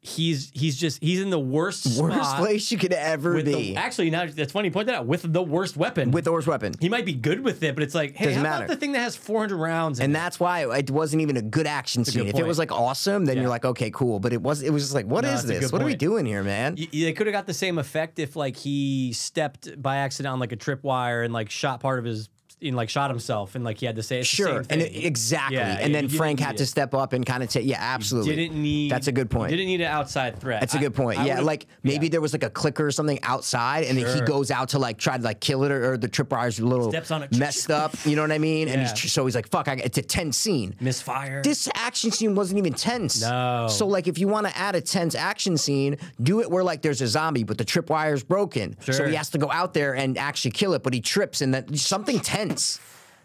S2: he's he's just he's in the worst
S1: Worst
S2: spot
S1: place you could ever
S2: with
S1: be
S2: the, actually now that's funny. You point that out with the worst weapon.
S1: with the worst weapon.
S2: he might be good with it, but it's like, hey,
S1: Doesn't
S2: how
S1: matter.
S2: about the thing that has 400 rounds? in
S1: And
S2: it?
S1: that's why it wasn't even a good action scene. if it
S2: point.
S1: was like awesome, then
S2: Yeah.
S1: you're like, okay, cool. But it was, it was just like, what
S2: No,
S1: is
S2: that's a
S1: this?
S2: good
S1: What are we
S2: point.
S1: doing here, man?
S2: Y- they could have got the same effect if like he stepped by accident on like a tripwire and like shot part of his and like shot himself and like he had to say it's the
S1: Sure,
S2: same
S1: and
S2: thing.
S1: it- exactly,
S2: Yeah,
S1: and
S2: yeah,
S1: then
S2: you didn't
S1: Frank
S2: need
S1: had
S2: it.
S1: to step up and kind of take. Yeah, absolutely.
S2: didn't need
S1: That's a good point.
S2: Didn't need an outside threat.
S1: That's a
S2: I-
S1: good point.
S2: I
S1: yeah,
S2: would've-
S1: like maybe there was like a clicker or something outside, and then he
S2: Sure.
S1: goes out to like try to like kill it, or, or the tripwire's a little
S2: Steps on it.
S1: messed
S2: (laughs)
S1: up. You know what I mean? And
S2: Yeah.
S1: he's, so he's like, "Fuck!" I, it's a tense scene.
S2: misfire.
S1: This action scene wasn't even tense.
S2: No.
S1: So like, if you want to add a tense action scene, do it where like there's a zombie, but the tripwire's broken, so
S2: Sure.
S1: he has to go out there and actually kill it, but he trips, and that something tense.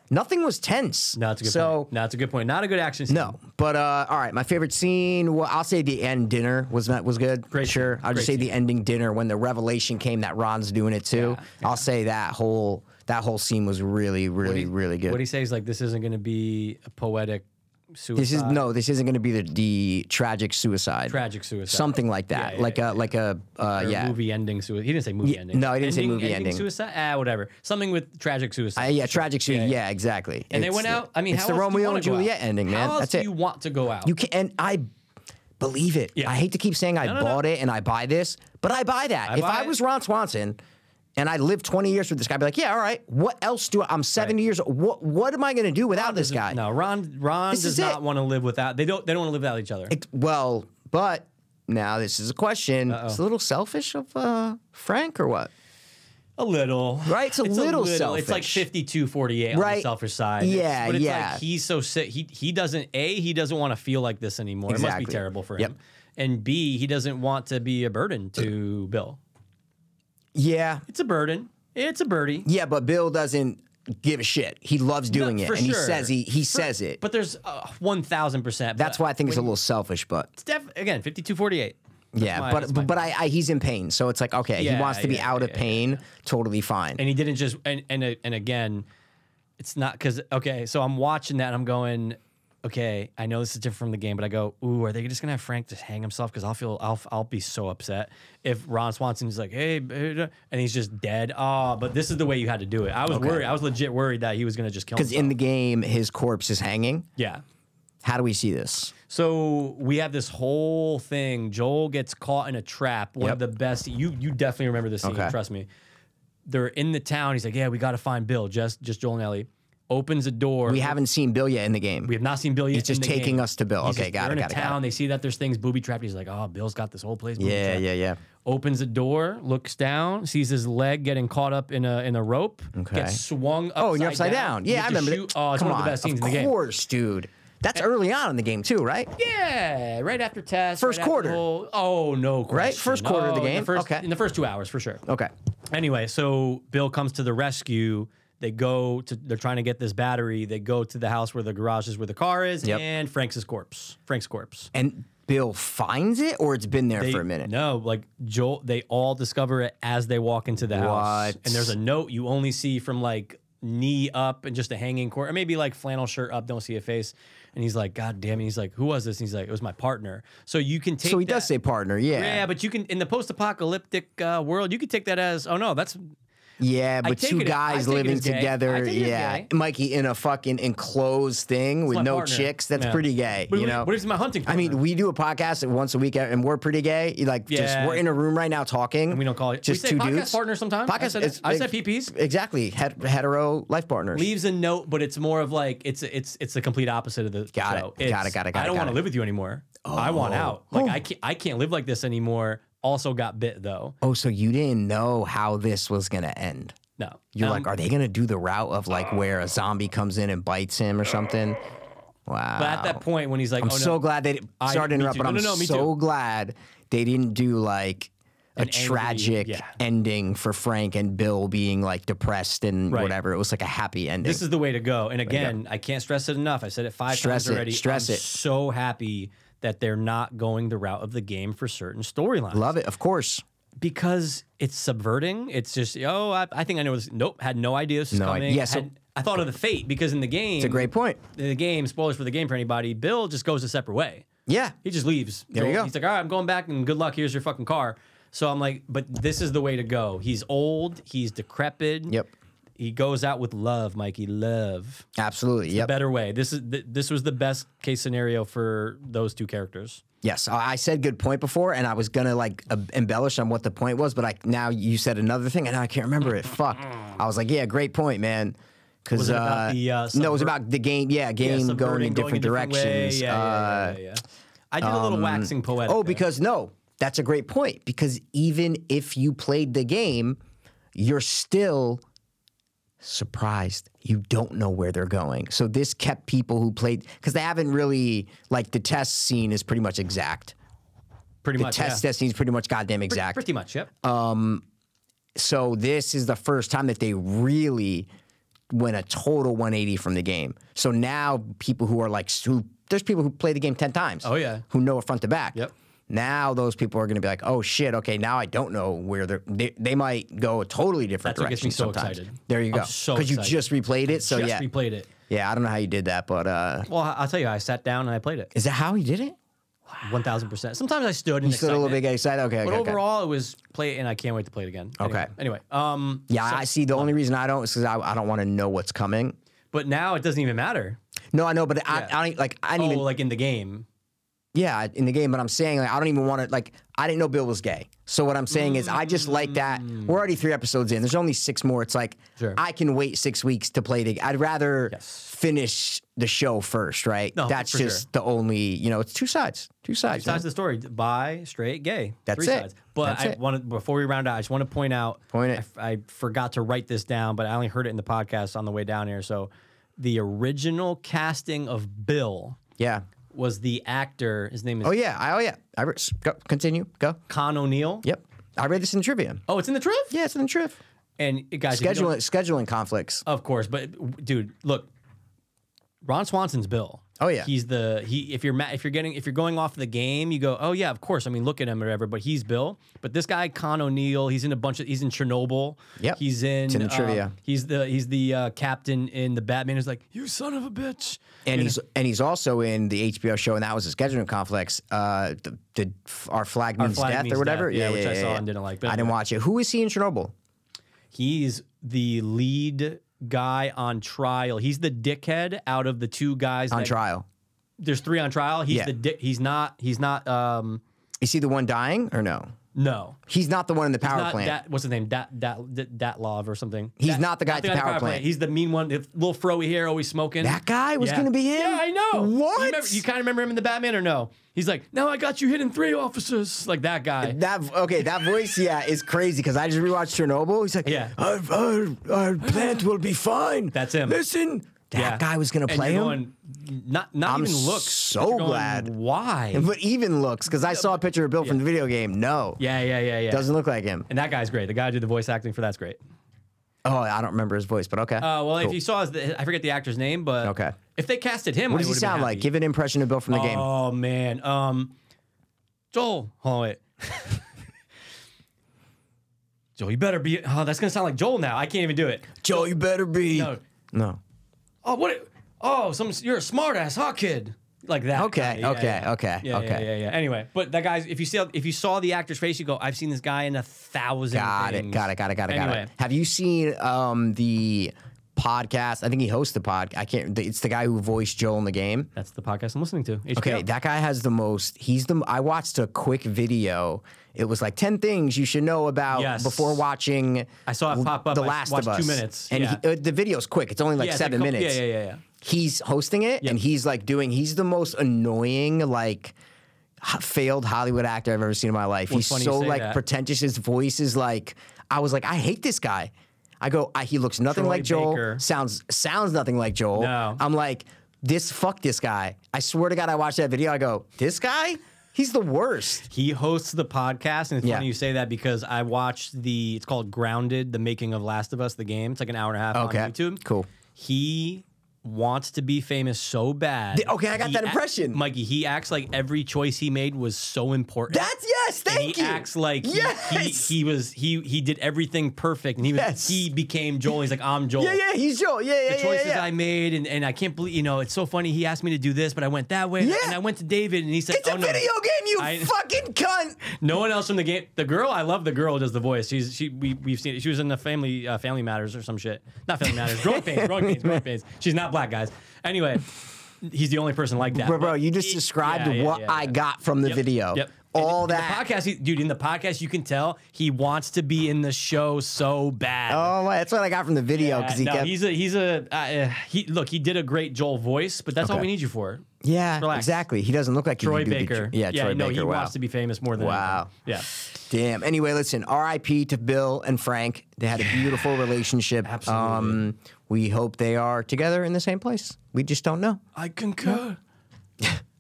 S1: Nothing was tense.
S2: no, that's a good
S1: so,
S2: point. No, that's a good point. Not a good action. Scene.
S1: no, but uh, all right. My favorite scene. Well, I'll say the end dinner was that was good.
S2: Great
S1: sure.
S2: scene.
S1: I'll just
S2: Great
S1: say the ending dinner when the revelation came that Ron's doing it too. I'll say that whole that whole scene was really, really, really good.
S2: What he says like this isn't going to be a poetic suicide.
S1: this is no, this isn't going to be the, the tragic suicide,
S2: tragic suicide.
S1: something like that,
S2: Yeah, yeah,
S1: like a like a uh,
S2: Or
S1: yeah.
S2: Movie ending suicide. He didn't say movie ending.
S1: no, he didn't say movie ending.
S2: Suicide. Ah, whatever. Something with tragic suicide.
S1: Uh, yeah, tragic suicide. Yeah, exactly.
S2: And they
S1: It's
S2: went
S1: the-
S2: out. I mean,
S1: it's
S2: how
S1: the
S2: else do you
S1: Romeo
S2: wanna
S1: and
S2: go out?
S1: Juliet ending, man.
S2: How else
S1: That's
S2: do
S1: it.
S2: you want to go out?
S1: You can and I believe it.
S2: Yeah.
S1: I hate to keep saying I
S2: no, no.
S1: bought it and I buy this, but I buy that. if
S2: buy
S1: I
S2: it.
S1: was Ron Swanson and I lived 20 years with this guy, I'd be like, yeah, all right. What else do I I'm 70 years old. What what am I gonna do without this guy?
S2: no, Ron. Ron
S1: This
S2: does
S1: is
S2: not
S1: it.
S2: want to live without. They don't. They don't want to live without each other.
S1: It- well, but now this is a question. It's a little selfish of uh, Frank or what?
S2: A little.
S1: Right? It's a little
S2: It's like
S1: selfish.
S2: 52 48 on
S1: Right.
S2: the selfish side. It's-
S1: Yeah,
S2: but it's
S1: yeah.
S2: like he's so sick. He, he doesn't, A, he doesn't want to feel like this anymore. It must
S1: Exactly.
S2: be terrible for
S1: Yep.
S2: him. And B, he doesn't want to be a burden to Bill.
S1: Yeah.
S2: It's a burden. It's a birdie.
S1: Yeah, but Bill doesn't give a shit. He loves doing it.
S2: for
S1: And he
S2: sure.
S1: says he he says it.
S2: But there's uh, 1,000%.
S1: That's why I think it's a little selfish, but
S2: Def- again, 52 48.
S1: Yeah,
S2: my-
S1: but
S2: that's my
S1: but, but I, I he's in pain, so it's like okay, he
S2: Yeah,
S1: wants to be
S2: yeah,
S1: out of
S2: yeah, yeah,
S1: pain, totally fine.
S2: and he didn't just and and uh, and again, it's not because okay. So I'm watching that and I'm going, okay, I know this is different from the game, but I go, ooh, are they just gonna have Frank just hang himself? Because I'll feel I'll I'll be so upset if Ron Swanson's like, hey, blah, blah," and he's just dead. Oh, but this is the way you had to do it. I was worried. I was legit worried that he was gonna just kill
S1: Because
S2: himself.
S1: in the game, his corpse is hanging.
S2: yeah.
S1: How do we see this?
S2: So we have this whole thing. Joel gets caught in a trap. One of the
S1: Yep.
S2: best. You you definitely remember this scene.
S1: Okay.
S2: Trust me. They're in the town. He's like, yeah, we got to find Bill. Just just Joel and Ellie. Opens a door.
S1: We haven't seen Bill yet in the game.
S2: We have not seen Bill yet. He's
S1: just taking us to Bill. Okay, got it,
S2: they're in
S1: got
S2: a
S1: it, got
S2: town. They see that there's things booby trapped. He's like, oh, Bill's got this whole place.
S1: yeah,
S2: booby-trapped."
S1: yeah, yeah.
S2: Opens the door, looks down, sees his leg getting caught up in a in a rope.
S1: Okay.
S2: Gets swung. Upside
S1: Oh, and you're upside down.
S2: You
S1: Yeah,
S2: get
S1: I
S2: to
S1: remember.
S2: shoot-
S1: that.
S2: Oh, it's
S1: Come
S2: one of the
S1: on,
S2: best scenes
S1: of
S2: in the game.
S1: course, dude. That's early on in the game too, right?
S2: Yeah, right after test.
S1: First
S2: right after
S1: quarter.
S2: the whole- oh no, question.
S1: First quarter of the
S2: in
S1: game?
S2: first,
S1: Okay.
S2: in the first two hours for sure.
S1: Okay.
S2: Anyway, so Bill comes to the rescue. They go to they're trying to get this battery. They go to the house where the garage is where the car is
S1: Yep.
S2: and Frank's corpse. Frank's corpse.
S1: And Bill finds it, or it's been there
S2: They-
S1: for a minute.
S2: No, like Joel, they all discover it as they walk into the house.
S1: What?
S2: And there's a note you only see from like knee up and just a hanging cord, or maybe like flannel shirt up, don't see a face. And he's like, God damn it. He's like, Who was this? And he's like, It was my partner. So you can take
S1: so he
S2: that-
S1: does say partner, yeah,
S2: Yeah, but you can in the post-apocalyptic uh, world, you could take that as, oh no, that's
S1: Yeah, but
S2: take
S1: two
S2: it- I
S1: guys
S2: take it
S1: living
S2: as gay. I
S1: together,
S2: take it as
S1: yeah,
S2: gay.
S1: Mikey in a fucking enclosed thing with
S2: my
S1: no
S2: partner.
S1: chicks. That's
S2: Yeah.
S1: pretty gay,
S2: But
S1: you
S2: what-
S1: know.
S2: what is my hunting
S1: I mean,
S2: partner?
S1: we do a podcast once a week, and we're pretty gay. Like, just
S2: Yeah.
S1: we're in a room right now talking.
S2: we don't call it.
S1: just
S2: we say
S1: two
S2: podcast
S1: dudes.
S2: partner sometimes. I
S1: Podcast-
S2: said,
S1: it's-
S2: I
S1: it-
S2: said PPs.
S1: Exactly, het- hetero life partners.
S2: leaves a note, but it's more of like it's it's it's the complete opposite of the
S1: Got it.
S2: show.
S1: Got it,
S2: It's,
S1: got it, got
S2: I
S1: it,
S2: don't
S1: got
S2: want to
S1: it. Oh.
S2: live with you anymore. I want out. Like I can't I can't live like this anymore. Also got bit though.
S1: Oh, so you didn't know how this was gonna end?
S2: No,
S1: You're
S2: Um, uh,
S1: like, are they gonna do the route of like where a zombie comes in and bites him or something? Wow.
S2: But at that point when he's like,
S1: I'm
S2: oh
S1: so
S2: no,
S1: glad they didn't,
S2: I-
S1: sorry to
S2: me
S1: interrupt, but
S2: too. No,
S1: I'm
S2: no, no, me
S1: so
S2: too.
S1: glad they didn't do like a
S2: angry-
S1: tragic
S2: yeah.
S1: ending for Frank and Bill being like depressed and
S2: Right.
S1: whatever. It was like a happy ending.
S2: this is the way to go. And again, I can't stress it enough. I said it five
S1: Stress
S2: times
S1: it,
S2: already.
S1: stress
S2: I'm
S1: it.
S2: So happy that they're not going the route of the game for certain storylines.
S1: Love it, of course.
S2: because it's subverting. It's just oh, I, I think I know this. Nope, had no idea this was
S1: No idea.
S2: coming.
S1: Yeah, so-
S2: Had- I thought of the fate because in the game,
S1: It's a great point.
S2: the game spoilers for the game for anybody. Bill just goes a separate way.
S1: Yeah.
S2: He just leaves. There
S1: you go.
S2: He's like, all right, I'm going back, and good luck. Here's your fucking car. So I'm like, but this is the way to go. He's old. He's decrepit.
S1: Yep.
S2: He goes out with love, Mikey. Love.
S1: Absolutely. Yep.
S2: Better way. This is th- this was the best case scenario for those two characters.
S1: Yes, I I said good point before, and I was gonna like em- embellish on what the point was, but I now you said another thing, and I can't remember it. Fuck, I was like, yeah, great point, man. Because
S2: Was it about
S1: uh,
S2: the, uh,
S1: no, it was
S2: subvert-
S1: about the game. Yeah,
S2: Yeah,
S1: game going
S2: subverting,
S1: in different
S2: way.
S1: directions.
S2: Yeah,
S1: uh,
S2: yeah, yeah, yeah, yeah. I did a little waxing poetic.
S1: Oh,
S2: there.
S1: because no, that's a great point. Because even if you played the game, you're still surprised. You don't know where they're going. So this kept people who played because they haven't really like the test scene is pretty much exact.
S2: pretty
S1: The
S2: much
S1: test
S2: Uh,
S1: Oh,
S2: yeah.
S1: test scene is pretty much goddamn exact.
S2: Pretty much, yep.
S1: So this is the first time that they really went a total 180 from the game. So now people who are like who there's people who play the game 10 times.
S2: Oh, yeah.
S1: Who know it front to back.
S2: Yep.
S1: Now those people are going to be like, "Oh shit, okay, now I don't know where they're they, they might go a totally different
S2: That's what gets
S1: direction
S2: me so
S1: sometimes."
S2: excited.
S1: There you
S2: I'm
S1: go.
S2: so
S1: you
S2: excited.
S1: just replayed it, so
S2: Just
S1: yeah.
S2: replayed it.
S1: yeah, I don't know how you did that, but uh
S2: Well, I- I'll tell you, I sat down and I played it.
S1: is that how he did it?
S2: One thousand percent. Sometimes I stood and
S1: You still a little bit excited. Okay,
S2: but
S1: okay, okay.
S2: overall, it was play, and I can't wait to play it again.
S1: Okay.
S2: Anyway, um,
S1: yeah, I see. The only reason I don't is because I, I don't want to know what's coming.
S2: but now it doesn't even matter.
S1: No, I know, but I,
S2: Yeah.
S1: I don't like. I
S2: Oh,
S1: didn't even
S2: like in the game.
S1: Yeah, in the game, but I'm saying like I don't even want to like I didn't know Bill was gay. So what I'm saying is I just like that. We're already three episodes in. There's only six more. It's like
S2: Mm. Sure.
S1: I can wait six weeks to play the. I'd rather
S2: Yes.
S1: finish the show first, right?
S2: No,
S1: That's
S2: for
S1: just
S2: sure.
S1: the only you know. It's two sides. Two sides.
S2: Sides of
S1: man.
S2: the story: bi, straight, gay.
S1: That's
S2: three
S1: it.
S2: sides. But
S1: That's
S2: I
S1: it.
S2: wanted before we round out, I just want to point out.
S1: Point
S2: I
S1: it.
S2: f- I, forgot to write this down, but I only heard it in the podcast on the way down here. So, the original casting of Bill
S1: yeah.
S2: was the actor. His name is
S1: Oh yeah. I, oh yeah. I re- s- go, continue. Go.
S2: Con O'Neill.
S1: Yep. I read this in trivia.
S2: Oh, it's in the truth.
S1: Yeah, it's in the trivia.
S2: And uh, guys, if you don't-
S1: Scheduling scheduling conflicts.
S2: of course. But w- dude, look, Ron Swanson's Bill.
S1: Oh, yeah.
S2: he's the he. If you're ma- if you're getting if you're going off the game, you go, oh yeah, of course. I mean, look at him or whatever. But he's Bill. But this guy Con O'Neill, he's in a bunch of he's in Chernobyl.
S1: Yep.
S2: he's in,
S1: in the
S2: uh,
S1: trivia.
S2: he's the he's the uh, captain in the Batman. Who's like, you son of a bitch.
S1: and he's and he's also in the HBO show, and that was a scheduling conflicts. Uh, the, the our flag means
S2: Flag
S1: death
S2: Means
S1: or whatever.
S2: Death, yeah, which I saw and didn't like, but
S1: I didn't
S2: anyway.
S1: watch it. Who is he in Chernobyl?
S2: He's the lead guy on trial. He's the dickhead out of the two guys
S1: On
S2: that-
S1: trial.
S2: There's three on trial. He's
S1: Yeah.
S2: the dick. He's not. He's not. Um.
S1: Is he the one dying or no?
S2: No.
S1: He's not the one in the power
S2: not
S1: plant.
S2: Dat, what's his name? Dat, Dat, Dat, Datlov or something.
S1: He's
S2: Dat-
S1: not the guy at the power plant.
S2: He's the mean one, if- little froey hair, always smoking.
S1: That guy was
S2: Yeah.
S1: gonna be him.
S2: Yeah, I know.
S1: What?
S2: You, remember- you kind of remember him in the Batman or no? He's like, now I got you hitting three officers, like that guy.
S1: that okay, that voice, yeah, is crazy because I just rewatched Chernobyl. He's like,
S2: Yeah.
S1: our, our, our plant will be fine.
S2: That's him.
S1: Listen, that
S2: Yeah.
S1: guy was gonna
S2: And
S1: play
S2: you're
S1: him.
S2: Going, not not
S1: I'm
S2: even looks. but
S1: so
S2: you're going,
S1: glad.
S2: Why?
S1: But even looks, because I saw a picture of Bill from the video game. No,
S2: Yeah, yeah, yeah, yeah.
S1: doesn't look like him.
S2: and that guy's great. The guy who did the voice acting for that's great.
S1: Oh, I don't remember his voice, but okay.
S2: Uh, well, if
S1: Cool.
S2: you saw, his, I forget the actor's name, but
S1: Okay.
S2: if they casted him,
S1: what does he sound like? Give an impression of Bill from the game.
S2: Oh man, um, Joel. Oh wait, (laughs) Joel, you better be. Oh, that's gonna sound like Joel now. I can't even do it.
S1: Joe, you better be.
S2: No.
S1: No.
S2: Oh what? Oh, some you're a smartass, huh, kid? Like that.
S1: Okay,
S2: Yeah,
S1: okay,
S2: yeah.
S1: okay,
S2: Yeah, yeah,
S1: okay.
S2: Yeah, yeah, Anyway, but that guy's. If you see, if you saw the actor's face, you go, "I've seen this guy in a thousand
S1: Got it.
S2: things."
S1: Got it. Got it. Got it. Got it.
S2: Anyway.
S1: Have you seen um, the podcast? I think he hosts the podcast. I can't. It's the guy who voiced Joel in the game.
S2: That's the podcast I'm listening to. HBO.
S1: Okay, that guy has the most. He's the. I watched a quick video. It was like ten things you should know about
S2: Yes.
S1: before watching.
S2: I saw it pop up.
S1: The
S2: I
S1: Last
S2: watched
S1: of Us.
S2: two minutes.
S1: and
S2: Yeah.
S1: he, uh, the video's quick. It's only like
S2: Yeah, it's like
S1: seven
S2: a couple-
S1: minutes.
S2: Yeah, yeah, yeah, yeah.
S1: He's hosting it, and he's like doing. He's the most annoying like h- failed Hollywood actor I've ever seen in my life. he's
S2: funny you
S1: so
S2: say
S1: like
S2: that.
S1: pretentious. His voice is like. I was like, I hate this guy. I go. I, he looks nothing
S2: Troy
S1: like Joel.
S2: Baker.
S1: Sounds sounds nothing like Joel.
S2: No.
S1: I'm like, this fuck this guy. I swear to God, I watched that video. I go, this guy, he's the worst.
S2: He hosts the podcast, and it's
S1: Yeah.
S2: funny you say that because I watched the. It's called Grounded: The Making of Last of Us, the game. It's like an hour and a half
S1: Okay,
S2: on YouTube.
S1: cool.
S2: He wants to be famous so bad.
S1: Th- okay, I got
S2: He
S1: that
S2: ac-
S1: impression.
S2: Mikey. He acts like every choice he made was so important.
S1: That's yes.
S2: And
S1: Thank
S2: he
S1: you.
S2: acts like he,
S1: Yes!
S2: he, he was he he did everything perfect, and he was
S1: Yes.
S2: he became Joel. He's like I'm Joel.
S1: yeah, yeah. He's Joel. Yeah, yeah,
S2: the choices
S1: yeah, yeah.
S2: I made, and, and I can't believe you know it's so funny. He asked me to do this, but I went that way,
S1: Yeah.
S2: and I went to David, and he said,
S1: it's a
S2: "Oh no,
S1: video game, you
S2: I- (laughs)
S1: fucking cunt.
S2: no one else from the game. The girl, I love the girl. who Does the voice? She's she we we've seen. It. She was in the Family uh, Family Matters or some shit. Not Family (laughs) Matters. Growing Pains. Growing Pains. Growing Pains. She's not black, guys. Anyway, he's the only person like that.
S1: Bro, bro, you just
S2: It-
S1: described
S2: yeah, yeah,
S1: what
S2: yeah,
S1: I
S2: yeah.
S1: got from the
S2: Yep,
S1: video.
S2: Yep.
S1: All
S2: And in
S1: that.
S2: the podcast, he- dude. In the podcast, you can tell he wants to be in the show so bad.
S1: Oh, my, that's what I got from the video
S2: Uh,
S1: because he
S2: no,
S1: kept.
S2: he's a he's a uh, uh, he. Look, he did a great Joel voice, but that's all
S1: Okay.
S2: we need you for.
S1: yeah,
S2: relax.
S1: exactly. He doesn't look like he
S2: Troy
S1: could do the
S2: Baker.
S1: tr- yeah, Troy
S2: no,
S1: Baker.
S2: he
S1: wow.
S2: wants to be famous more than
S1: Wow.
S2: anything. Yeah.
S1: Damn. Anyway, listen, RIP to Bill and Frank. They had a beautiful relationship.
S2: Absolutely.
S1: Um, we hope they are together in the same place. We just don't know.
S2: I concur.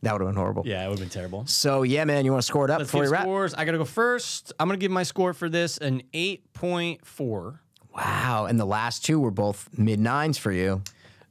S1: That would have been horrible.
S2: Yeah, it would have been terrible.
S1: So, yeah, man, you want to score it up
S2: Let's
S1: before
S2: give
S1: we wrap?
S2: scores. I gotta go first. I'm gonna give my score for this an 8.4.
S1: Wow. And the last two were both mid nines for you.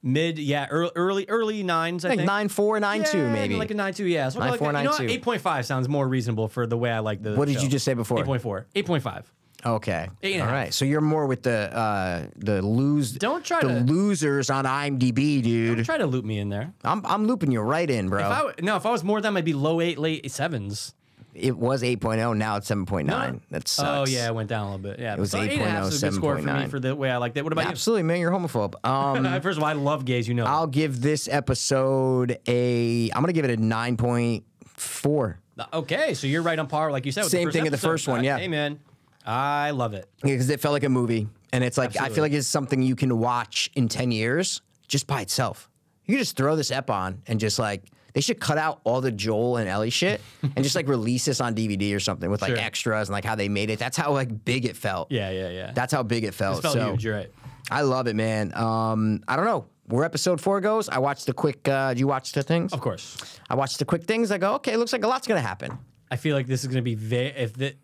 S2: Mid, yeah, early, early, early nines. I
S1: Like
S2: think
S1: nine four, nine two,
S2: Yeah,
S1: maybe.
S2: like a nine two. Yeah, so I'll go like
S1: 9.4,
S2: that. You know
S1: 9.2.
S2: what? Eight point five sounds more reasonable for the way I like the.
S1: What did you just say before?
S2: Eight point four. Eight point five.
S1: okay.
S2: Eight and a
S1: All
S2: half.
S1: right. So you're more with the uh, the lose.
S2: Don't try
S1: the
S2: to-
S1: losers on IMDb, dude.
S2: Try to loop me in there.
S1: I'm I'm looping you right in, bro.
S2: If I, w- no, if I was more of them, I'd be low eight, late sevens.
S1: it was 8.0, now it's 7.9. That sucks.
S2: Oh yeah, it went down a little bit. Yeah, it
S1: was
S2: so eight and a half
S1: 8.0,
S2: is a good score for me
S1: 7.9.
S2: for the way I like that. What about
S1: Absolutely, man. You're homophobe. Um,
S2: (laughs) you? First of all, I love gays. You know,
S1: I'll give this episode a. I'm gonna give it a nine point four.
S2: Okay, so you're right on par, like you said. With
S1: Same
S2: the first
S1: thing with
S2: episode.
S1: the first one,
S2: Uh,
S1: yeah.
S2: Hey, man, I love it.
S1: because it felt like a movie, and it's like I feel
S2: Absolutely.
S1: like it's something you can watch in ten years just by itself. You can just throw this ep on and just like they should cut out all the Joel and Ellie
S2: (laughs)
S1: shit and just like release this on DVD or something with like
S2: Sure.
S1: extras and like how they made it. That's how like big it felt.
S2: Yeah, yeah, yeah.
S1: That's how big it felt.
S2: It felt
S1: so
S2: huge. You're right.
S1: I love it, man. Um, I don't know where episode four goes. I watched the quick. Uh, do you watch the things?
S2: Of course.
S1: I watched the quick things. I go, okay, looks like a lot's gonna happen.
S2: I feel like this is going to be very if the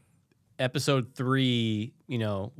S2: episode three, you know.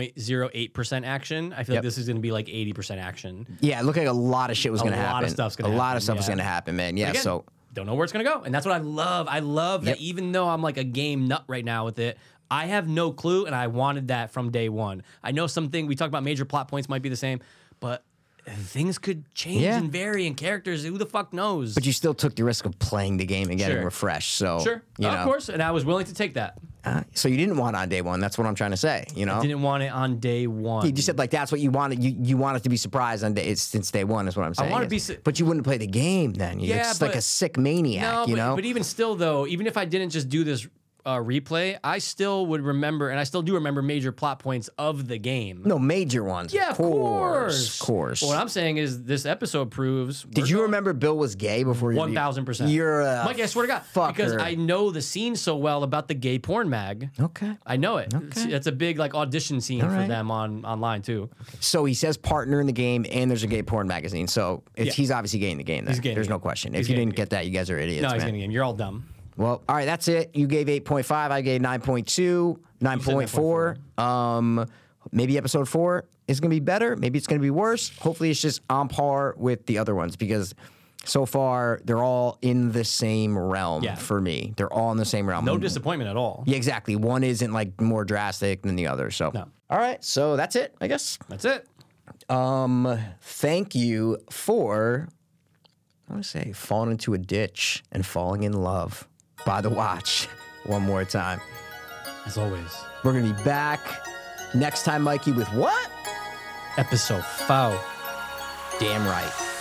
S2: 0.08% action. I feel like this is going to be like 80% action.
S1: Yeah, it looked like a lot of shit was going to
S2: lot of
S1: happen.
S2: stuff's gonna
S1: A lot of
S2: happen,
S1: stuff is
S2: yeah.
S1: going to happen, man. Yeah,
S2: Again,
S1: so
S2: don't know where it's going to go. And that's what I love. I love
S1: Yep.
S2: that even though I'm like a game nut right now with it, I have no clue and I wanted that from day one. I know something we talked about major plot points might be the same, but things could change
S1: Yeah.
S2: and vary and characters, who the fuck knows?
S1: but you still took the risk of playing the game and getting
S2: Sure.
S1: refreshed. So
S2: Sure,
S1: you
S2: of
S1: know,
S2: course, and I was willing to take that.
S1: uh, so you didn't want on day one. That's what I'm trying to say. You know,
S2: Didn't want it on day one.
S1: you just said like that's what you wanted. You you wanted to be surprised on day it's, since day one is what I'm saying.
S2: wanna
S1: is-
S2: be su-
S1: but you wouldn't play the game then. You're
S2: Yeah,
S1: just like
S2: but-
S1: a sick maniac.
S2: no,
S1: you
S2: but,
S1: know.
S2: but even still, though, even if I didn't just do this uh, replay, I still would remember, and I still do remember major plot points of the game.
S1: no major ones.
S2: yeah, of course,
S1: Of course.
S2: But what I'm saying is, this episode proves.
S1: Did you remember Bill was gay before you?
S2: One thousand percent.
S1: You're a
S2: Mike. I swear to God, because
S1: fucker. Oh,
S2: I know the scene so well about the gay porn mag.
S1: Okay.
S2: I know it. It's, it's a big like audition scene
S1: right.
S2: for them on online too.
S1: So he says partner in the game, and there's a gay porn magazine. So it's, he's obviously gay in the game. Then.
S2: gay in the
S1: There's no
S2: game.
S1: question.
S2: He's
S1: if you
S2: gay in
S1: didn't
S2: the
S1: get that, you guys are idiots,
S2: No, he's
S1: man.
S2: gonna game. You're all dumb.
S1: Well, all right, that's it. You gave 8.5. I gave 9.2, 9.4. Um, Maybe episode four is going to be better. Maybe it's going to be worse. Hopefully, it's just on par with the other ones because so far they're all in the same realm
S2: Yeah.
S1: for me. They're all in the same realm.
S2: No disappointment at all.
S1: Mm. Yeah, exactly. One isn't like more drastic than the other. So,
S2: No.
S1: all right. So that's it, I guess.
S2: That's it.
S1: Um, thank you for, I want to say, falling into a ditch and falling in love by the watch one more time.
S2: As always,
S1: We're going to be back next time, Mikey, with what?
S2: episode foul.
S1: Damn right.